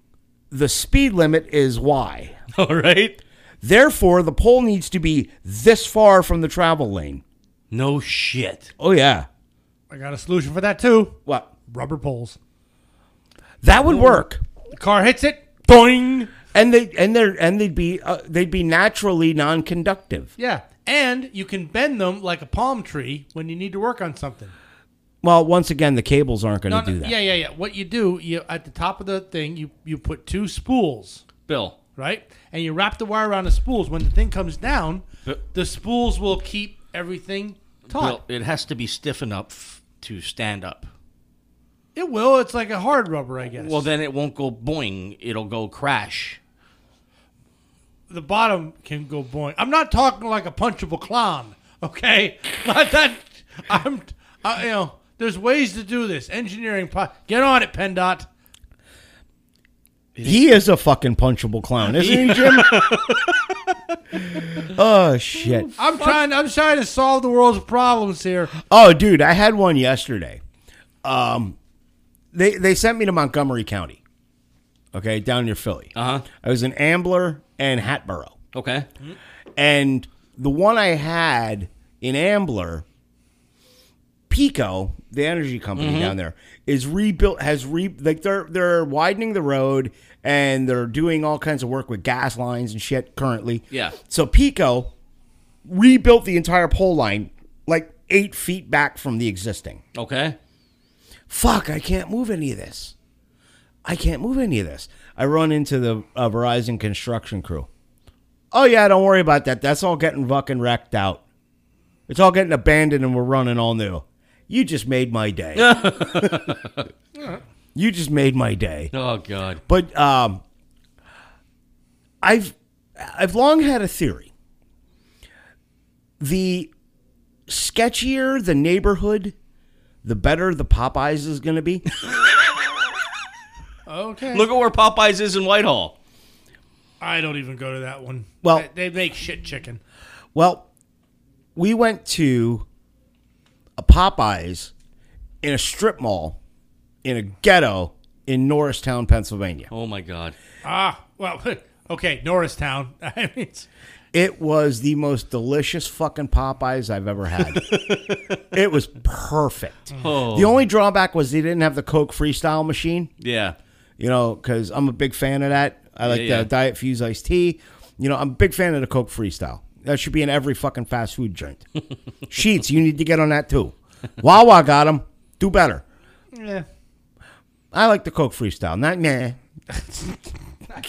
Speaker 1: the speed limit is y
Speaker 3: All right.
Speaker 1: therefore the pole needs to be this far from the travel lane
Speaker 3: No shit.
Speaker 1: oh yeah
Speaker 2: I got a solution for that too.
Speaker 1: what
Speaker 2: Rubber poles.
Speaker 1: that would work
Speaker 2: The car hits it. Boing.
Speaker 1: and they and they and they'd be uh, they'd be naturally non-conductive
Speaker 2: Yeah, and you can bend them like a palm tree when you need to work on something.
Speaker 1: Well, once again, the cables aren't going to
Speaker 2: No,
Speaker 1: do
Speaker 2: no,
Speaker 1: that.
Speaker 2: Yeah, yeah, yeah. What you do, you at the top of the thing, you you put two spools,
Speaker 3: Bill.
Speaker 2: right? And you wrap the wire around the spools. When the thing comes down,
Speaker 3: Bill-
Speaker 2: the spools will keep everything
Speaker 3: Bill.
Speaker 2: taut.
Speaker 3: It has to be stiff enough to stand up.
Speaker 2: It will. It's like a hard rubber, I guess.
Speaker 3: Well, then it won't go boing. It'll go crash.
Speaker 2: the bottom can go boing. I'm not talking like a punchable clown, okay? Not that I'm. I, you know, there's ways to do this. Engineering, po- get on it, PennDOT.
Speaker 1: He is a fucking punchable clown, isn't he, Jim? oh shit!
Speaker 2: I'm trying. I'm trying to solve the world's problems here.
Speaker 1: Oh, dude, I had one yesterday. Um, they they sent me to Montgomery County, okay, down near Philly.
Speaker 2: Uh-huh.
Speaker 3: Uh huh.
Speaker 1: I was in Ambler and Hatboro,
Speaker 3: Okay.
Speaker 1: and the one I had in Ambler, Pico, the energy company down there, is rebuilt has re like they're they're widening the road and they're doing all kinds of work with gas lines and shit currently.
Speaker 3: Yeah.
Speaker 1: So Pico rebuilt the entire pole line like eight feet back from the existing.
Speaker 3: Okay.
Speaker 1: Fuck, I can't move any of this. I can't move any of this. I run into the uh, Verizon construction crew. Oh yeah, don't worry about that. That's all getting fucking wrecked out. It's all getting abandoned, and we're running all new. You just made my day. you just made my day.
Speaker 3: Oh God.
Speaker 1: But um, I've I've long had a theory. The sketchier the neighborhood, the better the Popeyes is going to be.
Speaker 2: Okay.
Speaker 3: Look at where Popeyes is in Whitehall.
Speaker 2: I don't even go to that one.
Speaker 1: Well-
Speaker 2: they, they make shit chicken.
Speaker 1: well, we went to a Popeyes in a strip mall in a ghetto in Norristown, Pennsylvania.
Speaker 3: Oh my God.
Speaker 2: Ah, well, okay, Norristown. I mean, it's-
Speaker 1: It was the most delicious fucking Popeyes I've ever had. it was perfect.
Speaker 3: Oh.
Speaker 1: The only drawback was they didn't have the Coke freestyle machine,
Speaker 3: Yeah.
Speaker 1: you know, because I'm a big fan of that. I like
Speaker 3: yeah.
Speaker 1: the Diet Fuse iced tea. You know, I'm a big fan of the Coke freestyle. That should be in every fucking fast food joint. Sheets, you need to get on that too. Wawa got them. Do better.
Speaker 2: yeah.
Speaker 1: I like the Coke freestyle. Not meh.
Speaker 2: I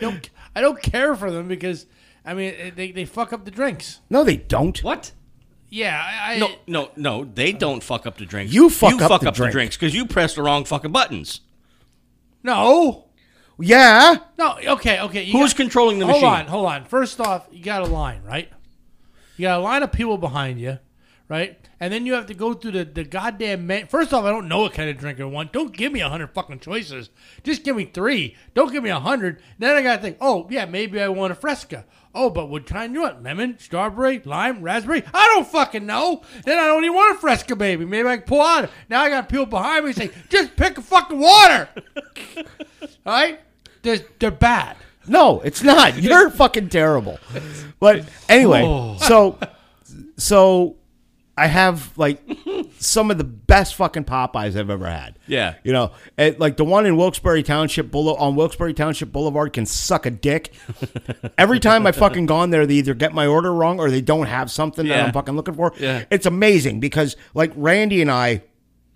Speaker 2: don't, I don't care for them because, I mean, it- they, they fuck up the drinks.
Speaker 1: No, they don't.
Speaker 3: What?
Speaker 2: Yeah, I, I
Speaker 3: No, no, no. They don't fuck up the drinks.
Speaker 1: You fuck up the drink.
Speaker 3: drinks because you press the wrong fucking buttons.
Speaker 2: no,
Speaker 1: Yeah.
Speaker 2: no. Okay, okay. you
Speaker 3: Who's
Speaker 2: got-
Speaker 3: controlling the
Speaker 2: hold
Speaker 3: machine?
Speaker 2: on, hold on. First off, you got a line, right? You got a line of people behind you, right? And then you have to go through the, the goddamn man. First off, I don't know what kind of drink I want. Don't give me a hundred fucking choices. Just give me three. Don't give me a hundred. Then I gotta think. Oh yeah, maybe I want a fresca. Oh, but what kind you want? Lemon, strawberry, lime, raspberry? I don't fucking know. Then I don't even want a fresca, baby. Maybe I can pull out. Now I got people behind me saying, "Just pick a fucking water." All right? They're, they're bad.
Speaker 1: No, it's not. You're fucking terrible. But anyway,
Speaker 3: Oh.
Speaker 1: so so I have like some of the best fucking Popeyes I've ever had.
Speaker 3: Yeah.
Speaker 1: You know, and, like the one in Wilkes-Barre Township Boule- on Wilkes-Barre Township Boulevard can suck a dick. Every time I fucking gone there, they either get my order wrong or they don't have something that
Speaker 3: Yeah.
Speaker 1: I'm fucking looking for.
Speaker 3: Yeah.
Speaker 1: It's amazing because like Randy and I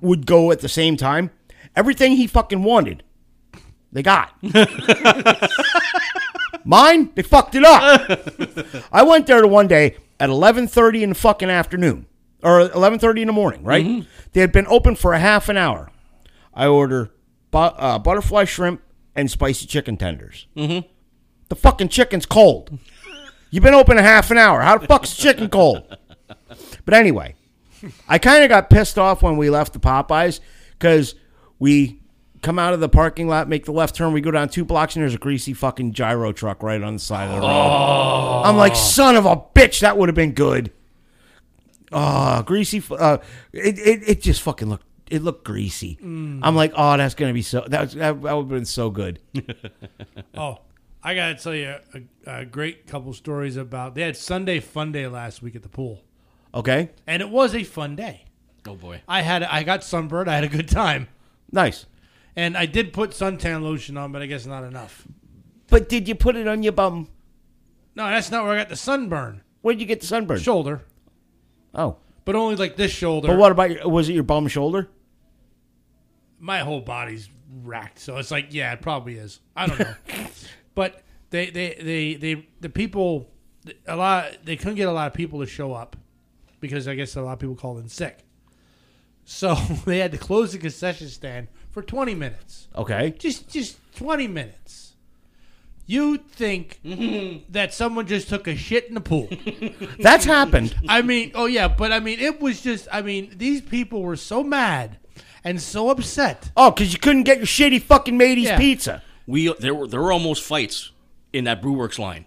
Speaker 1: would go at the same time. Everything he fucking wanted, they got. Mine, they fucked it up. I went there to one day at 11:30 in the fucking afternoon or 11:30 in the morning, right? They had been open for a half an hour. I order bu- uh, butterfly shrimp and spicy chicken tenders. Mm-hmm. The fucking chicken's cold. You've been open a half an hour. How the fuck's chicken cold? But anyway, I kind of got pissed off when we left the Popeyes because we come out of the parking lot, make the left turn, we go down two blocks, and there's a greasy fucking gyro truck right on the side of the road. I'm like, son of a bitch, that would have been good. Oh, greasy. fu- Uh, it, it, it just fucking looked. It looked greasy. I'm like, oh, that's gonna be so. That was- that, that would have been so good.
Speaker 2: Oh, I gotta tell you a, a great couple stories about. They had Sunday Fun Day last week at the pool,
Speaker 1: Okay,
Speaker 2: and it was a fun day.
Speaker 3: Oh boy.
Speaker 2: I had I got sunburned. I had a good time,
Speaker 1: nice.
Speaker 2: and I did put suntan lotion on, but I guess not enough.
Speaker 1: But did you put it on your bum?
Speaker 2: No, that's not where I got the sunburn.
Speaker 1: Where'd you get the sunburn?
Speaker 2: Shoulder,
Speaker 1: Oh,
Speaker 2: but only like this shoulder.
Speaker 1: but what about your? Was it your bum shoulder?
Speaker 2: my whole body's racked. So it's like, yeah, it probably is. I don't know. but they, they, they, they, the people, a lot, they couldn't get a lot of people to show up because I guess a lot of people called in sick. So they had to close the concession stand for 20 minutes.
Speaker 1: Okay.
Speaker 2: Just, just 20 minutes. You think that someone just took a shit in the pool.
Speaker 1: That's happened.
Speaker 2: I mean, oh yeah, but I mean, it was just, I mean, these people were so mad and so upset.
Speaker 1: Oh, because you couldn't get your shitty fucking mateys
Speaker 2: Yeah.
Speaker 1: pizza.
Speaker 3: We there were there were almost fights in that Brewworks line.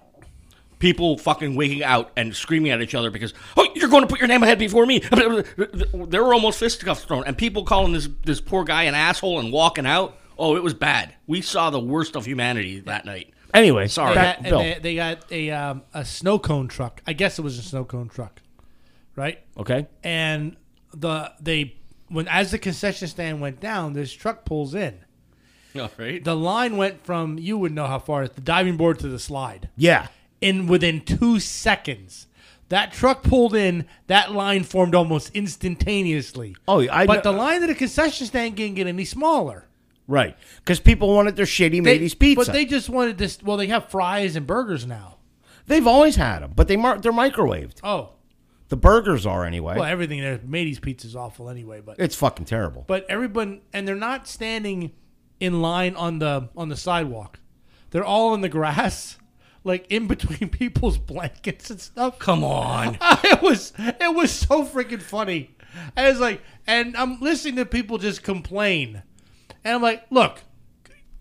Speaker 3: People fucking waking out and screaming at each other because oh you're going to put your name ahead before me. There were almost fisticuffs thrown and people calling this this poor guy an asshole and walking out. Oh, it was bad. We saw the worst of humanity that night.
Speaker 1: Anyway,
Speaker 3: Sorry.
Speaker 2: They
Speaker 1: back-
Speaker 2: got,
Speaker 1: Bill.
Speaker 2: Oh, and they, they got a um, a snow cone truck. I guess it was a snow cone truck, right?
Speaker 1: okay.
Speaker 2: And the they when as the concession stand went down, this truck pulls in.
Speaker 3: All right.
Speaker 2: The line went from you would know how far it's the diving board to the slide
Speaker 1: Yeah.
Speaker 2: in within two seconds. That truck pulled in. That line formed almost instantaneously.
Speaker 1: Oh, I
Speaker 2: but
Speaker 1: know-
Speaker 2: the line to the concession stand didn't get any smaller.
Speaker 1: Right. Because people wanted their shitty
Speaker 2: They-
Speaker 1: mateys pizza.
Speaker 2: But they just wanted this. Well, they have fries and burgers now.
Speaker 1: They've always had them, but they mar- they're microwaved.
Speaker 2: Oh,
Speaker 1: The burgers are anyway.
Speaker 2: Well, everything there, Matey's pizza's awful anyway. But
Speaker 1: it's fucking terrible.
Speaker 2: but everyone and they're not standing in line on the on the sidewalk. They're all in the grass, like in between people's blankets and stuff.
Speaker 3: Come on.
Speaker 2: it was it was so freaking funny. I was like, and I'm listening to people just complain, and I'm like, look,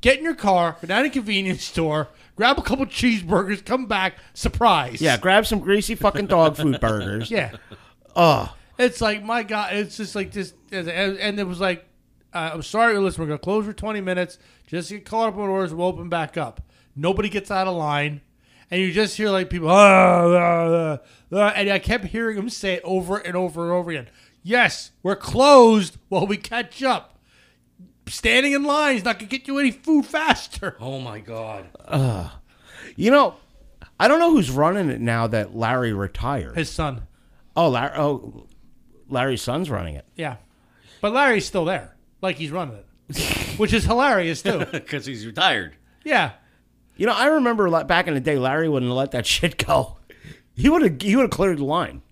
Speaker 2: get in your car, go down to a convenience store, grab a couple cheeseburgers, come back, surprise.
Speaker 1: yeah, grab some greasy fucking dog food burgers.
Speaker 2: yeah.
Speaker 1: Oh,
Speaker 2: It's like my God, it's just like this, and, and it was like, uh, I'm sorry, listen, we're gonna close for 20 minutes. Just get caught up on orders. We'll open back up. Nobody gets out of line, and you just hear like people, ah, ah, ah, ah," and I kept hearing them say it over and over and over again. Yes, we're closed while we catch up. Standing in line is not gonna get you any food faster.
Speaker 3: Oh my god.
Speaker 1: You know, I don't know who's running it now that Larry retired.
Speaker 2: His son,
Speaker 1: oh, Larry, oh, Larry's son's running it.
Speaker 2: yeah, but Larry's still there, like he's running it, which is hilarious too.
Speaker 3: Because he's retired.
Speaker 2: Yeah.
Speaker 1: You know, I remember like, back in the day, Larry wouldn't let that shit go. He would have he would have cleared the line.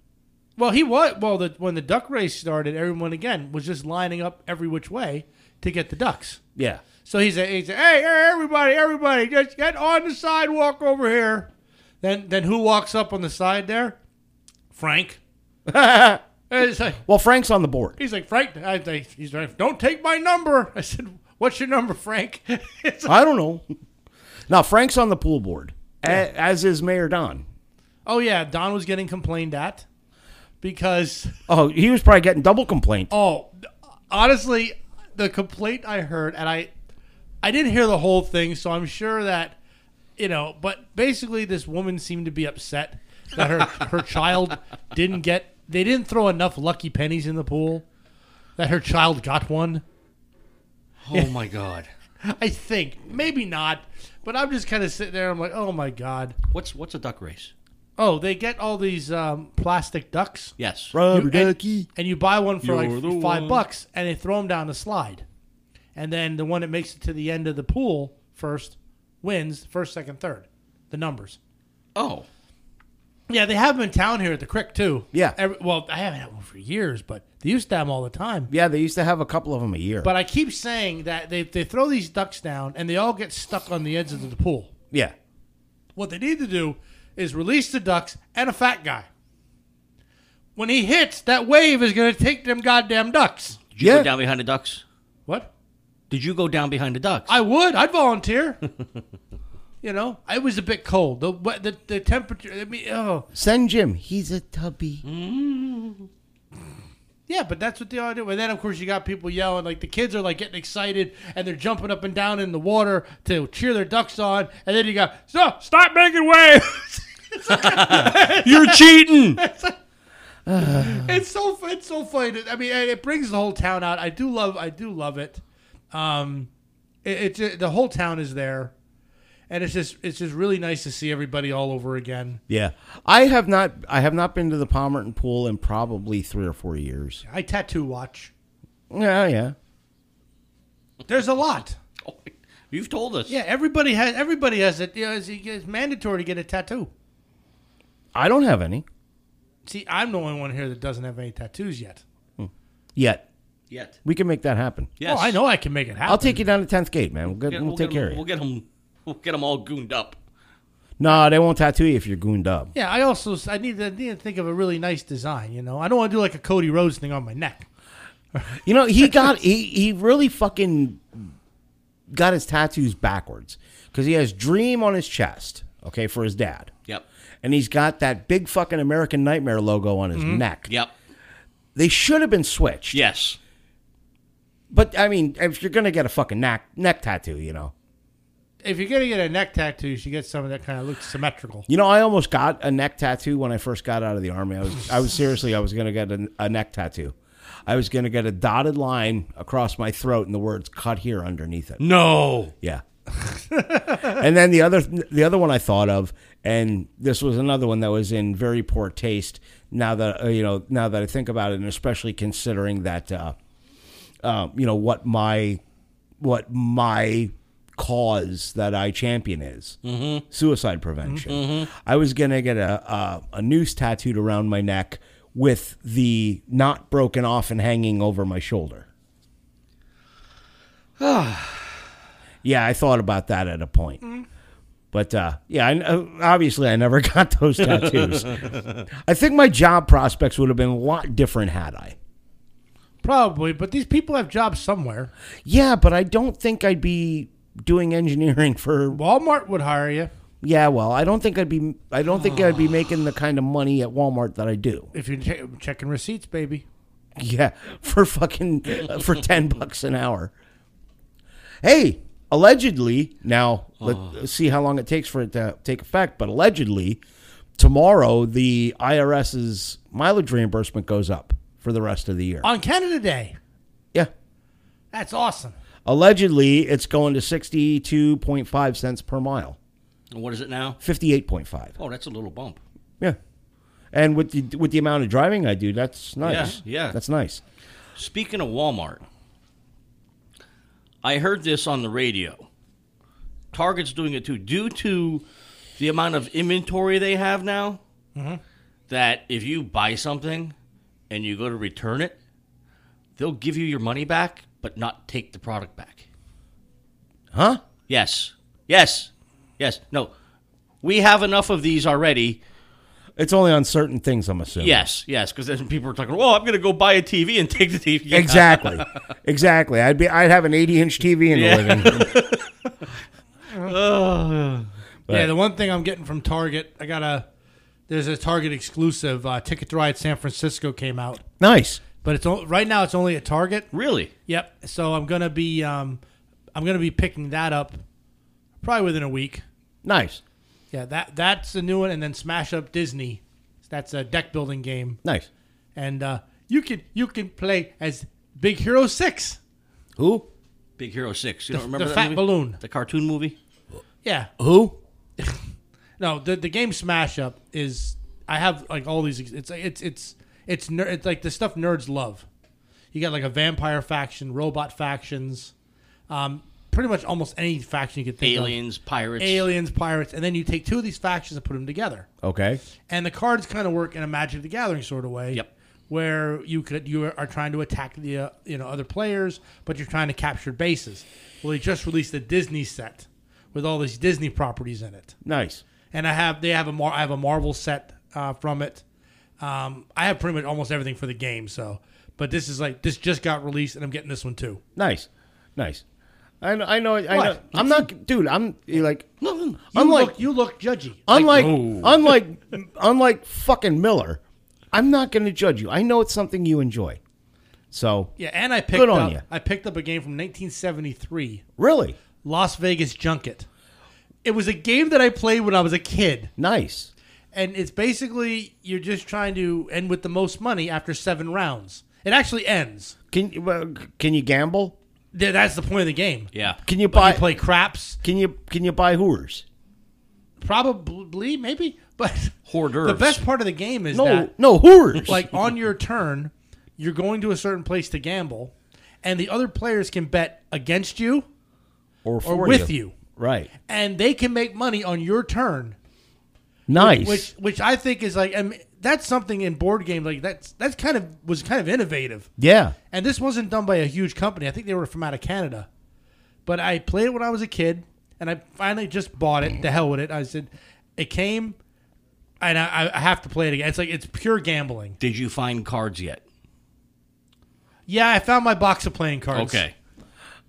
Speaker 2: Well, he was. Well, the, when the duck race started, everyone again was just lining up every which way to get the ducks.
Speaker 1: Yeah.
Speaker 2: So he's a, he's a, hey, hey, everybody, everybody, just get on the sidewalk over here. Then then who walks up on the side there? Frank. And it's like,
Speaker 1: Well, Frank's on the board.
Speaker 2: he's like Frank. I, I, he's like, don't take my number. I said, what's your number, Frank? It's like,
Speaker 1: I don't know. Now Frank's on the pool board, a- as is Mayor Don.
Speaker 2: oh yeah, Don was getting complained at because
Speaker 1: Oh, he was probably getting double complaint.
Speaker 2: Oh, honestly, the complaint I heard, and I, I didn't hear the whole thing, so I'm sure that, you know, but basically, this woman seemed to be upset that her her child didn't get, they didn't throw enough lucky pennies in the pool, that her child got one.
Speaker 3: Oh my god.
Speaker 2: I think maybe not, but I'm just kind of sitting there. I'm like, oh my god.
Speaker 3: What's what's a duck race?
Speaker 2: Oh, they get all these um, plastic ducks.
Speaker 3: Yes.
Speaker 1: Rubber
Speaker 2: You- and-
Speaker 1: ducky.
Speaker 2: and you buy one for
Speaker 3: You're
Speaker 2: like
Speaker 3: the
Speaker 2: five
Speaker 3: one.
Speaker 2: bucks, and they throw them down the slide, and then the one that makes it to the end of the pool first wins first, second, third, the numbers.
Speaker 3: Oh.
Speaker 2: Yeah, they have them in town here at the Crick too.
Speaker 1: Yeah.
Speaker 2: Every, well, I haven't had one for years, but they used to have them all the time.
Speaker 1: Yeah, they used to have a couple of them a year.
Speaker 2: But I keep saying that they they throw these ducks down, and they all get stuck on the edges of the pool.
Speaker 1: yeah.
Speaker 2: What they need to do is release the ducks and a fat guy. When he hits, that wave is going to take them goddamn ducks.
Speaker 3: Did you
Speaker 1: Yeah.
Speaker 3: go down behind the ducks?
Speaker 2: What?
Speaker 3: Did you go down behind the ducks?
Speaker 2: I would. I'd volunteer. you know, it was a bit cold. The we- the, the temperature. I mean, oh
Speaker 1: Send Jim. He's a tubby.
Speaker 2: yeah, but that's what they all do. And then of course you got people yelling. Like the kids are like getting excited and they're jumping up and down in the water to cheer their ducks on. And then you got stop, stop making waves.
Speaker 3: You're cheating.
Speaker 2: it's so fu- it's so funny. I mean, and it brings the whole town out. I do love I do love it. Um, it, it ju- the whole town is there, and it's just it's just really nice to see everybody all over again.
Speaker 1: Yeah. I have not I have not been to the Palmerton pool in probably 3 or 4 years.
Speaker 2: I tattoo watch.
Speaker 1: Yeah, yeah.
Speaker 2: There's a lot.
Speaker 3: Oh, You've told us.
Speaker 2: Yeah, everybody has. Everybody has it. You know, it's, it's mandatory to get a tattoo.
Speaker 1: I don't have any
Speaker 2: See, I'm the only one here that doesn't have any tattoos yet.
Speaker 1: yet.
Speaker 3: Yet.
Speaker 1: We can make that happen.
Speaker 3: Yes.
Speaker 2: Oh, I know I can make it happen.
Speaker 1: I'll take you down to 10th gate, man. We'll, get,
Speaker 3: Get-
Speaker 1: we'll, take
Speaker 3: get 'em-
Speaker 1: care of
Speaker 3: We'll
Speaker 1: you.
Speaker 3: get them. We'll get them all gooned up.
Speaker 1: Nah, they won't tattoo you if you're gooned up.
Speaker 2: Yeah, I also I need to, I need to think of a really nice design. You know, I don't want to do like a Cody Rhodes thing on my neck.
Speaker 1: You know, he got he, he really fucking got his tattoos backwards because he has dream on his chest, okay, for his dad,
Speaker 3: Yep.
Speaker 1: and he's got that big fucking American Nightmare logo on his neck.
Speaker 3: Yep.
Speaker 1: They should have been switched.
Speaker 3: Yes.
Speaker 1: but I mean, if you're gonna get a fucking neck neck tattoo, you know,
Speaker 2: If you're gonna get a neck tattoo, you should get something that kind of looks symmetrical.
Speaker 1: you know, I almost got a neck tattoo when I first got out of the army. I was I was seriously, I was gonna get a, a neck tattoo. I was gonna get a dotted line across my throat and the words "cut here" underneath it.
Speaker 3: No.
Speaker 1: Yeah. and then the other the other one I thought of, and this was another one that was in very poor taste. Now that uh, you know, now that I think about it, and especially considering that, uh, uh, you know, what my what my cause that I champion is suicide prevention. I was gonna get a, a a noose tattooed around my neck with the knot broken off and hanging over my shoulder. Yeah, I thought about that at a point. But uh, yeah, I, uh, obviously I never got those tattoos. I think my job prospects would have been a lot different had I.
Speaker 2: Probably, but these people have jobs somewhere.
Speaker 1: Yeah, but I don't think I'd be doing engineering for.
Speaker 2: Walmart would hire you.
Speaker 1: Yeah, well, I don't think I'd be. I don't think I'd be making the kind of money at Walmart that I do.
Speaker 2: If you're che- checking receipts, baby.
Speaker 1: Yeah, for fucking uh, for ten bucks an hour. Hey, allegedly now
Speaker 3: Oh.
Speaker 1: let's see how long it takes for it to take effect. But allegedly, tomorrow the IRS's mileage reimbursement goes up for the rest of the year.
Speaker 2: On Canada Day.
Speaker 1: Yeah,
Speaker 2: That's awesome.
Speaker 1: allegedly it's going to sixty-two point five cents per mile,
Speaker 3: And what is it now?
Speaker 1: fifty-eight point five.
Speaker 3: Oh, that's a little bump.
Speaker 1: Yeah, and with the with the amount of driving I do, that's nice.
Speaker 3: Yeah, yeah.
Speaker 1: that's nice.
Speaker 3: Speaking of Walmart, I heard this on the radio. Target's doing it too, due to the amount of inventory they have now.
Speaker 1: Mm-hmm.
Speaker 3: That if you buy something and you go to return it, they'll give you your money back, but not take the product back.
Speaker 1: Huh?
Speaker 3: Yes, yes, yes. No, we have enough of these already.
Speaker 1: It's only on certain things, I'm assuming.
Speaker 3: Yes, yes, because then people are talking. Well, I'm going to go buy a TV and take the TV. Yeah.
Speaker 1: Exactly. exactly. I'd be I'd have an 80-inch TV in the living room.
Speaker 2: Yeah, the one thing I'm getting from Target, I got a. There's a Target exclusive. Uh, Ticket to Ride San Francisco came out,
Speaker 1: Nice.
Speaker 2: but it's on, right now it's only at Target.
Speaker 3: Really?
Speaker 2: Yep. So I'm gonna be um, I'm gonna be picking that up, probably within a week.
Speaker 1: Nice.
Speaker 2: Yeah, that that's the new one, and then Smash Up Disney. That's a deck building game,
Speaker 1: Nice.
Speaker 2: and uh, you can you can play as Big Hero Six.
Speaker 1: Who?
Speaker 3: Big Hero Six. You don't
Speaker 2: the
Speaker 3: remember that
Speaker 2: fat
Speaker 3: movie?
Speaker 2: balloon.
Speaker 3: the cartoon movie?
Speaker 2: Yeah.
Speaker 1: Who?
Speaker 2: No, the the game Smash Up is I have like all these. It's it's it's it's ner- it's like the stuff nerds love. You got like a vampire faction, robot factions, um, pretty much almost any faction you could think
Speaker 3: Aliens,
Speaker 2: of.
Speaker 3: pirates.
Speaker 2: Aliens, pirates, and then you take two of these factions and put them together.
Speaker 1: Okay.
Speaker 2: And the cards kind of work in a Magic the Gathering sort of way.
Speaker 3: Yep.
Speaker 2: Where you could you are trying to attack the uh, you know other players, but you're trying to capture bases. Well, they just released a Disney set with all these Disney properties in it
Speaker 1: Nice.
Speaker 2: and I have they have a Mar- I have a Marvel set uh, from it. Um, I have pretty much almost everything for the game. So, but this is like this just got released, and I'm getting this one too.
Speaker 1: Nice. Nice. I know, I know, I know.
Speaker 2: What?
Speaker 1: I'm not dude, I'm you're like
Speaker 2: You
Speaker 1: Unlike-
Speaker 2: look, you look judgy.
Speaker 1: unlike unlike unlike fucking Miller, I'm not going to judge you. I know it's something you enjoy. So,
Speaker 2: yeah, and I picked
Speaker 1: Good on
Speaker 2: up
Speaker 1: ya.
Speaker 2: I picked up a game from 1973,
Speaker 1: really
Speaker 2: Las Vegas Junket. It was a game that I played when I was a kid,
Speaker 1: nice.
Speaker 2: and it's basically you're just trying to end with the most money after seven rounds. It actually ends.
Speaker 1: Can you uh, can you gamble?
Speaker 2: Th- That's the point of the game.
Speaker 3: Yeah.
Speaker 1: Can you
Speaker 2: But
Speaker 1: buy
Speaker 2: you play craps,
Speaker 1: Can you can you buy hooers?
Speaker 2: probably, maybe, but
Speaker 3: Hors d'oeuvres.
Speaker 2: The best part of the game is
Speaker 1: No,
Speaker 2: that,
Speaker 1: no hooers.
Speaker 2: like, on your turn, you're going to a certain place to gamble, and the other players can bet against you
Speaker 1: or, for
Speaker 2: or with you.
Speaker 1: Right.
Speaker 2: and they can make money on your turn,
Speaker 1: Nice.
Speaker 2: which which I think is like, I mean, that's something in board games like that's that's kind of was kind of innovative,
Speaker 1: yeah.
Speaker 2: and this wasn't done by a huge company. I think they were from out of Canada, but I played it when I was a kid, and I finally just bought it. The hell with it! I said, it came. And I, I have to play it again. It's like it's pure gambling.
Speaker 3: Did you find cards yet?
Speaker 2: Yeah, I found my box of playing cards.
Speaker 3: Okay.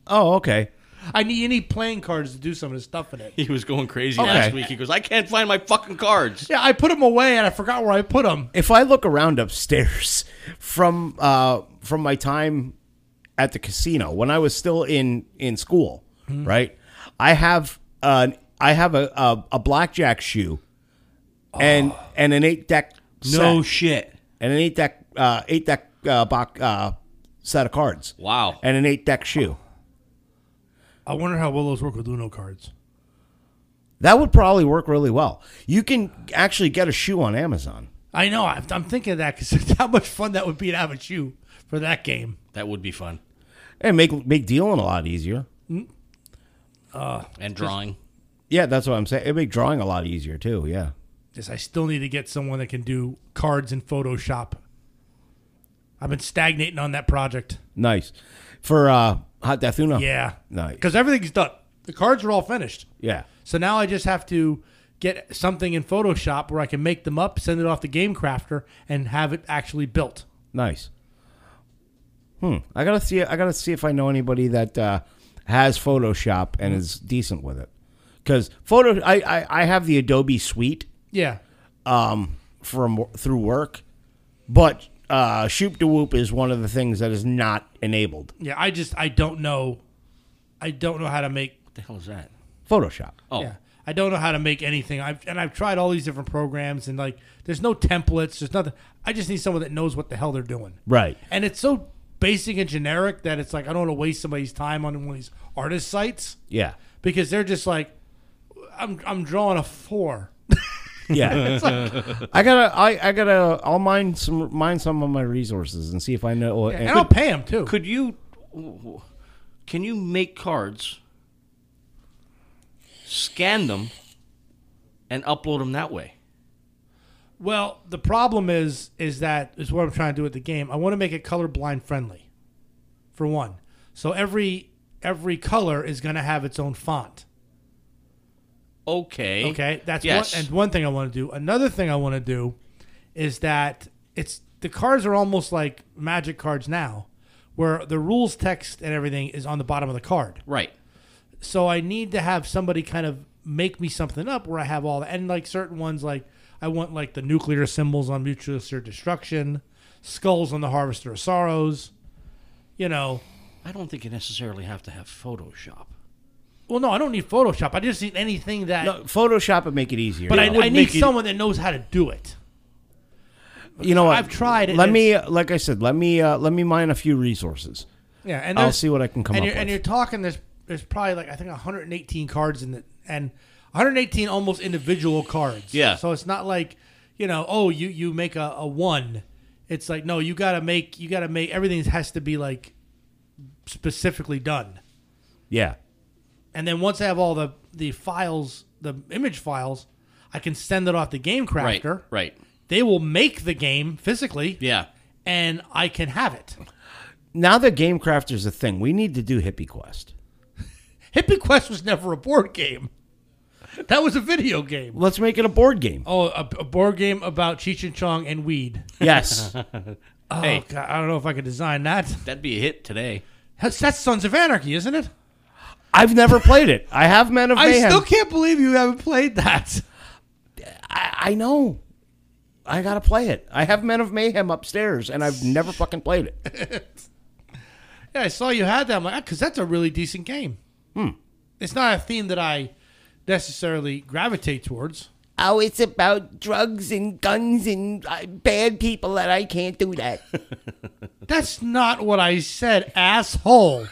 Speaker 1: Oh, okay.
Speaker 2: I need you need playing cards to do some of the stuff in it.
Speaker 3: He was going crazy
Speaker 1: Okay.
Speaker 3: last week. He goes, I can't find my fucking cards.
Speaker 2: Yeah, I put them away and I forgot where I put them.
Speaker 1: If I look around upstairs from uh from my time at the casino when I was still in in school, right? I have an I have a a, a blackjack shoe and and an eight deck
Speaker 3: No
Speaker 1: set,
Speaker 3: shit.
Speaker 1: and an eight deck uh eight deck uh, box uh set of cards.
Speaker 3: Wow.
Speaker 1: And an eight deck shoe.
Speaker 2: I wonder how well those work with Uno cards.
Speaker 1: That would probably work really well. You can actually get a shoe on Amazon.
Speaker 2: I know. I'm, I'm thinking of that because how much fun that would be to have a shoe for that game.
Speaker 3: That would be fun.
Speaker 1: And make make dealing a lot easier.
Speaker 3: And drawing.
Speaker 1: Yeah, that's what I'm saying. It'd make drawing a lot easier too. Yeah.
Speaker 2: Yes, I still need to get someone that can do cards in Photoshop. I've been stagnating on that project.
Speaker 1: Nice. For uh Hot Death Uno.
Speaker 2: Yeah,
Speaker 1: Nice.
Speaker 2: Because everything's done. The cards are all finished.
Speaker 1: Yeah.
Speaker 2: So now I just have to get something in Photoshop where I can make them up, send it off to Game Crafter, and have it actually built.
Speaker 1: Nice. Hmm. I gotta see I gotta see if I know anybody that uh has Photoshop and is decent with it. because photo I, I I have the Adobe Suite
Speaker 2: Yeah.
Speaker 1: um, from through work, but uh, Shoop to Whoop is one of the things that is not enabled.
Speaker 2: Yeah. I just I don't know. I don't know how to make.
Speaker 3: What the hell is that?
Speaker 1: Photoshop.
Speaker 3: Oh,
Speaker 2: Yeah. I don't know how to make anything. I've and I've tried all these different programs and like there's no templates. There's nothing. I just need someone that knows what the hell they're doing.
Speaker 1: Right.
Speaker 2: And it's so basic and generic that it's like I don't want to waste somebody's time on one of these artist sites
Speaker 1: Yeah.
Speaker 2: because they're just like, I'm I'm drawing a four.
Speaker 1: Yeah. I gotta I, I gotta I'll mine some mine some of my resources and see if I know.
Speaker 2: And I'll pay him too.
Speaker 3: could you? Can you make cards? Scan them, and upload them that way.
Speaker 2: Well, the problem is is that is what I'm trying to do with the game. I want to make it colorblind friendly, for one. So every every color is going to have its own font.
Speaker 3: Okay.
Speaker 2: Okay, that's
Speaker 3: Yes.
Speaker 2: one. And one thing I want to do. Another thing I want to do is that it's the cards are almost like magic cards now, where the rules text and everything is on the bottom of the card.
Speaker 3: Right.
Speaker 2: so I need to have somebody kind of make me something up where I have all the and like certain ones like I want like the nuclear symbols on mutualist or destruction, skulls on the harvester of sorrows, you know.
Speaker 3: I don't think you necessarily have to have Photoshop.
Speaker 2: Well, no, I don't need Photoshop. I just need anything that.
Speaker 1: No, uh, Photoshop would make it easier.
Speaker 2: but I,
Speaker 1: Yeah.
Speaker 2: I need someone that knows how to do it.
Speaker 1: you know what?
Speaker 2: I've tried it,
Speaker 1: Let
Speaker 2: and
Speaker 1: me like I said. Let me uh, let me mine a few resources.
Speaker 2: Yeah, and
Speaker 1: I'll
Speaker 2: there's-
Speaker 1: see what I can come
Speaker 2: and
Speaker 1: up
Speaker 2: you're, And
Speaker 1: with.
Speaker 2: you're talking there's there's probably like I think 118 cards in the and 118 almost individual cards.
Speaker 3: Yeah.
Speaker 2: So it's not like you know oh you you make a, a one. It's like no you gotta make you gotta make everything has to be like specifically done.
Speaker 1: Yeah.
Speaker 2: And then once I have all the the files the image files, I can send it off to Game
Speaker 3: Right.
Speaker 2: Crafter.
Speaker 3: Right.
Speaker 2: They will make the game physically.
Speaker 3: Yeah.
Speaker 2: And I can have it.
Speaker 1: Now that GameCrafter's a thing, we need to do Hippie Quest.
Speaker 2: Hippie Quest was never a board game. That was a video game.
Speaker 1: Let's make it a board game.
Speaker 2: Oh, a, a board game about Cheech and Chong and weed.
Speaker 1: Yes.
Speaker 2: Oh,
Speaker 3: Hey.
Speaker 2: God, I don't know if I could design that.
Speaker 3: That'd be a hit today.
Speaker 2: That's, that's Sons of Anarchy, isn't it?
Speaker 1: I've never played it. I have Men of
Speaker 2: I
Speaker 1: Mayhem.
Speaker 2: still can't believe you haven't played that.
Speaker 1: I, I know. I gotta play it. I have Men of Mayhem upstairs, and I've never fucking played it.
Speaker 2: Yeah, I saw you had that. I'm like, because that's a really decent game. Hmm. It's not a theme that I necessarily gravitate towards.
Speaker 1: Oh, it's about drugs and guns and uh, bad people, and I can't do that.
Speaker 2: That's not what I said, asshole.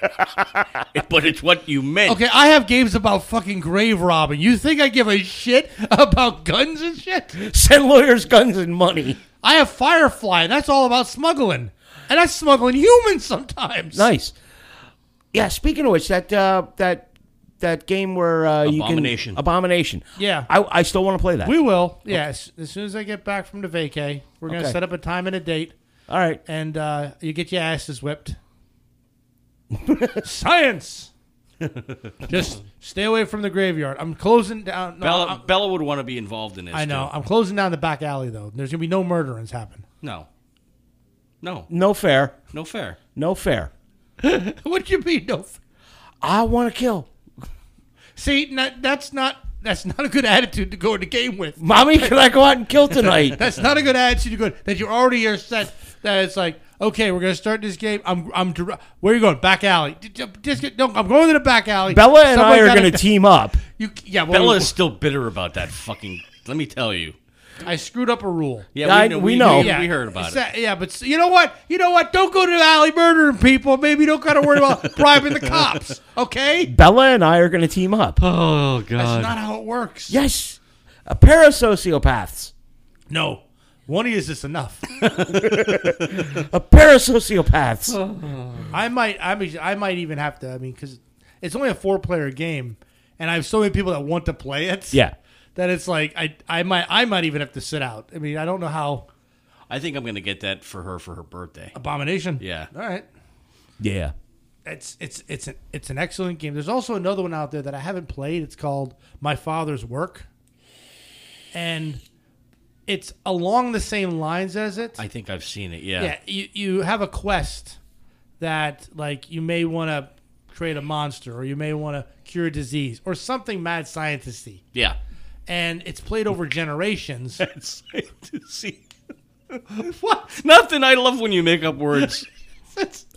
Speaker 3: but it's what you meant.
Speaker 2: Okay, I have games about fucking grave robbing. You think I give a shit about guns and shit?
Speaker 1: Send lawyers, guns, and money.
Speaker 2: I have Firefly, and that's all about smuggling. And that's smuggling humans sometimes.
Speaker 1: Nice. Yeah. Speaking of which, that uh, that that game where uh, you can
Speaker 3: Abomination.
Speaker 1: abomination.
Speaker 2: Yeah.
Speaker 1: I, I still want to play that.
Speaker 2: We will. Yes. As soon as I get back from the vacay, we're going to
Speaker 1: Okay.
Speaker 2: set up a time and a date,
Speaker 1: All right.
Speaker 2: and uh, you get your asses whipped. Science! Just stay away from the graveyard. I'm closing down. No,
Speaker 3: Bella,
Speaker 2: I'm-
Speaker 3: Bella would want to be involved in this.
Speaker 2: I know.
Speaker 3: too.
Speaker 2: I'm closing down the back alley, though. There's going to be no murderings happen.
Speaker 3: No. No.
Speaker 1: No fair.
Speaker 3: No fair.
Speaker 1: No fair.
Speaker 2: what do you mean, no? f-
Speaker 1: I want to kill.
Speaker 2: See, that, that's not that's not a good attitude to go into game with.
Speaker 1: Mommy, can I go out and kill tonight?
Speaker 2: That's not a good attitude to go that you're already are set that it's like okay we're gonna start this game I'm I'm dir- where are you going back alley D- d- just get, no I'm going to the back alley
Speaker 1: Bella and I
Speaker 2: Someone
Speaker 1: are
Speaker 2: gotta-
Speaker 1: going to team up.
Speaker 2: you yeah well,
Speaker 3: Bella is still bitter about that fucking. let me tell you.
Speaker 2: I screwed up a rule
Speaker 3: Yeah,
Speaker 1: I- we know.
Speaker 3: We, heard about
Speaker 2: it's
Speaker 3: it.
Speaker 2: that- yeah but s- you know what you know what don't go to the alley murdering people maybe you don't gotta worry about bribing the cops okay
Speaker 1: Bella and I are going to team up.
Speaker 3: Oh
Speaker 2: that's
Speaker 3: god.
Speaker 2: not how it works
Speaker 1: Yes. A pair of sociopaths.
Speaker 2: no one of you is just enough
Speaker 1: A pair of sociopaths.
Speaker 2: I might, I mean, I might even have to. I mean, because it's only a four-player game, and I have so many people that want to play it.
Speaker 1: Yeah.
Speaker 2: that it's like I, I might, I might even have to sit out. I mean, I don't know how
Speaker 3: I think I'm gonna get that for her for her birthday.
Speaker 2: abomination.
Speaker 3: Yeah.
Speaker 2: all right.
Speaker 1: Yeah.
Speaker 2: It's it's it's an it's an excellent game. There's also another one out there that I haven't played. It's called My Father's Work, and it's along the same lines as it.
Speaker 3: I think I've seen it. Yeah.
Speaker 2: yeah you, you have a quest that like you may want to create a monster, or you may want to cure a disease, or something mad scientisty.
Speaker 3: Yeah.
Speaker 2: And it's played over generations.
Speaker 3: It's to see. what? Nothing. I love when you make up words.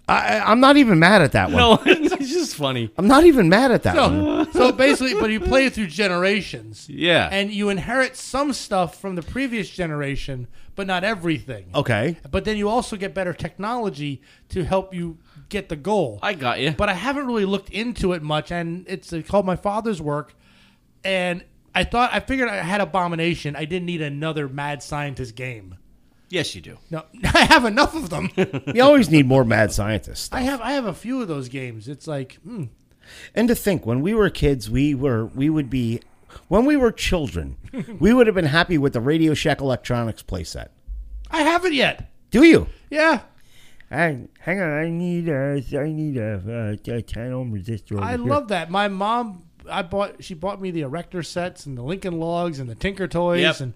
Speaker 1: I, I'm not even mad at that one.
Speaker 3: no, it's just funny.
Speaker 1: I'm not even mad at that one.
Speaker 2: So, Oh, so basically, but you play it through generations.
Speaker 3: Yeah.
Speaker 2: And you inherit some stuff from the previous generation, but not everything.
Speaker 3: Oh.
Speaker 1: Okay.
Speaker 2: But then you also get better technology to help you get the goal.
Speaker 3: I got you.
Speaker 2: but I haven't really looked into it much, and it's uh, called my father's work. And I thought I figured I had Abomination. I didn't need another mad scientist game.
Speaker 3: yes, you do.
Speaker 2: No, I have enough of them.
Speaker 1: You always need more mad scientists.
Speaker 2: I have I have a few of those games. It's like hmm,
Speaker 1: And to think, when we were kids, we were we would be, when we were children, we would have been happy with the Radio Shack Electronics playset.
Speaker 2: I haven't yet.
Speaker 1: Do you?
Speaker 2: Yeah,
Speaker 1: I, hang on, I need a, I need a, uh, a, ten ohm resistor.
Speaker 2: I love that. My mom, I bought. She bought me the Erector sets and the Lincoln Logs and the Tinker Toys
Speaker 3: Yep.
Speaker 2: and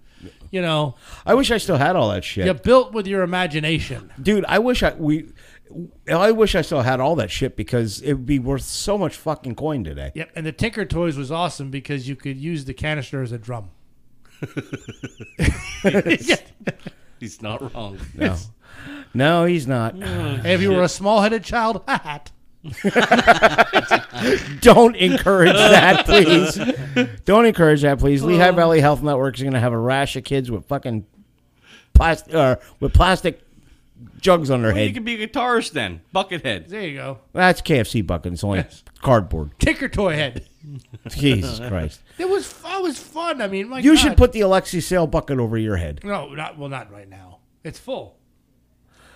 Speaker 2: you know,
Speaker 1: I wish I still had all that shit,
Speaker 2: you built with your imagination.
Speaker 1: dude. I wish I we. I wish I still had all that shit because it would be worth so much fucking coin today.
Speaker 2: Yep, and the Tinker Toys was awesome because you could use the canister as a drum. yeah.
Speaker 3: He's not wrong.
Speaker 1: No, no, he's not.
Speaker 2: Mm. If you were a small-headed child, hat.
Speaker 1: Don't encourage that, please. Don't encourage that, please.
Speaker 2: Oh.
Speaker 1: Lehigh Valley Health Network is going to have a rash of kids with fucking plastic uh, with plastic jugs on their
Speaker 3: You
Speaker 1: head.
Speaker 3: could be a guitarist then. Buckethead.
Speaker 2: There you go.
Speaker 1: That's KFC bucket. It's only cardboard.
Speaker 2: Tinker toy head.
Speaker 1: Jesus Christ!
Speaker 2: It was that was fun. I mean, my
Speaker 1: You
Speaker 2: God.
Speaker 1: should put the Alexi Sale bucket over your head.
Speaker 2: no, not well, not right now. It's full.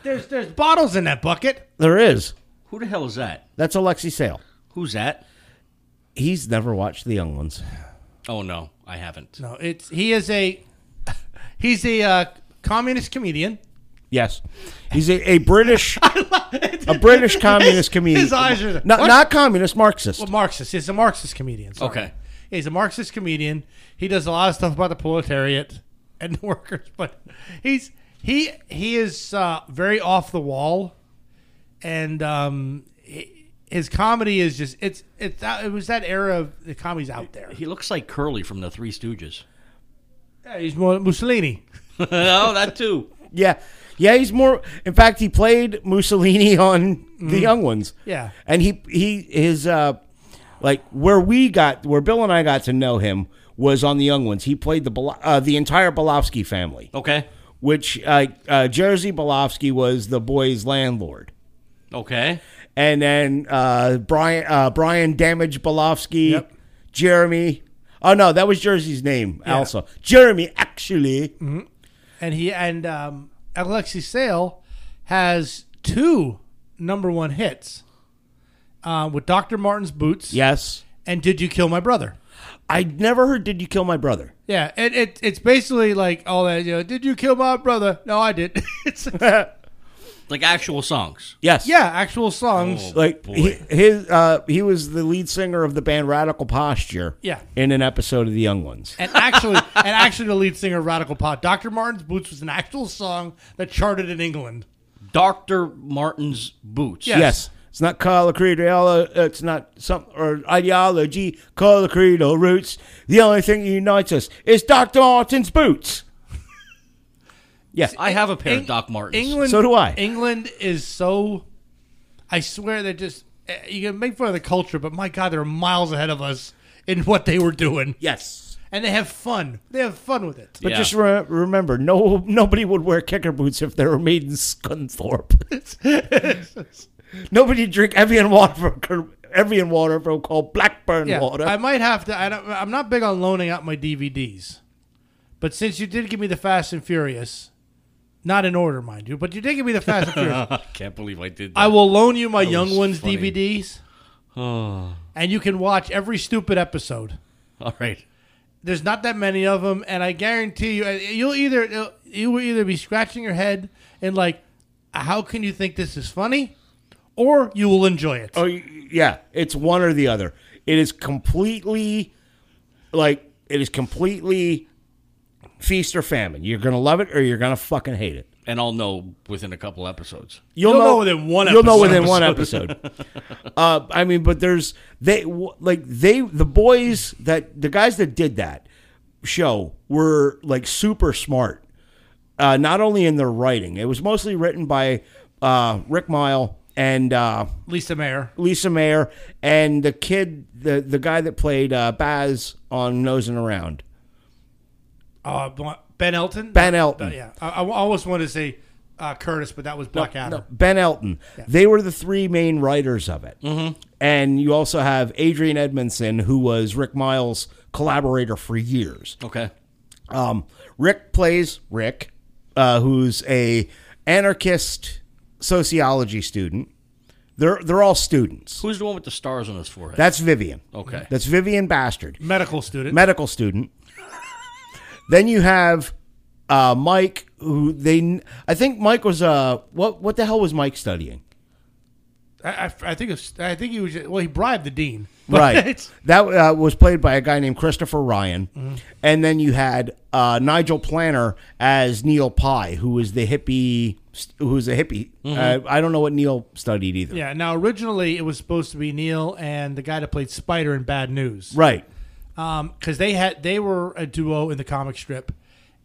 Speaker 2: There's there's bottles in that bucket.
Speaker 1: There is.
Speaker 3: Who the hell is that?
Speaker 1: That's Alexi Sale.
Speaker 3: Who's that?
Speaker 1: He's never watched the young ones.
Speaker 3: Oh no, I haven't.
Speaker 2: No, it's he is a he's a uh, communist comedian.
Speaker 1: Yes, he's a, a British, a British communist comedian.
Speaker 2: his eyes are-
Speaker 1: not,
Speaker 2: What?
Speaker 1: not communist, Marxist.
Speaker 2: Well, Marxist. He's a Marxist comedian. sorry.
Speaker 3: Okay.
Speaker 2: He's a Marxist comedian. He does a lot of stuff about the proletariat and the workers, but he's he he is uh, very off the wall, and um, he, his comedy is just it's it's out, it was that era of the comedy's out there.
Speaker 3: He looks like Curly from the Three Stooges.
Speaker 2: Yeah, he's more Mussolini.
Speaker 3: oh, that too.
Speaker 1: Yeah. Yeah, he's more in fact he played Mussolini on The Young Ones.
Speaker 2: Mm. Yeah.
Speaker 1: And he he his uh like where we got where Bill and I got to know him was on The Young Ones. He played the Bel- uh, the entire Bolofsky family,
Speaker 3: Okay.
Speaker 1: which uh, uh Jersey Bolofsky was the boy's landlord.
Speaker 3: Okay.
Speaker 1: And then uh Brian uh Brian Damage Bolofsky,
Speaker 2: Yep.
Speaker 1: Jeremy Oh no, that was Jersey's name also. Jeremy actually
Speaker 2: Mm-hmm. and he and um, Alexi Sale has two number one hits uh, with Doctor Martin's Boots.
Speaker 1: Yes.
Speaker 2: and Did You Kill My Brother?
Speaker 1: I never heard Did You Kill My Brother?
Speaker 2: Yeah, it, it it's basically like all that. You know, did you kill my brother? No, I did. it's
Speaker 3: Like actual songs.
Speaker 1: Yes.
Speaker 2: yeah, actual songs.
Speaker 3: Oh.
Speaker 1: like
Speaker 3: boy.
Speaker 1: he, his uh he was the lead singer of the band Radical Posture.
Speaker 2: Yeah.
Speaker 1: In an episode of The Young Ones.
Speaker 2: And actually, and actually, the lead singer of Radical Pop, Dr. Martin's Boots, was an actual song that charted in England.
Speaker 3: Doctor Martin's boots.
Speaker 2: Yeah.
Speaker 1: Yes. It's not color creed ideolo- it's not some or ideology, color creed or roots. The only thing that unites us is Dr. Martin's boots. yeah.
Speaker 3: I have a pair
Speaker 2: Eng-
Speaker 3: of Doc Martens.
Speaker 2: England.
Speaker 1: So do I.
Speaker 2: England is so. I swear they're just. eh, You can make fun of the culture, but my God, they're miles ahead of us in what they were doing,
Speaker 1: Yes.
Speaker 2: and they have fun. They have fun with it.
Speaker 1: But
Speaker 3: Yeah.
Speaker 1: just re- remember, no nobody would wear kicker boots if they were made in Scunthorpe. nobody drink Evian water from Evian water from called Blackburn
Speaker 2: Yeah,
Speaker 1: water.
Speaker 2: I might have to. I don't, I'm not big on loaning out my DVDs, but since you did give me the Fast and Furious, not in order, mind you, but you did give me the Fast and Furious,
Speaker 3: I can't believe I did that.
Speaker 2: I will loan you my Young
Speaker 3: was
Speaker 2: Ones
Speaker 3: funny.
Speaker 2: DVDs, and you can watch every stupid episode.
Speaker 3: All right.
Speaker 2: There's not that many of them, and I guarantee you, uh, you'll either you will either be scratching your head and like, how can you think this is funny, or you will enjoy it.
Speaker 3: Uh,
Speaker 1: Oh y- yeah, it's one or the other. It is completely like it is completely feast or famine. You're gonna love it or you're gonna fucking hate it.
Speaker 3: and I'll know within a couple episodes.
Speaker 2: You'll know within one
Speaker 1: You'll know
Speaker 2: episode.
Speaker 1: within one episode. uh, I mean, but there's they w- like they the boys that the guys that did that show were like super smart. Uh, not only in their writing, it was mostly written by uh, Rick Mile and uh,
Speaker 2: Lisa Mayer.
Speaker 1: Lisa Mayer and the kid, the the guy that played uh, Baz on Nosing Around,
Speaker 2: Uh, Bl- ben Elton. Uh,
Speaker 1: Ben Elton.
Speaker 2: yeah, I, I almost wanted to say uh, Curtis, but that was Black Adder.
Speaker 1: No, Ben Elton. They were the three main writers of it. Mm-hmm. And you also have Adrian Edmondson, who was Rick Miles' collaborator for years.
Speaker 3: Okay.
Speaker 1: Um, Rick plays Rick, uh, who's a anarchist sociology student. They're they're all students.
Speaker 3: Who's the one with the stars on his forehead?
Speaker 1: That's Vivian.
Speaker 3: Okay.
Speaker 1: That's Vivian Bastard.
Speaker 2: Medical student.
Speaker 1: medical student. then you have uh, Mike, who they I think Mike was uh what what the hell was Mike studying?
Speaker 2: I, I, I think it's, I think he was well. He bribed the dean. But
Speaker 1: Right,
Speaker 2: it's-
Speaker 1: that uh, was played by a guy named Christopher Ryan,
Speaker 3: Mm-hmm.
Speaker 1: and then you had uh, Nigel Planner as Neil Pye, who was the hippie, who was a hippie.
Speaker 3: Mm-hmm.
Speaker 1: Uh, I don't know what Neil studied either.
Speaker 2: yeah. Now originally it was supposed to be Neil and the guy that played Spider in Bad News.
Speaker 1: Right,
Speaker 2: Um 'cause because they had they were a duo in the comic strip,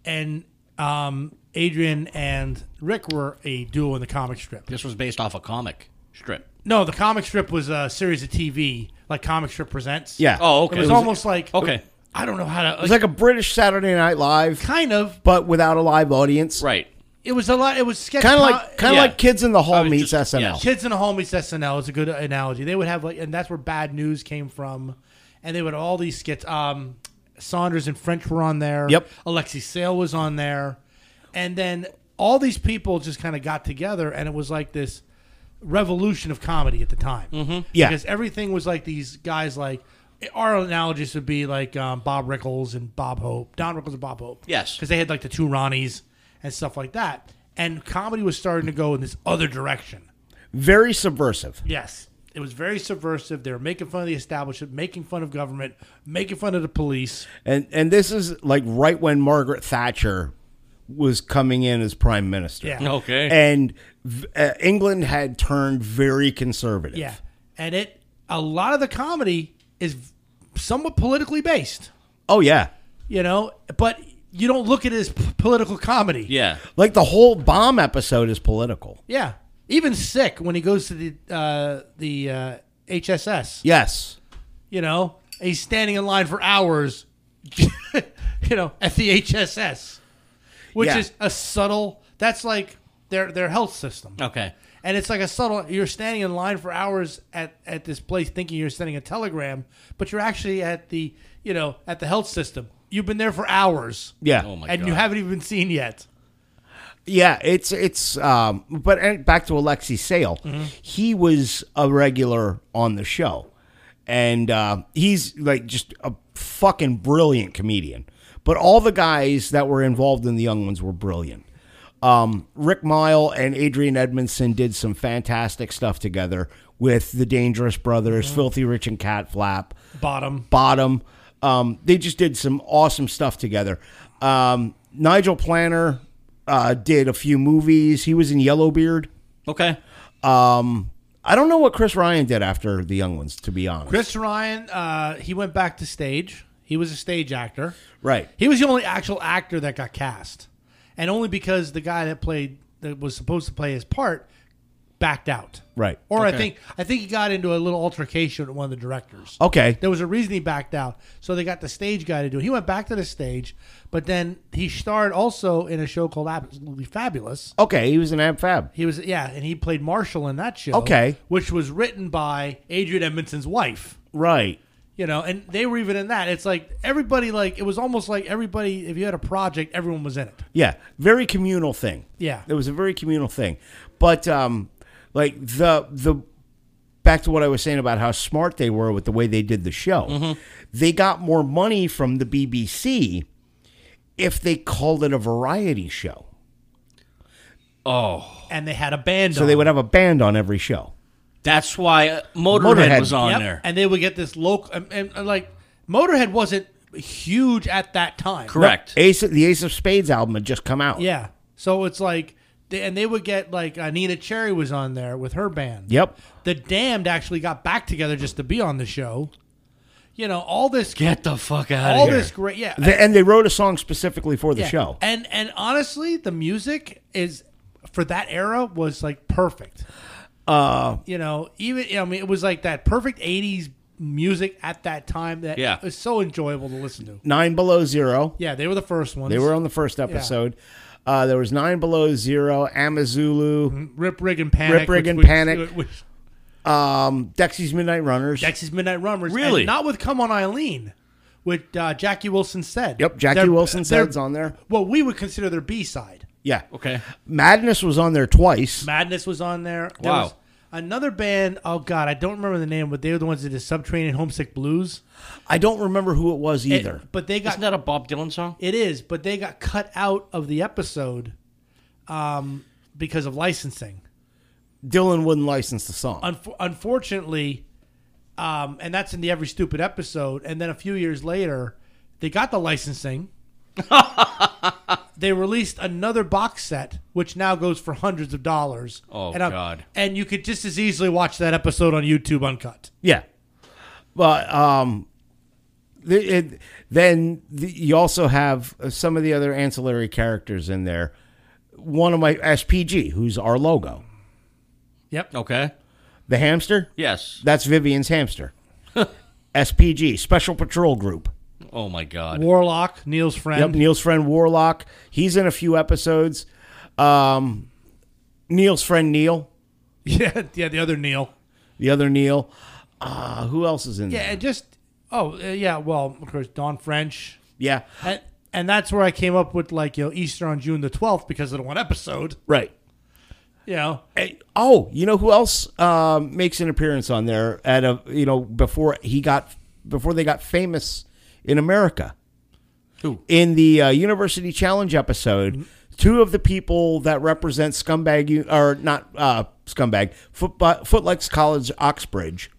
Speaker 2: and um, Adrian and Rick were a duo in the comic strip.
Speaker 3: This was based off a comic strip.
Speaker 2: No, the comic strip was a series of TV like Comic Strip Presents.
Speaker 1: yeah.
Speaker 3: Oh, okay.
Speaker 2: It was, almost like
Speaker 3: Okay.
Speaker 2: I don't know how to.
Speaker 1: It was like a British Saturday Night Live,
Speaker 2: kind of.
Speaker 1: but without a live audience.
Speaker 3: Right.
Speaker 2: It was a lot. It was sketch.
Speaker 1: kind of
Speaker 2: com-
Speaker 1: like kind of
Speaker 3: yeah.
Speaker 1: like Kids in the Hall
Speaker 3: was
Speaker 1: meets
Speaker 3: just-
Speaker 1: SNL.
Speaker 3: yeah.
Speaker 2: Kids in a Home meets SNL is a good analogy. They would have like, and that's where Bad News came from, and they would all these skits. Um, Saunders and French were on there.
Speaker 1: Yep.
Speaker 2: Alexi Sale was on there, and then all these people just kind of got together, and it was like this revolution of comedy at the time. Mm-hmm.
Speaker 1: Yeah.
Speaker 2: because everything was like these guys like. Our analogies would be like um, Bob Rickles and Bob Hope, Don Rickles and Bob Hope.
Speaker 3: Yes.
Speaker 2: because they had like the two Ronnies and stuff like that. And comedy was starting to go in this other direction.
Speaker 1: Very subversive.
Speaker 2: Yes. It was very subversive. They were making fun of the establishment, making fun of government, making fun of the police.
Speaker 1: And and this is like right when Margaret Thatcher was coming in as prime minister.
Speaker 2: Yeah.
Speaker 3: Okay.
Speaker 1: And v- uh, England had turned very conservative.
Speaker 2: Yeah. And it a lot of the comedy is somewhat politically based,
Speaker 1: Oh yeah.
Speaker 2: you know, but you don't look at it as p- political comedy.
Speaker 3: yeah.
Speaker 1: Like the whole bomb episode is political.
Speaker 2: Yeah. Even sick when he goes to the uh, the uh, HSS,
Speaker 1: Yes.
Speaker 2: you know, he's standing in line for hours, you know, at the HSS, which
Speaker 1: Yeah.
Speaker 2: is a subtle. That's like their their health system.
Speaker 3: Okay.
Speaker 2: And it's like a subtle. You're standing in line for hours at, at this place, thinking you're sending a telegram, but you're actually at the you know at the health system. You've been there for hours,
Speaker 1: Yeah.
Speaker 3: Oh my
Speaker 2: and
Speaker 3: god.
Speaker 2: you haven't even been seen yet.
Speaker 1: Yeah, it's it's um but and back to Alexi Sale. He was a regular on the show. And uh, he's like just a fucking brilliant comedian. But all the guys that were involved in the young ones were brilliant. Um, Rick Mile and Adrian Edmondson did some fantastic stuff together with the Dangerous Brothers, Filthy Rich and Cat Flap
Speaker 2: Bottom.
Speaker 1: bottom. Um, they just did some awesome stuff together. Um, Nigel Planner uh, did a few movies. He was in Yellowbeard.
Speaker 3: Okay.
Speaker 1: Um, I don't know what Chris Ryan did after The Young Ones, to be honest.
Speaker 2: Chris Ryan, uh, he went back to stage. He was a stage actor.
Speaker 1: right.
Speaker 2: He was the only actual actor that got cast, and only because the guy that played that was supposed to play his part backed out.
Speaker 1: Right.
Speaker 2: Or I
Speaker 3: Okay.
Speaker 2: think I think he got into a little altercation with one of the directors.
Speaker 1: Okay.
Speaker 2: There was a reason he backed out. So they got the stage guy to do it. He went back to the stage, but then he starred also in a show called Absolutely Fabulous.
Speaker 1: Okay. He was in Ab Fab.
Speaker 2: He was yeah, and he played Marshall in that show.
Speaker 1: Okay.
Speaker 2: Which was written by Adrian Edmondson's wife
Speaker 1: Right.
Speaker 2: you know and they were even in that it's like everybody like it was almost like everybody if you had a project everyone was in it
Speaker 1: Yeah. Very communal thing.
Speaker 2: Yeah.
Speaker 1: It was a very communal thing. But um, like the the back to what I was saying about how smart they were with the way they did the show.
Speaker 2: Mm-hmm.
Speaker 1: They got more money from the BBC if they called it a variety show.
Speaker 3: Oh,
Speaker 2: and they had a band
Speaker 1: So they would have a band on every show.
Speaker 3: that's why uh, Motorhead,
Speaker 1: Motorhead.
Speaker 3: was on
Speaker 2: yep.
Speaker 3: there.
Speaker 2: and they would get this local and, and, uh, like motorhead wasn't huge at that time
Speaker 3: Correct.
Speaker 1: Ace the Ace of Spades album had just come out.
Speaker 2: yeah so it's like They, and they would get like uh, Nina Cherry was on there with her band.
Speaker 1: Yep.
Speaker 2: The Damned actually got back together just to be on the show. You know, all this,
Speaker 3: Get the fuck out
Speaker 2: all
Speaker 3: of here.
Speaker 2: this great, yeah,
Speaker 1: The- and they wrote a song specifically for the
Speaker 2: yeah.
Speaker 1: show.
Speaker 2: And and honestly, the music is for that era was like perfect. Uh, you know, even I mean, it was like that perfect '80s music at that time that
Speaker 3: Yeah.
Speaker 2: was so enjoyable to listen to.
Speaker 1: Nine Below Zero.
Speaker 2: Yeah, they were the first ones.
Speaker 1: They were on the first episode. Uh, there was Nine Below Zero,
Speaker 2: Mm-hmm.
Speaker 1: Amazulu,
Speaker 2: Rip Rig and Panic.
Speaker 1: Rip, Rig,
Speaker 2: which
Speaker 1: and
Speaker 2: we-
Speaker 1: Panic.
Speaker 2: which-
Speaker 1: um, Dexy's Midnight Runners.
Speaker 2: Dexy's Midnight Runners.
Speaker 3: Really?
Speaker 2: And not with Come On Eileen, with uh, Jackie Wilson said.
Speaker 1: yep, Jackie
Speaker 2: They're-
Speaker 1: Wilson
Speaker 2: they're-
Speaker 1: said's on there.
Speaker 2: Well, we would consider their B side.
Speaker 1: Yeah.
Speaker 3: Okay.
Speaker 1: Madness was on there twice.
Speaker 2: Madness was on there. There
Speaker 3: Wow.
Speaker 2: was another band. Oh God, I don't remember the name, but they were the ones that did Subterranean Homesick Blues.
Speaker 1: I don't remember who it was
Speaker 2: It-
Speaker 1: either.
Speaker 2: but they got
Speaker 3: Isn't that a Bob Dylan song?
Speaker 2: it is, but they got cut out of the episode, um, because of licensing.
Speaker 1: Dylan wouldn't license the song.
Speaker 2: Unf- unfortunately, um, and that's in the every stupid episode. And then a few years later, they got the licensing. they released another box set, which now goes for hundreds of dollars.
Speaker 3: Oh,
Speaker 2: and I'm-
Speaker 3: God.
Speaker 2: And you could just as easily watch that episode on YouTube uncut.
Speaker 1: yeah. But um, the, it, then the, you also have uh, some of the other ancillary characters in there. One of my SPG, who's our logo,
Speaker 2: Yep.
Speaker 3: Okay.
Speaker 1: the hamster.
Speaker 3: Yes.
Speaker 1: That's Vivian's hamster. SPG, Special Patrol Group.
Speaker 3: Oh my God.
Speaker 2: Warlock, Neil's
Speaker 1: Yep,
Speaker 2: friend.
Speaker 1: Neil's friend Warlock. He's in a few episodes. Um, Neil's friend Neil,
Speaker 2: Yeah, yeah, the other Neil.
Speaker 1: the other Neil. Uh, who else is in
Speaker 2: Yeah,
Speaker 1: there?
Speaker 2: and just oh uh, yeah, well of course Don French.
Speaker 1: Yeah,
Speaker 2: And, and that's where I came up with like you know Easter on June the twelfth because of the one episode.
Speaker 1: right.
Speaker 2: You know,
Speaker 1: Hey, Oh, you know who else um, makes an appearance on there at a you know before he got before they got famous in America.
Speaker 3: Who?
Speaker 1: In the uh, University Challenge episode, two of the people that represent scumbag U- or not uh, scumbag foot, Footlights College Oxbridge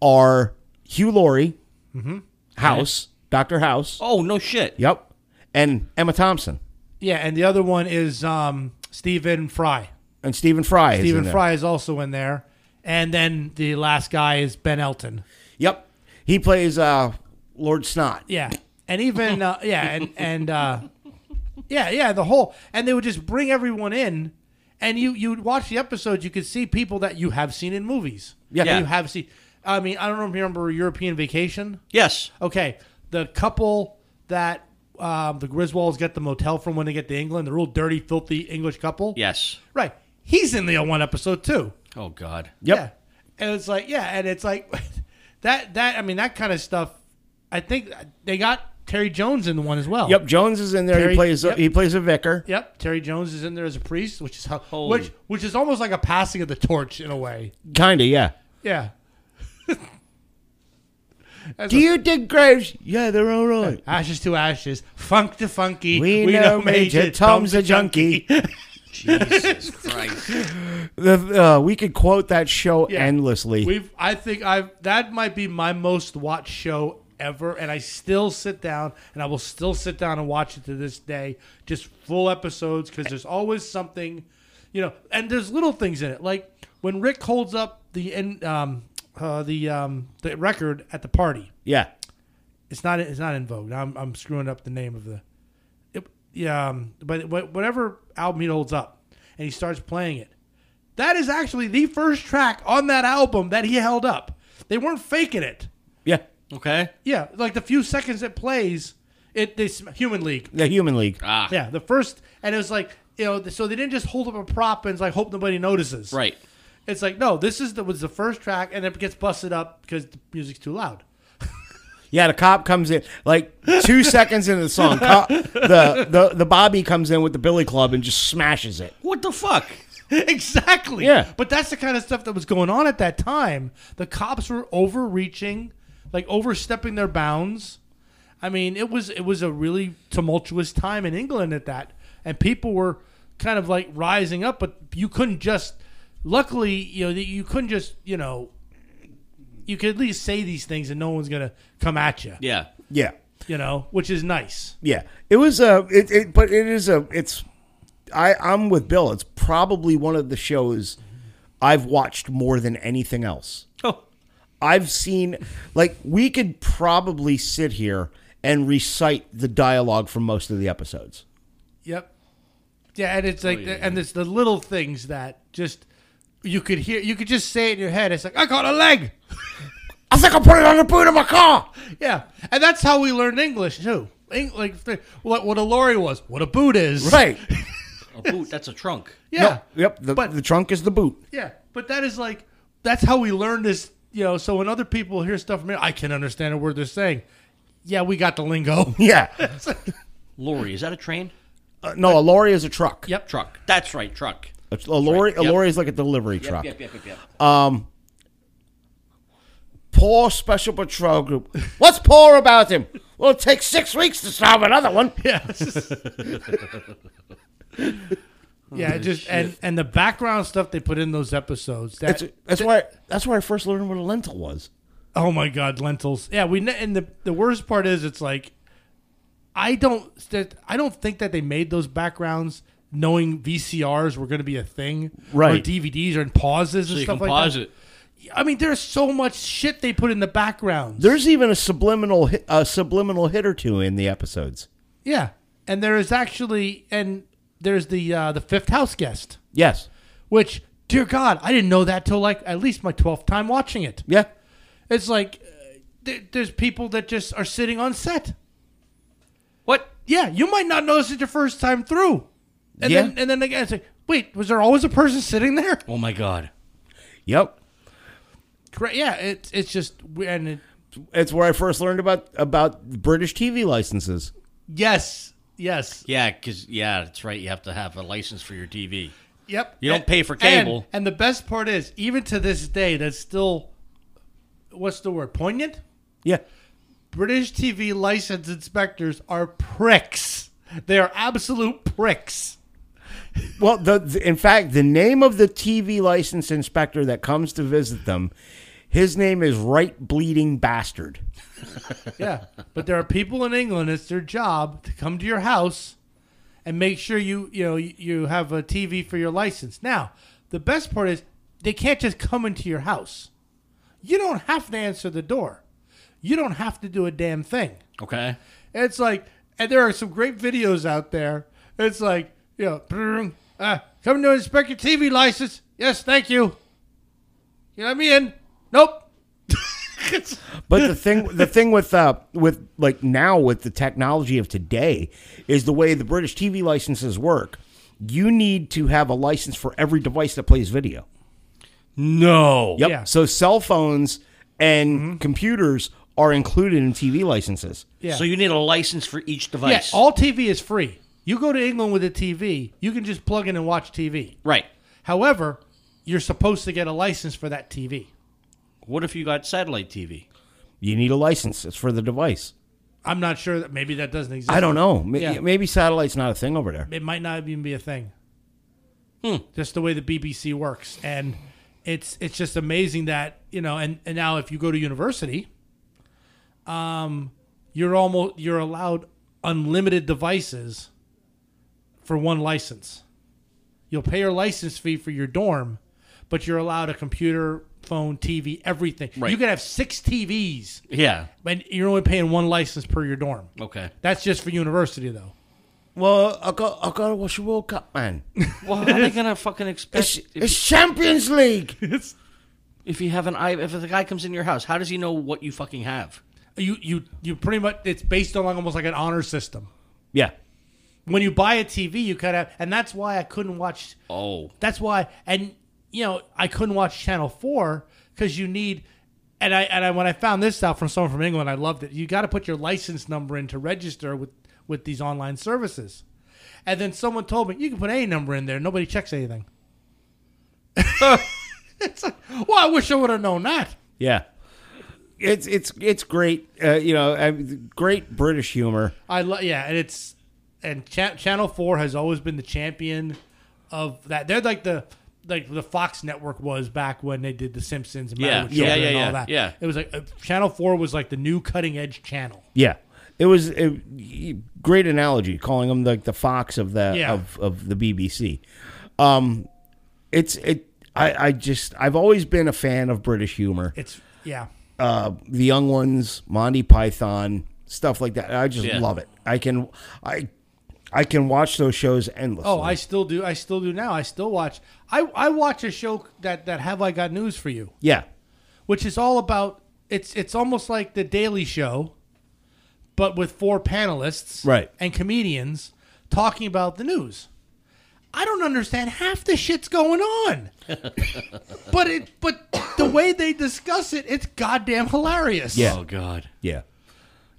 Speaker 1: are Hugh Laurie, Mm-hmm. House, Doctor House,
Speaker 3: Oh no shit.
Speaker 1: yep, and Emma Thompson
Speaker 2: yeah, and the other one is um, Stephen Fry.
Speaker 1: and Stephen Fry. is in
Speaker 2: Stephen
Speaker 1: there.
Speaker 2: Fry is also in there, and then the last guy is Ben Elton.
Speaker 1: yep, he plays uh, Lord Snot.
Speaker 2: Yeah, and even uh, yeah, and and uh, yeah, yeah, the whole and they would just bring everyone in, and you you'd watch the episodes, you could see people that you have seen in movies.
Speaker 1: Yeah.
Speaker 2: That you have seen. I mean, I don't know if you remember European Vacation.
Speaker 3: Yes.
Speaker 2: Okay, the couple that um, the Griswolds get the motel from when they get to England, the real dirty, filthy English couple.
Speaker 3: Yes.
Speaker 2: right. He's in the one episode too.
Speaker 3: Oh God.
Speaker 1: Yep.
Speaker 2: Yeah. And it's like, yeah, and it's like that that I mean that kind of stuff. I think they got Terry Jones in the one as well.
Speaker 1: Yep, Jones is in there.
Speaker 2: Terry-
Speaker 1: he plays
Speaker 2: yep.
Speaker 1: he plays a vicar.
Speaker 2: Yep, Terry Jones is in there as a priest, which is how,
Speaker 3: Holy.
Speaker 2: which which is almost like a passing of the torch in a way.
Speaker 1: Kinda, yeah.
Speaker 2: Yeah. That's
Speaker 1: Do
Speaker 2: a-
Speaker 1: you dig graves? Yeah, they're all right.
Speaker 2: ashes to ashes, funk to funky.
Speaker 1: We, know Major Tom's a junkie.
Speaker 3: Jesus Christ.
Speaker 1: The- uh, we could quote that show
Speaker 2: Yeah.
Speaker 1: endlessly.
Speaker 2: We've I think I've that might be my most watched show ever, and I still sit down and I will still sit down and watch it to this day, just full episodes because there's always something, you know, and there's little things in it like when Rick holds up the end um, uh, the um, the record at the party.
Speaker 1: yeah,
Speaker 2: It's not it's not in vogue. I'm I'm screwing up the name of the, it, yeah, um, but wh- whatever album he holds up, and he starts playing it. That is actually the first track on that album that he held up. They weren't faking it.
Speaker 1: yeah.
Speaker 3: Okay.
Speaker 2: Yeah, like the few seconds it plays, it this Human League.
Speaker 1: The Human League.
Speaker 3: Ah.
Speaker 2: Yeah, the first, and it was like you know, so they didn't just hold up a prop and it's like hope nobody notices.
Speaker 3: Right.
Speaker 2: It's like no, this is the was the first track, and it gets busted up because the music's too loud.
Speaker 1: Yeah, the cop comes in like two seconds into the song. Cop, the, the the Bobby comes in with the Billy Club and just smashes it.
Speaker 3: What the fuck?
Speaker 2: exactly.
Speaker 1: Yeah.
Speaker 2: But that's the kind of stuff that was going on at that time. The cops were overreaching, like overstepping their bounds. I mean, it was it was a really tumultuous time in England at that, and people were kind of like rising up, but you couldn't just. Luckily, you know, you couldn't just you know. You could at least say these things, and no one's gonna come at you.
Speaker 3: Yeah.
Speaker 1: Yeah,
Speaker 2: You know, which is nice.
Speaker 1: yeah. It was a. It, it but it is a. It's I, I'm with Bill. It's probably one of the shows I've watched more than anything else.
Speaker 3: Oh,
Speaker 1: I've seen like we could probably sit here and recite the dialogue from most of the episodes.
Speaker 2: Yep. Yeah, and it's
Speaker 1: Oh,
Speaker 2: like, and it's the little things that just you could hear, you could just say it in your head. It's like I caught a leg.
Speaker 1: I think I put it on the boot of my car.
Speaker 2: Yeah, and that's how we learned English too. Eng- like th- what what a lorry was, what a boot is.
Speaker 1: Right.
Speaker 3: a boot. That's a trunk.
Speaker 2: Yeah.
Speaker 1: No, yep. The,
Speaker 2: But-
Speaker 1: the trunk is the boot.
Speaker 2: Yeah, but that is like that's how we learn this. You know, so when other people hear stuff from me, I can understand a word they're saying. Yeah, we got the lingo.
Speaker 1: Yeah.
Speaker 3: Lorry. Is that a train?
Speaker 1: Uh, no, a lorry is a truck.
Speaker 2: Yep.
Speaker 3: Truck. That's right. Truck.
Speaker 1: A, a lorry, a
Speaker 3: Yep.
Speaker 1: lorry is like a delivery truck.
Speaker 3: Yep. Yep. Yep. Yep.
Speaker 1: Poor special patrol group. What's poor about him? Well, it takes six weeks to solve another one.
Speaker 2: Yes. yeah, it just and and the background stuff they put in those episodes. That
Speaker 1: That's, that's why. That's where I first learned what a lentil was.
Speaker 2: oh my god, lentils. Yeah, we ne- and the the worst part is it's like I don't that I don't think that they made those backgrounds knowing VCRs were going to be a thing, Or
Speaker 1: Right.
Speaker 2: DVDs or in pauses and
Speaker 3: So you
Speaker 2: stuff
Speaker 3: can
Speaker 2: like
Speaker 3: pause
Speaker 2: that.
Speaker 3: it.
Speaker 2: I mean, there's so much shit they put in the background.
Speaker 1: There's even a subliminal, hit, a subliminal hit or two in the episodes.
Speaker 2: yeah, and there is actually and there's the uh, the fifth house guest.
Speaker 1: Yes.
Speaker 2: which dear god i didn't know that till like at least my 12th time watching it
Speaker 1: Yeah.
Speaker 2: it's like uh, there there's people that just are sitting on set
Speaker 3: What?
Speaker 2: yeah you might not notice it your first time through and
Speaker 1: Yeah.
Speaker 2: then and then again it's like wait was there always a person sitting there
Speaker 3: Oh my God.
Speaker 1: Yep.
Speaker 2: Correct. yeah it's it's just we- and it,
Speaker 1: It's where I first learned about about British TV licenses.
Speaker 2: yes yes
Speaker 3: Yeah, because yeah, that's right. You have to have a license for your TV.
Speaker 2: yep
Speaker 3: You don't
Speaker 2: A-
Speaker 3: pay for
Speaker 2: and-
Speaker 3: cable.
Speaker 2: and the best part is even to this day that's still what's the word poignant
Speaker 1: Yeah.
Speaker 2: British TV license inspectors are pricks. They are absolute pricks.
Speaker 1: Well, the, the in fact, the name of the TV license inspector that comes to visit them, his name is Right Bleeding Bastard.
Speaker 2: Yeah. but there are people in England, it's their job to come to your house and make sure you, you know, you- you have a TV for your license. Now, the best part is they can't just come into your house. You don't have to answer the door. You don't have to do a damn thing.
Speaker 3: Okay.
Speaker 2: It's like, and there are some great videos out there. It's like, you know, brrrr, uh, come to inspect your TV license. Yes, thank you. You let me in. Nope. It's-
Speaker 1: But the thing, the thing with uh, with like now with the technology of today, is the way the British TV licenses work. You need to have a license for every device that plays video.
Speaker 3: No.
Speaker 1: Yep.
Speaker 2: Yeah. Mm-hmm.
Speaker 1: So cell phones and computers are included in TV licenses.
Speaker 2: yeah.
Speaker 3: So you need a license for each
Speaker 2: yeah,
Speaker 3: device.
Speaker 2: all TV is free. You go to England with a TV, you can just plug in and watch TV.
Speaker 3: right.
Speaker 2: However, you're supposed to get a license for that TV.
Speaker 3: What if you got satellite TV?
Speaker 1: You need a license. It's for the device.
Speaker 2: I'm not sure that maybe that doesn't exist.
Speaker 1: I don't know. Ma-
Speaker 2: Yeah.
Speaker 1: Maybe satellite's not a thing over there.
Speaker 2: it might not even be a thing. Just the way the BBC works, and it's it's just amazing that you know. And, and now if you go to university, um, you're almost you're allowed unlimited devices for one license. You'll pay your license fee for your dorm, but you're allowed a computer, phone, TV, everything.
Speaker 3: Right.
Speaker 2: You can have six TVs,
Speaker 3: Yeah.
Speaker 2: but you're only paying one license per your dorm.
Speaker 3: Okay.
Speaker 2: That's just for university, though.
Speaker 1: Well, I got I got to watch the World Cup, man.
Speaker 3: Well, how are they gonna fucking expect
Speaker 1: It's,
Speaker 3: if,
Speaker 1: it's Champions League.
Speaker 3: if you have an eye? If the guy comes in your house, how does he know what you fucking have?
Speaker 2: you you you pretty much it's based on like almost like an honor system.
Speaker 1: Yeah.
Speaker 2: When you buy a TV, you kind of and that's why I couldn't watch.
Speaker 3: Oh,
Speaker 2: That's why and you know I couldn't watch Channel Four because you need. And I and I when I found this out from someone from England, I loved it. You got to put your license number in to register with with these online services. And then someone told me you can put any number in there. Nobody checks anything. it's like, well, I wish I would have known that.
Speaker 1: Yeah. It's it's it's great. Uh, you know, I mean, great British humor.
Speaker 2: I love yeah, and it's and cha- Channel Four has always been the champion of that. They're like the like the Fox network was back when they did The Simpsons, and
Speaker 3: Yeah.
Speaker 2: Mad with
Speaker 3: Yeah,
Speaker 2: Children
Speaker 3: yeah,
Speaker 2: and
Speaker 3: yeah,
Speaker 2: all that.
Speaker 3: yeah.
Speaker 2: It was like uh, Channel Four was like the new cutting edge channel.
Speaker 1: Yeah. It was a great analogy, calling him like the fox of the
Speaker 2: Yeah.
Speaker 1: of, of the BBC. Um, it's it. I, I just I've always been a fan of British humor.
Speaker 2: It's yeah.
Speaker 1: Uh, the young ones, Monty Python, stuff like that. I just
Speaker 3: Yeah.
Speaker 1: love it. I can I I can watch those shows endlessly.
Speaker 2: Oh, I still do. I still do now. I still watch. I I watch a show that that have I got news for you,
Speaker 1: yeah,
Speaker 2: which is all about. It's it's almost like the Daily Show, but with four panelists,
Speaker 1: Right.
Speaker 2: and comedians talking about the news. I don't understand half the shit's going on, but it but the way they discuss it, it's goddamn hilarious.
Speaker 1: Yeah.
Speaker 3: Oh God.
Speaker 1: yeah.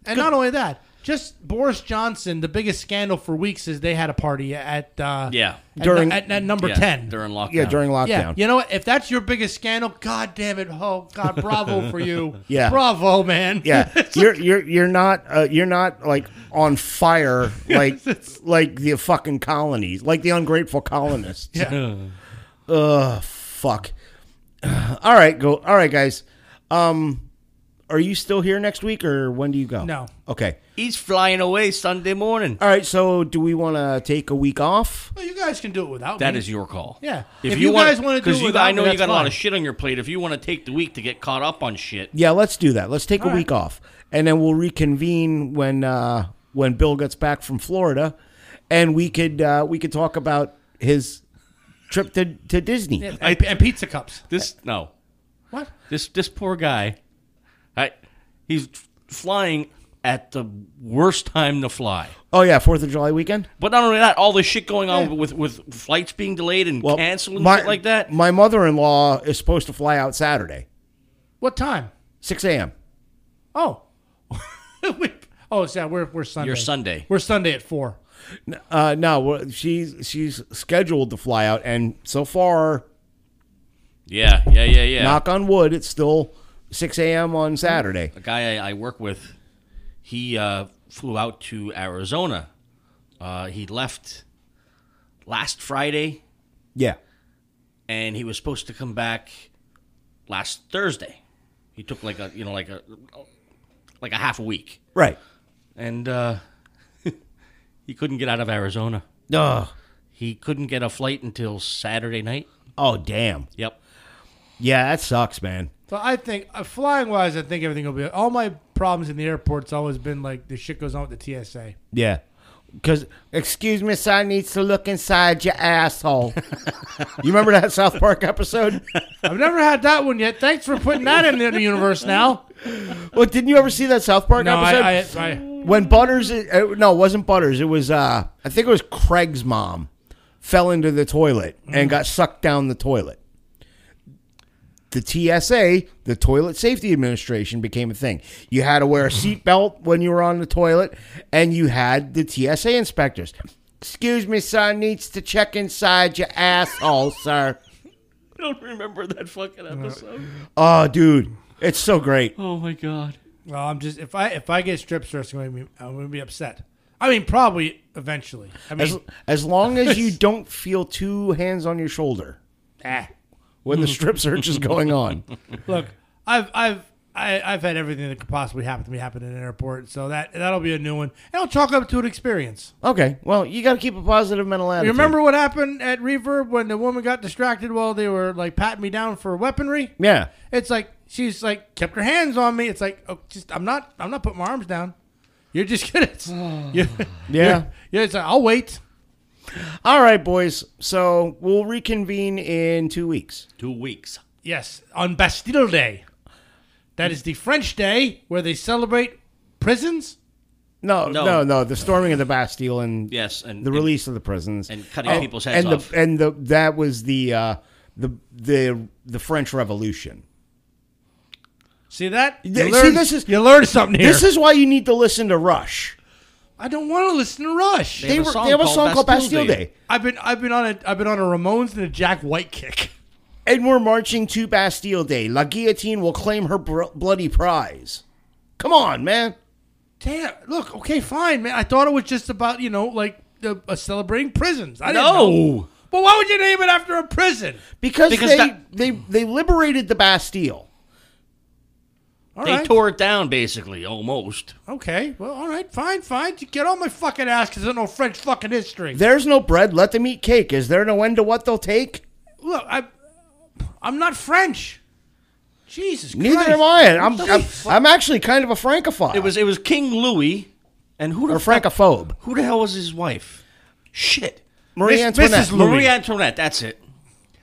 Speaker 2: And not only that, just Boris Johnson, the biggest scandal for weeks is they had a party at uh,
Speaker 3: Yeah.
Speaker 2: at,
Speaker 1: During-
Speaker 2: during at, at number
Speaker 3: Yeah,
Speaker 2: ten.
Speaker 3: during lockdown.
Speaker 1: Yeah, during lockdown.
Speaker 2: yeah, you know what? If that's your biggest scandal, god damn it! Oh god, bravo for you.
Speaker 1: Yeah.
Speaker 2: bravo, man.
Speaker 1: Yeah, you're you're you're not uh, you're not like on fire like like the fucking colonies, like the ungrateful colonists.
Speaker 2: Yeah.
Speaker 1: Ugh, fuck. All right, go. All right, guys. Um, are you still here next week, or when do you go?
Speaker 2: No.
Speaker 1: Okay.
Speaker 3: He's flying away Sunday morning.
Speaker 1: All right. So, do we want to take a week off?
Speaker 2: Well, you guys can do it without
Speaker 3: That
Speaker 2: me.
Speaker 3: is your call.
Speaker 2: Yeah.
Speaker 3: If,
Speaker 2: If
Speaker 3: you,
Speaker 2: you
Speaker 3: want,
Speaker 2: guys wanna do
Speaker 3: because
Speaker 2: it
Speaker 3: you,
Speaker 2: without
Speaker 3: I
Speaker 2: me,
Speaker 3: know you
Speaker 2: that's
Speaker 3: got a lot
Speaker 2: fine.
Speaker 3: of shit on your plate. If you want to take the week to get caught up on shit,
Speaker 1: Yeah, let's do that. Let's take a
Speaker 2: right.
Speaker 1: week off, and then we'll reconvene when uh, when Bill gets back from Florida, and we could uh, we could talk about his trip to to Disney.
Speaker 2: Yeah, and, and pizza cups.
Speaker 3: this no,
Speaker 2: What?
Speaker 3: this this poor guy, I, he's flying at the worst time to fly.
Speaker 1: Oh yeah, Fourth of July weekend.
Speaker 3: But not only that, all the shit going on
Speaker 2: Yeah.
Speaker 3: with with flights being delayed and
Speaker 1: Well,
Speaker 3: canceled and
Speaker 1: my-
Speaker 3: shit like that.
Speaker 1: My mother-in-law is supposed to fly out Saturday,
Speaker 2: What time?
Speaker 1: six a.m.
Speaker 2: Oh, We- oh, it's that we're we're Sunday.
Speaker 3: You're Sunday.
Speaker 2: We're Sunday at four.
Speaker 1: Uh, no, well, she's she's scheduled to fly out, and so far,
Speaker 3: Yeah, yeah, yeah, yeah.
Speaker 1: knock on wood, it's still six a.m. on Saturday.
Speaker 3: a guy I, I work with, he uh, flew out to Arizona. Uh, he left last Friday,
Speaker 1: Yeah,
Speaker 3: and he was supposed to come back last Thursday. He took like a you know like a like a half a week,
Speaker 1: right.
Speaker 3: and uh, he couldn't get out of Arizona.
Speaker 1: Ugh.
Speaker 3: He couldn't get a flight until Saturday night.
Speaker 1: Oh damn.
Speaker 3: Yep.
Speaker 1: Yeah, that sucks, man.
Speaker 2: So I think uh, flying wise, I think everything will be. All my problems in the airport's always been like the shit goes on with the TSA.
Speaker 1: Yeah. Because, excuse me, sir, I needs to look inside your asshole. you remember that South Park episode?
Speaker 2: I've never had that one yet. Thanks for putting that in the universe now.
Speaker 1: Well, didn't you ever see that South Park
Speaker 2: No,
Speaker 1: episode?
Speaker 2: I, I, I,
Speaker 1: when Butters, uh, no, it wasn't Butters. It was, uh, I think it was Craig's mom fell into the toilet and got sucked down the toilet. The TSA, the Toilet Safety Administration, became a thing. You had to wear a seatbelt when you were on the toilet, and you had the TSA inspectors. Excuse me, sir, needs to check inside your asshole, sir.
Speaker 3: I don't remember that fucking episode.
Speaker 1: Oh, dude, it's so great.
Speaker 3: Oh my god.
Speaker 2: well, I'm just if I if I get strip searched, I'm gonna be I'm gonna be upset. I mean, probably eventually. I mean,
Speaker 1: As, as long as you don't feel two hands on your shoulder
Speaker 2: eh.
Speaker 1: ah. when the
Speaker 3: Hmm.
Speaker 1: strip search is going on.
Speaker 2: look, I've I've I, I've had everything that could possibly happen to me happen in an airport, so that that'll be a new one, and I'll chalk up to an experience.
Speaker 1: Okay. Well, you got to keep a positive mental attitude.
Speaker 2: You remember what happened at Reverb when the woman got distracted while they were like patting me down for weaponry?
Speaker 1: Yeah.
Speaker 2: It's like she's like kept her hands on me. It's like oh, just I'm not I'm not putting my arms down. You're just gonna you
Speaker 1: Yeah.
Speaker 2: yeah. It's like I'll wait.
Speaker 1: All right, boys. So we'll reconvene in two weeks.
Speaker 3: Two weeks.
Speaker 2: Yes, on Bastille Day. That is the French day where they celebrate prisons.
Speaker 1: No, no,
Speaker 3: No.
Speaker 1: no. The storming of the Bastille and
Speaker 3: Yes, and
Speaker 1: the release of the prisons Oh,
Speaker 3: and cutting people's heads
Speaker 1: and
Speaker 3: off.
Speaker 1: The, and the that was the uh, the the the French Revolution.
Speaker 2: See that?
Speaker 1: Yeah, see, this is-
Speaker 2: you learned something here.
Speaker 1: This is why you need to listen to Rush.
Speaker 2: I don't want to listen to Rush.
Speaker 1: They,
Speaker 3: have a
Speaker 1: were,
Speaker 3: song
Speaker 1: they have a
Speaker 3: called
Speaker 1: song called Bastille
Speaker 3: Bastille
Speaker 1: Day.
Speaker 3: Day.
Speaker 2: I've been I've been on a I've been on a Ramones and a Jack White kick.
Speaker 1: and we're marching to Bastille Day. La guillotine will claim her br- bloody prize. Come on, man.
Speaker 2: Damn. Look. Okay. Fine, man. I thought it was just about you know like the, uh, celebrating prisons. I didn't know.
Speaker 3: No.
Speaker 2: But why would you name it after a prison?
Speaker 1: Because,
Speaker 3: Because
Speaker 1: they,
Speaker 3: that-
Speaker 1: they they liberated the Bastille.
Speaker 2: All
Speaker 3: they
Speaker 2: right.
Speaker 3: tore it down basically, almost.
Speaker 2: Okay. Well, all right. Fine. Fine. You get on my fucking ass because I know French fucking history.
Speaker 1: There's no bread. Let them eat cake. Is there no end to what they'll take?
Speaker 2: Look, I, I'm not French. Jesus Christ.
Speaker 1: Neither am I. I'm,
Speaker 2: What the
Speaker 1: I'm,
Speaker 2: fuck?
Speaker 1: I'm actually kind of a francophile.
Speaker 3: It was it was King Louis, and who the
Speaker 1: or
Speaker 3: fuck-
Speaker 1: francophobe.
Speaker 3: who the hell was his wife? Shit,
Speaker 1: Marie
Speaker 2: Miss-
Speaker 1: Antoinette.
Speaker 2: Mrs. Louis.
Speaker 3: Marie Antoinette. That's it.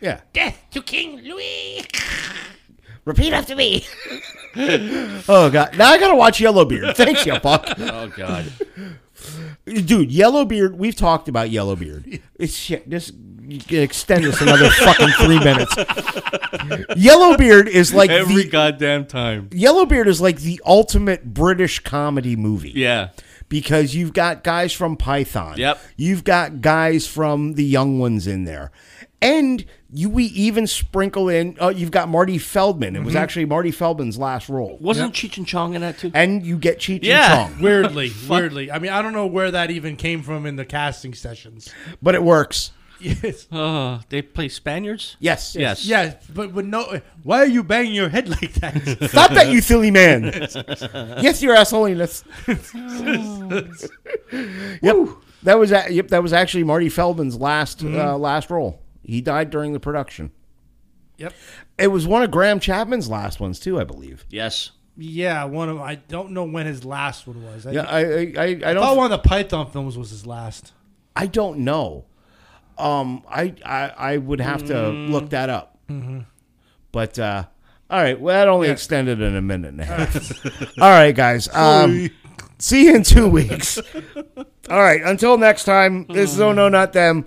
Speaker 1: Yeah.
Speaker 3: Death to King Louis.
Speaker 1: Repeat after me. oh god. Now I gotta watch Yellowbeard. Thanks, you fuck.
Speaker 3: Oh God.
Speaker 1: Dude, Yellowbeard, we've talked about Yellowbeard. It's shit. Just you can extend this another fucking three minutes. Yellowbeard is like
Speaker 3: Every
Speaker 1: the,
Speaker 3: goddamn time.
Speaker 1: Yellowbeard is like the ultimate British comedy movie.
Speaker 3: Yeah.
Speaker 1: because you've got guys from Python.
Speaker 3: Yep.
Speaker 1: You've got guys from the young ones in there. And you we even sprinkle in oh you've got Marty Feldman. It was
Speaker 3: Mm-hmm.
Speaker 1: actually Marty Feldman's last role.
Speaker 3: Wasn't Cheech and Chong in that too?
Speaker 1: And you get Cheech
Speaker 3: Yeah.
Speaker 1: and Chong.
Speaker 2: Weirdly, weirdly. I mean, I don't know where that even came from in the casting sessions.
Speaker 1: But it works.
Speaker 2: Yes.
Speaker 3: Uh, they play Spaniards.
Speaker 1: Yes.
Speaker 3: Yes.
Speaker 2: Yes, but with no. Why are you banging your head like that?
Speaker 1: Stop that, you silly man. yes, your ass holiness. yep. That was a- yep, that was actually Marty Feldman's last
Speaker 3: Mm-hmm.
Speaker 1: uh, last role. He died during the production.
Speaker 2: yep.
Speaker 1: It was one of Graham Chapman's last ones too, I believe.
Speaker 3: Yes.
Speaker 2: Yeah, one of I don't know when his last one was. I,
Speaker 1: Yeah, I I, I, I
Speaker 2: I
Speaker 1: don't
Speaker 2: thought one of the Python films was his last.
Speaker 1: I don't know. Um, I I, I would have to look that up. But uh, all right, well, that only extended in a minute and a half. all right, guys. Um, see you in two weeks. all right, until next time. This is oh no, not them.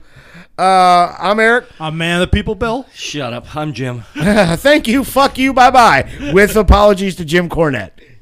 Speaker 1: Uh, I'm Eric.
Speaker 2: A man of the people, Bill.
Speaker 3: Shut up. I'm Jim.
Speaker 1: Thank you. Fuck you. Bye bye. With apologies to Jim Cornette.